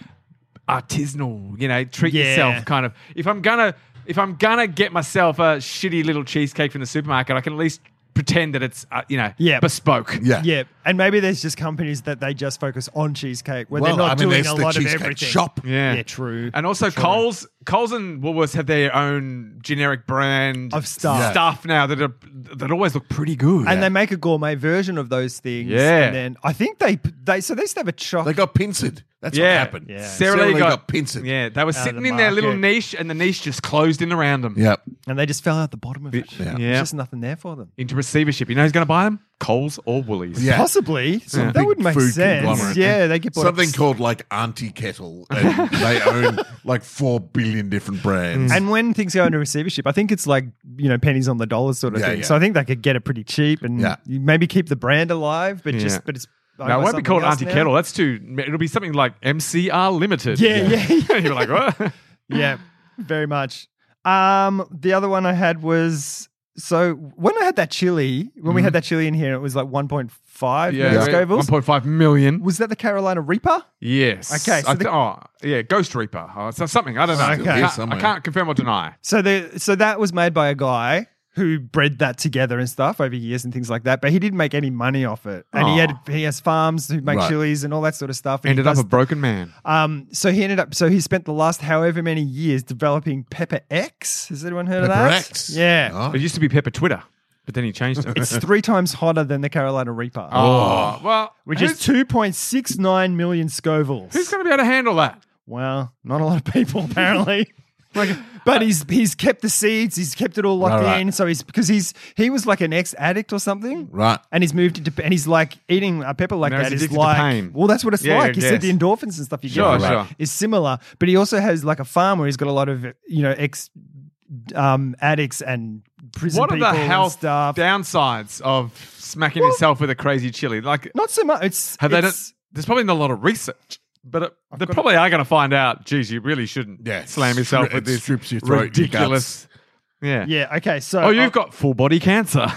Speaker 3: artisanal, you know, treat
Speaker 4: Yeah.
Speaker 3: yourself kind of. If I'm gonna if I'm gonna get myself a shitty little cheesecake from the supermarket, I can at least pretend that it's uh, you know
Speaker 4: Yeah.
Speaker 3: bespoke.
Speaker 1: Yeah.
Speaker 4: Yeah, and maybe there's just companies that they just focus on cheesecake where
Speaker 1: Well,
Speaker 4: they're not
Speaker 1: I mean,
Speaker 4: doing
Speaker 1: there's
Speaker 4: a
Speaker 1: the
Speaker 4: lot of
Speaker 1: cheesecake
Speaker 4: everything.
Speaker 1: shop.
Speaker 3: Yeah.
Speaker 4: Yeah, true.
Speaker 3: And also Coles, Coles and Woolworths have their own generic brand
Speaker 4: Of stuff.
Speaker 1: Yeah.
Speaker 3: now that are, that always look pretty good.
Speaker 4: And they make a gourmet version of those things.
Speaker 3: Yeah.
Speaker 4: and then I think they they so they used to have a chocolate.
Speaker 1: They got pincered. That's
Speaker 3: yeah,
Speaker 1: what happened.
Speaker 4: Yeah.
Speaker 3: Sarah, Lee got,
Speaker 1: pincered.
Speaker 3: Yeah, they were
Speaker 4: of
Speaker 3: sitting
Speaker 4: the
Speaker 3: in their little
Speaker 4: market.
Speaker 3: niche, and the niche just closed in around them.
Speaker 1: Yep.
Speaker 4: and they just fell out the bottom of it.
Speaker 1: Yeah.
Speaker 3: Yeah.
Speaker 4: There's just nothing there for them.
Speaker 3: Into receivership. You know who's going to buy them? Coles or Woolies.
Speaker 1: Yeah.
Speaker 4: Possibly that
Speaker 1: big
Speaker 4: would make
Speaker 1: food
Speaker 4: sense.
Speaker 1: conglomerate.
Speaker 4: Yeah, they get bought
Speaker 1: Something
Speaker 4: up-
Speaker 1: called like Auntie Kettle. And they own like 4 billion different brands.
Speaker 4: And when things go into receivership, I think it's like you know pennies on the dollar sort of
Speaker 1: Yeah,
Speaker 4: thing.
Speaker 1: yeah.
Speaker 4: So I think they could get it pretty cheap and
Speaker 1: Yeah.
Speaker 4: you maybe keep the brand alive, but
Speaker 3: Yeah.
Speaker 4: just but it's owned
Speaker 3: Now,
Speaker 4: by
Speaker 3: it won't be
Speaker 4: something
Speaker 3: called
Speaker 4: else
Speaker 3: Auntie
Speaker 4: now.
Speaker 3: Kettle. That's too. It'll be something like MCR Limited.
Speaker 4: Yeah, yeah, yeah.
Speaker 3: You're like, what?
Speaker 4: yeah, very much. Um, the other one I had was so when I had that chili, when we had that chili in here, it was like 1.5
Speaker 3: Mm-hmm. Yeah,
Speaker 4: million Scovilles.
Speaker 3: 1.5 million.
Speaker 4: Was that the Carolina Reaper?
Speaker 3: Yes.
Speaker 4: Okay, so
Speaker 3: I
Speaker 4: the-
Speaker 3: thi- oh, yeah, Ghost Reaper. Oh, so something. I don't know.
Speaker 4: Okay.
Speaker 3: I, can't,
Speaker 1: Somewhere.
Speaker 3: I can't confirm or deny.
Speaker 4: So the so that was made by a guy who bred that together and stuff over years and things like that. But he didn't make any money off it, and he
Speaker 3: Aw.
Speaker 4: had he has farms who make
Speaker 1: Right.
Speaker 4: chilies and all that sort of stuff. and he
Speaker 3: Oh. Ended up
Speaker 4: does-
Speaker 3: a broken man.
Speaker 4: um, so he ended up. So he spent the last however many years developing Pepper X. Has anyone heard of
Speaker 1: Pepper
Speaker 4: that?
Speaker 1: X.
Speaker 4: Yeah,
Speaker 1: Oh.
Speaker 3: It used to be Pepper Twitter, but then he changed it.
Speaker 4: it's three times hotter than the Carolina Reaper.
Speaker 3: oh, well,
Speaker 4: Which
Speaker 3: who's,
Speaker 4: is 2.69 million Scovilles.
Speaker 3: who's going to be able to handle that?
Speaker 4: well, not a lot of people apparently. Like, but
Speaker 3: uh,
Speaker 4: he's he's kept the seeds. He's kept it all locked
Speaker 1: Right, right.
Speaker 4: in. So he's because he's he was like an ex addict or something,
Speaker 1: Right.
Speaker 4: And he's moved into and he's like eating a pepper like
Speaker 3: Now
Speaker 4: that
Speaker 3: he's
Speaker 4: is
Speaker 3: addicted to
Speaker 4: like
Speaker 3: pain.
Speaker 4: well, that's what it's
Speaker 3: Yeah, I
Speaker 4: like. He said
Speaker 3: guess.
Speaker 4: the endorphins and stuff you
Speaker 3: Sure,
Speaker 4: get from it
Speaker 3: sure.
Speaker 4: is similar, but he also has like a farm where he's got a lot of you know ex um addicts and prison
Speaker 3: What are
Speaker 4: people
Speaker 3: the
Speaker 4: and
Speaker 3: health
Speaker 4: stuff.
Speaker 3: downsides of smacking yourself with a crazy chili? Like,
Speaker 4: Not so much. It's
Speaker 3: have they done,
Speaker 4: it's-
Speaker 3: there's probably not a lot of research, but it, they probably are going to find out. Geez, you really shouldn't
Speaker 1: Yeah,
Speaker 3: slam
Speaker 1: stri-
Speaker 3: yourself
Speaker 1: it
Speaker 3: with this
Speaker 1: strips your throat and your
Speaker 3: ridiculous. Yeah.
Speaker 4: Yeah. Okay. So
Speaker 3: Oh, you've got full body cancer.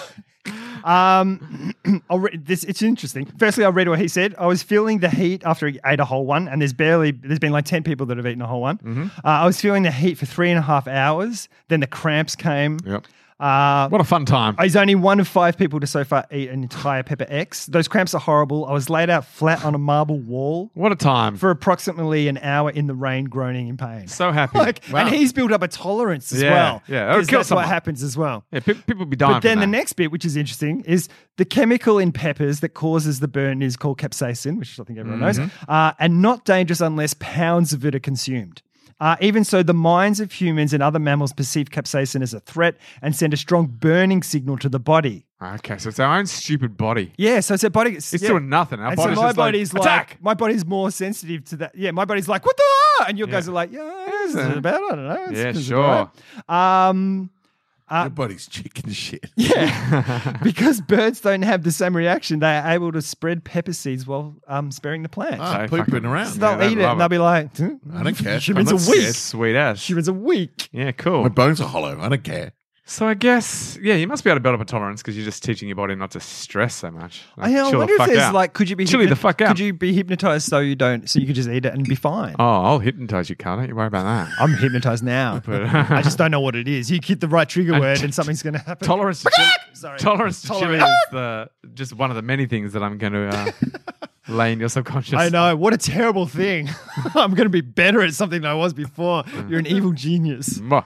Speaker 4: Um, I'll re- this it's interesting. Firstly, I'll read what he said. I was feeling the heat after he ate a whole one, and there's barely there's been like ten people that have eaten a whole one.
Speaker 3: Mm-hmm.
Speaker 4: Uh, I was feeling the heat for three and a half hours. Then the cramps came.
Speaker 3: yep.
Speaker 4: Uh,
Speaker 3: What a fun time.
Speaker 4: He's only one of five people to so far eat an entire pepper X. Those cramps are horrible. I was laid out flat on a marble wall
Speaker 3: what a time.
Speaker 4: for approximately an hour in the rain, groaning in pain.
Speaker 3: so happy.
Speaker 4: like,
Speaker 3: Wow.
Speaker 4: and he's built up a tolerance as
Speaker 3: Yeah,
Speaker 4: well.
Speaker 3: yeah, that'll
Speaker 4: 'Cause
Speaker 3: kill
Speaker 4: that's
Speaker 3: someone.
Speaker 4: what happens as well.
Speaker 3: yeah, pe- people be dying.
Speaker 4: But then
Speaker 3: from
Speaker 4: the
Speaker 3: that.
Speaker 4: next bit, which is interesting, is the chemical in peppers that causes the burn is called capsaicin, which I think everyone knows,
Speaker 3: Mm-hmm.
Speaker 4: uh, and not dangerous unless pounds of it are consumed. Uh, even so, the minds of humans and other mammals perceive capsaicin as a threat and send a strong burning signal to the body.
Speaker 3: Okay, so it's our own stupid body.
Speaker 4: Yeah, so it's a body.
Speaker 3: It's doing nothing. Our
Speaker 4: And so
Speaker 3: body's
Speaker 4: my
Speaker 3: just like,
Speaker 4: body's like,
Speaker 3: "Attack!"
Speaker 4: my body's more sensitive to that. Yeah, my body's like, what the? ah?" And your guys are like, yeah, this is about. I don't know. It's-
Speaker 3: Yeah,
Speaker 4: this is
Speaker 3: sure.
Speaker 4: alright." Um,
Speaker 1: Everybody's chicken shit.
Speaker 4: Yeah, because birds don't have the same reaction, they are able to spread pepper seeds while um, sparing the plant.
Speaker 1: Ah,
Speaker 3: So
Speaker 1: pooping
Speaker 3: fucking-
Speaker 1: around.
Speaker 4: so they'll
Speaker 3: they
Speaker 4: eat it
Speaker 3: love
Speaker 4: and they'll
Speaker 3: it. Ah.
Speaker 4: be like, "Hmm,
Speaker 1: I don't care.
Speaker 4: humans
Speaker 1: I'm not
Speaker 4: are weak.
Speaker 3: Yeah, sweet ass.
Speaker 4: Humans are weak.
Speaker 3: Yeah,
Speaker 1: My
Speaker 3: cool.
Speaker 1: bones are hollow. I don't care.
Speaker 3: So I guess, yeah, you must be able to build up a tolerance because you're just teaching your body not to stress so much. Like,
Speaker 4: I, I
Speaker 3: chill
Speaker 4: wonder
Speaker 3: the
Speaker 4: if
Speaker 3: fuck
Speaker 4: there's
Speaker 3: out.
Speaker 4: like, could you be
Speaker 3: Chilly the fuck out.
Speaker 4: Could you be hypnotized so you don't, so you could just eat it and be fine?
Speaker 3: Oh, I'll hypnotize you, Carl. Don't you worry about that.
Speaker 4: I'm hypnotized now.
Speaker 3: But-
Speaker 4: I just don't know what it is. You hit the right trigger word and something's going to happen.
Speaker 3: Tolerance to chili,
Speaker 4: Sorry.
Speaker 3: tolerance to chili
Speaker 4: Tolerance.
Speaker 3: is the, just one of the many things that I'm going to uh, lay in your subconscious.
Speaker 4: I know. What a terrible thing. I'm going to be better at something than I was before.
Speaker 3: Mm.
Speaker 4: You're an evil genius.
Speaker 3: Mwah.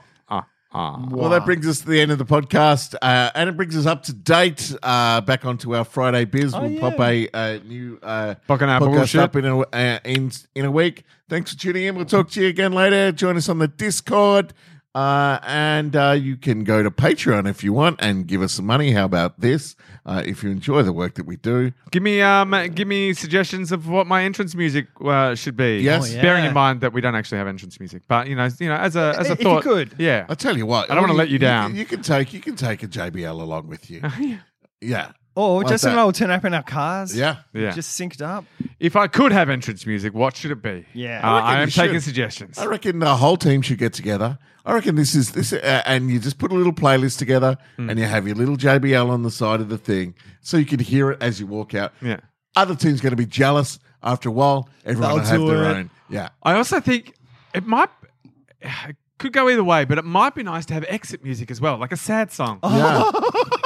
Speaker 3: Ah, ah.
Speaker 1: Well, that brings us to the end of the podcast, uh, and it brings us up to date. Uh, back onto our Friday biz, we'll pop a, uh new uh,
Speaker 3: Buck and Oh, apple
Speaker 1: podcast
Speaker 3: shit.
Speaker 1: up in a uh, in in a week. Thanks for tuning in. We'll talk to you again later. Join us on the Discord, uh, and uh, you can go to Patreon if you want and give us some money. How about this? Uh, if you enjoy the work that we do,
Speaker 3: Give me um, give me suggestions of what my entrance music uh, should be.
Speaker 1: Yes. Oh,
Speaker 4: yeah.
Speaker 3: bearing in mind that we don't actually have entrance music, but you know, you know, as a as a
Speaker 4: If you
Speaker 3: thought,
Speaker 4: could.
Speaker 3: yeah.
Speaker 1: I tell you what,
Speaker 3: I don't wanna let you down.
Speaker 1: You, can take you can take a JBL along with you. yeah,
Speaker 4: Or
Speaker 1: Like
Speaker 4: Justin and
Speaker 1: that.
Speaker 4: I will turn up in our cars.
Speaker 1: yeah.
Speaker 3: Yeah.
Speaker 4: Just synced up.
Speaker 3: if I could have entrance music, what should it be?
Speaker 4: Yeah.
Speaker 3: Uh,
Speaker 4: I
Speaker 1: reckon
Speaker 3: I, am
Speaker 1: you should.
Speaker 3: taking suggestions.
Speaker 1: I reckon the whole team should get together. I reckon this is this, uh, and you just put a little playlist together, and you have your little JBL on the side of the thing, so you can hear it as you walk out.
Speaker 3: Yeah.
Speaker 1: Other team's going to be jealous after a while. Everyone will
Speaker 4: They'll
Speaker 1: have
Speaker 4: do
Speaker 1: their
Speaker 4: it.
Speaker 1: own. Yeah.
Speaker 3: I also think it might it could go either way, but it might be nice to have exit music as well, like a sad song
Speaker 4: Oh.
Speaker 1: Yeah,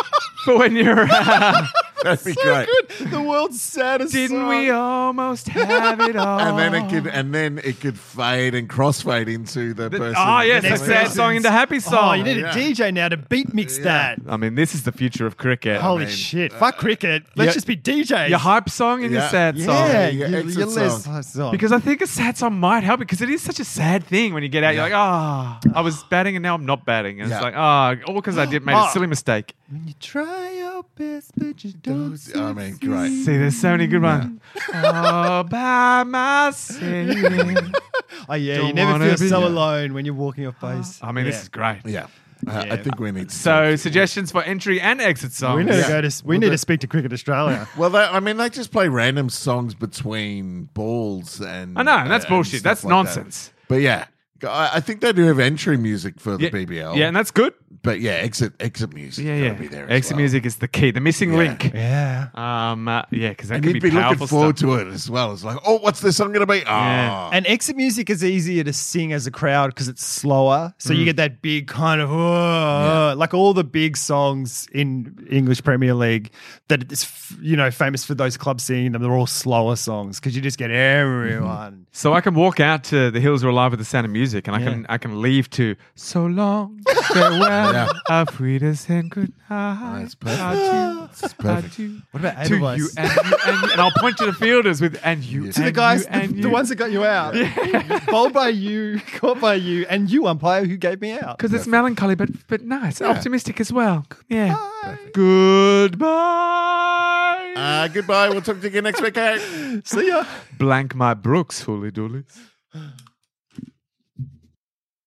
Speaker 3: for when you're. Uh,
Speaker 1: that'd be great.
Speaker 4: the world's saddest
Speaker 3: didn't we uh, almost have it all?
Speaker 1: And then it could, and then it could fade and crossfade into the, person.
Speaker 3: oh yes, a
Speaker 4: next
Speaker 3: sad
Speaker 4: person's-
Speaker 3: song into happy
Speaker 4: Oh,
Speaker 3: song.
Speaker 4: you need a
Speaker 1: Yeah.
Speaker 4: DJ now to beat mix that.
Speaker 3: I mean, this is the future of cricket.
Speaker 4: Holy
Speaker 3: I mean,
Speaker 4: shit. Fuck cricket. Let's
Speaker 3: yeah.
Speaker 4: just be DJs.
Speaker 3: Your hype song and your
Speaker 1: Yeah.
Speaker 3: sad
Speaker 4: yeah,
Speaker 3: song.
Speaker 1: Yeah,
Speaker 4: your,
Speaker 1: your exit
Speaker 4: your list-
Speaker 1: song.
Speaker 4: song.
Speaker 3: Because I think a sad song might help because it is such a sad thing when you get out. You're like, ah, I was batting and now I'm not batting. And
Speaker 1: Yeah.
Speaker 3: it's like, ah, all because I did made a
Speaker 4: Ah.
Speaker 3: silly mistake.
Speaker 4: you try your best, but you don't.
Speaker 1: I mean, great.
Speaker 3: See, there's so many good ones. oh, by myself.
Speaker 4: Oh yeah,
Speaker 3: Don't
Speaker 4: you never
Speaker 3: wanna
Speaker 4: feel
Speaker 3: be-
Speaker 4: so
Speaker 1: Yeah.
Speaker 4: alone when you're walking
Speaker 3: Oh.
Speaker 4: off base.
Speaker 3: I mean,
Speaker 4: yeah.
Speaker 3: this is great.
Speaker 1: Yeah, Uh, I think we need to
Speaker 3: So, suggestions for entry and exit
Speaker 4: We
Speaker 3: songs.
Speaker 4: need
Speaker 1: Yeah.
Speaker 4: to go to. We need to speak to Cricket Australia.
Speaker 1: Well, they, I mean, they just play random songs between balls and.
Speaker 3: I know, and that's
Speaker 1: and
Speaker 3: bullshit.
Speaker 1: stuff
Speaker 3: That's
Speaker 1: like
Speaker 3: nonsense.
Speaker 1: that. But yeah, I, I think they do have entry music for the
Speaker 3: Yeah,
Speaker 1: BBL.
Speaker 3: Yeah, and that's good.
Speaker 1: but yeah, exit exit music.
Speaker 3: Yeah,
Speaker 1: gotta
Speaker 3: yeah.
Speaker 1: Be there as
Speaker 3: Exit
Speaker 1: well.
Speaker 3: music is the key, the missing
Speaker 1: Yeah.
Speaker 3: link.
Speaker 4: yeah.
Speaker 3: Um, uh, yeah, because that
Speaker 1: And
Speaker 3: could
Speaker 1: you'd
Speaker 3: be,
Speaker 1: be,
Speaker 3: powerful
Speaker 1: looking forward
Speaker 3: stuff.
Speaker 1: to it as well. It's like, oh, what's this song going to be?
Speaker 3: Yeah.
Speaker 1: Ah,
Speaker 4: And exit music is easier to sing as a crowd because it's slower. So you get that big kind of, "Whoa," like all the big songs in English Premier League that is, f- you know, famous for those clubs singing them. They're all slower songs because you just get everyone.
Speaker 3: So I can walk out to the hills are alive with the sound of music, and I can I can leave to so long, farewell,
Speaker 1: Yeah.
Speaker 3: auf Wiedersehen, good
Speaker 4: Oh,
Speaker 3: night,
Speaker 1: That's perfect.
Speaker 3: adieu,
Speaker 1: It's perfect.
Speaker 3: adieu,
Speaker 4: What about
Speaker 3: to
Speaker 4: Edelweiss?
Speaker 3: you and, you and, you. and I'll point to the fielders with and you
Speaker 1: Yes.
Speaker 4: to the
Speaker 3: and
Speaker 4: guys,
Speaker 3: you,
Speaker 4: the,
Speaker 3: and
Speaker 4: the ones that got you out, bowled by you, caught by you, and you umpire who gave me out.
Speaker 3: because it's melancholy but but nice, optimistic as well. Yeah,
Speaker 4: Perfect.
Speaker 3: goodbye.
Speaker 1: Uh, goodbye. We'll talk to you again next week. eh?
Speaker 4: See ya.
Speaker 3: Blank my Brooks, holy doolies.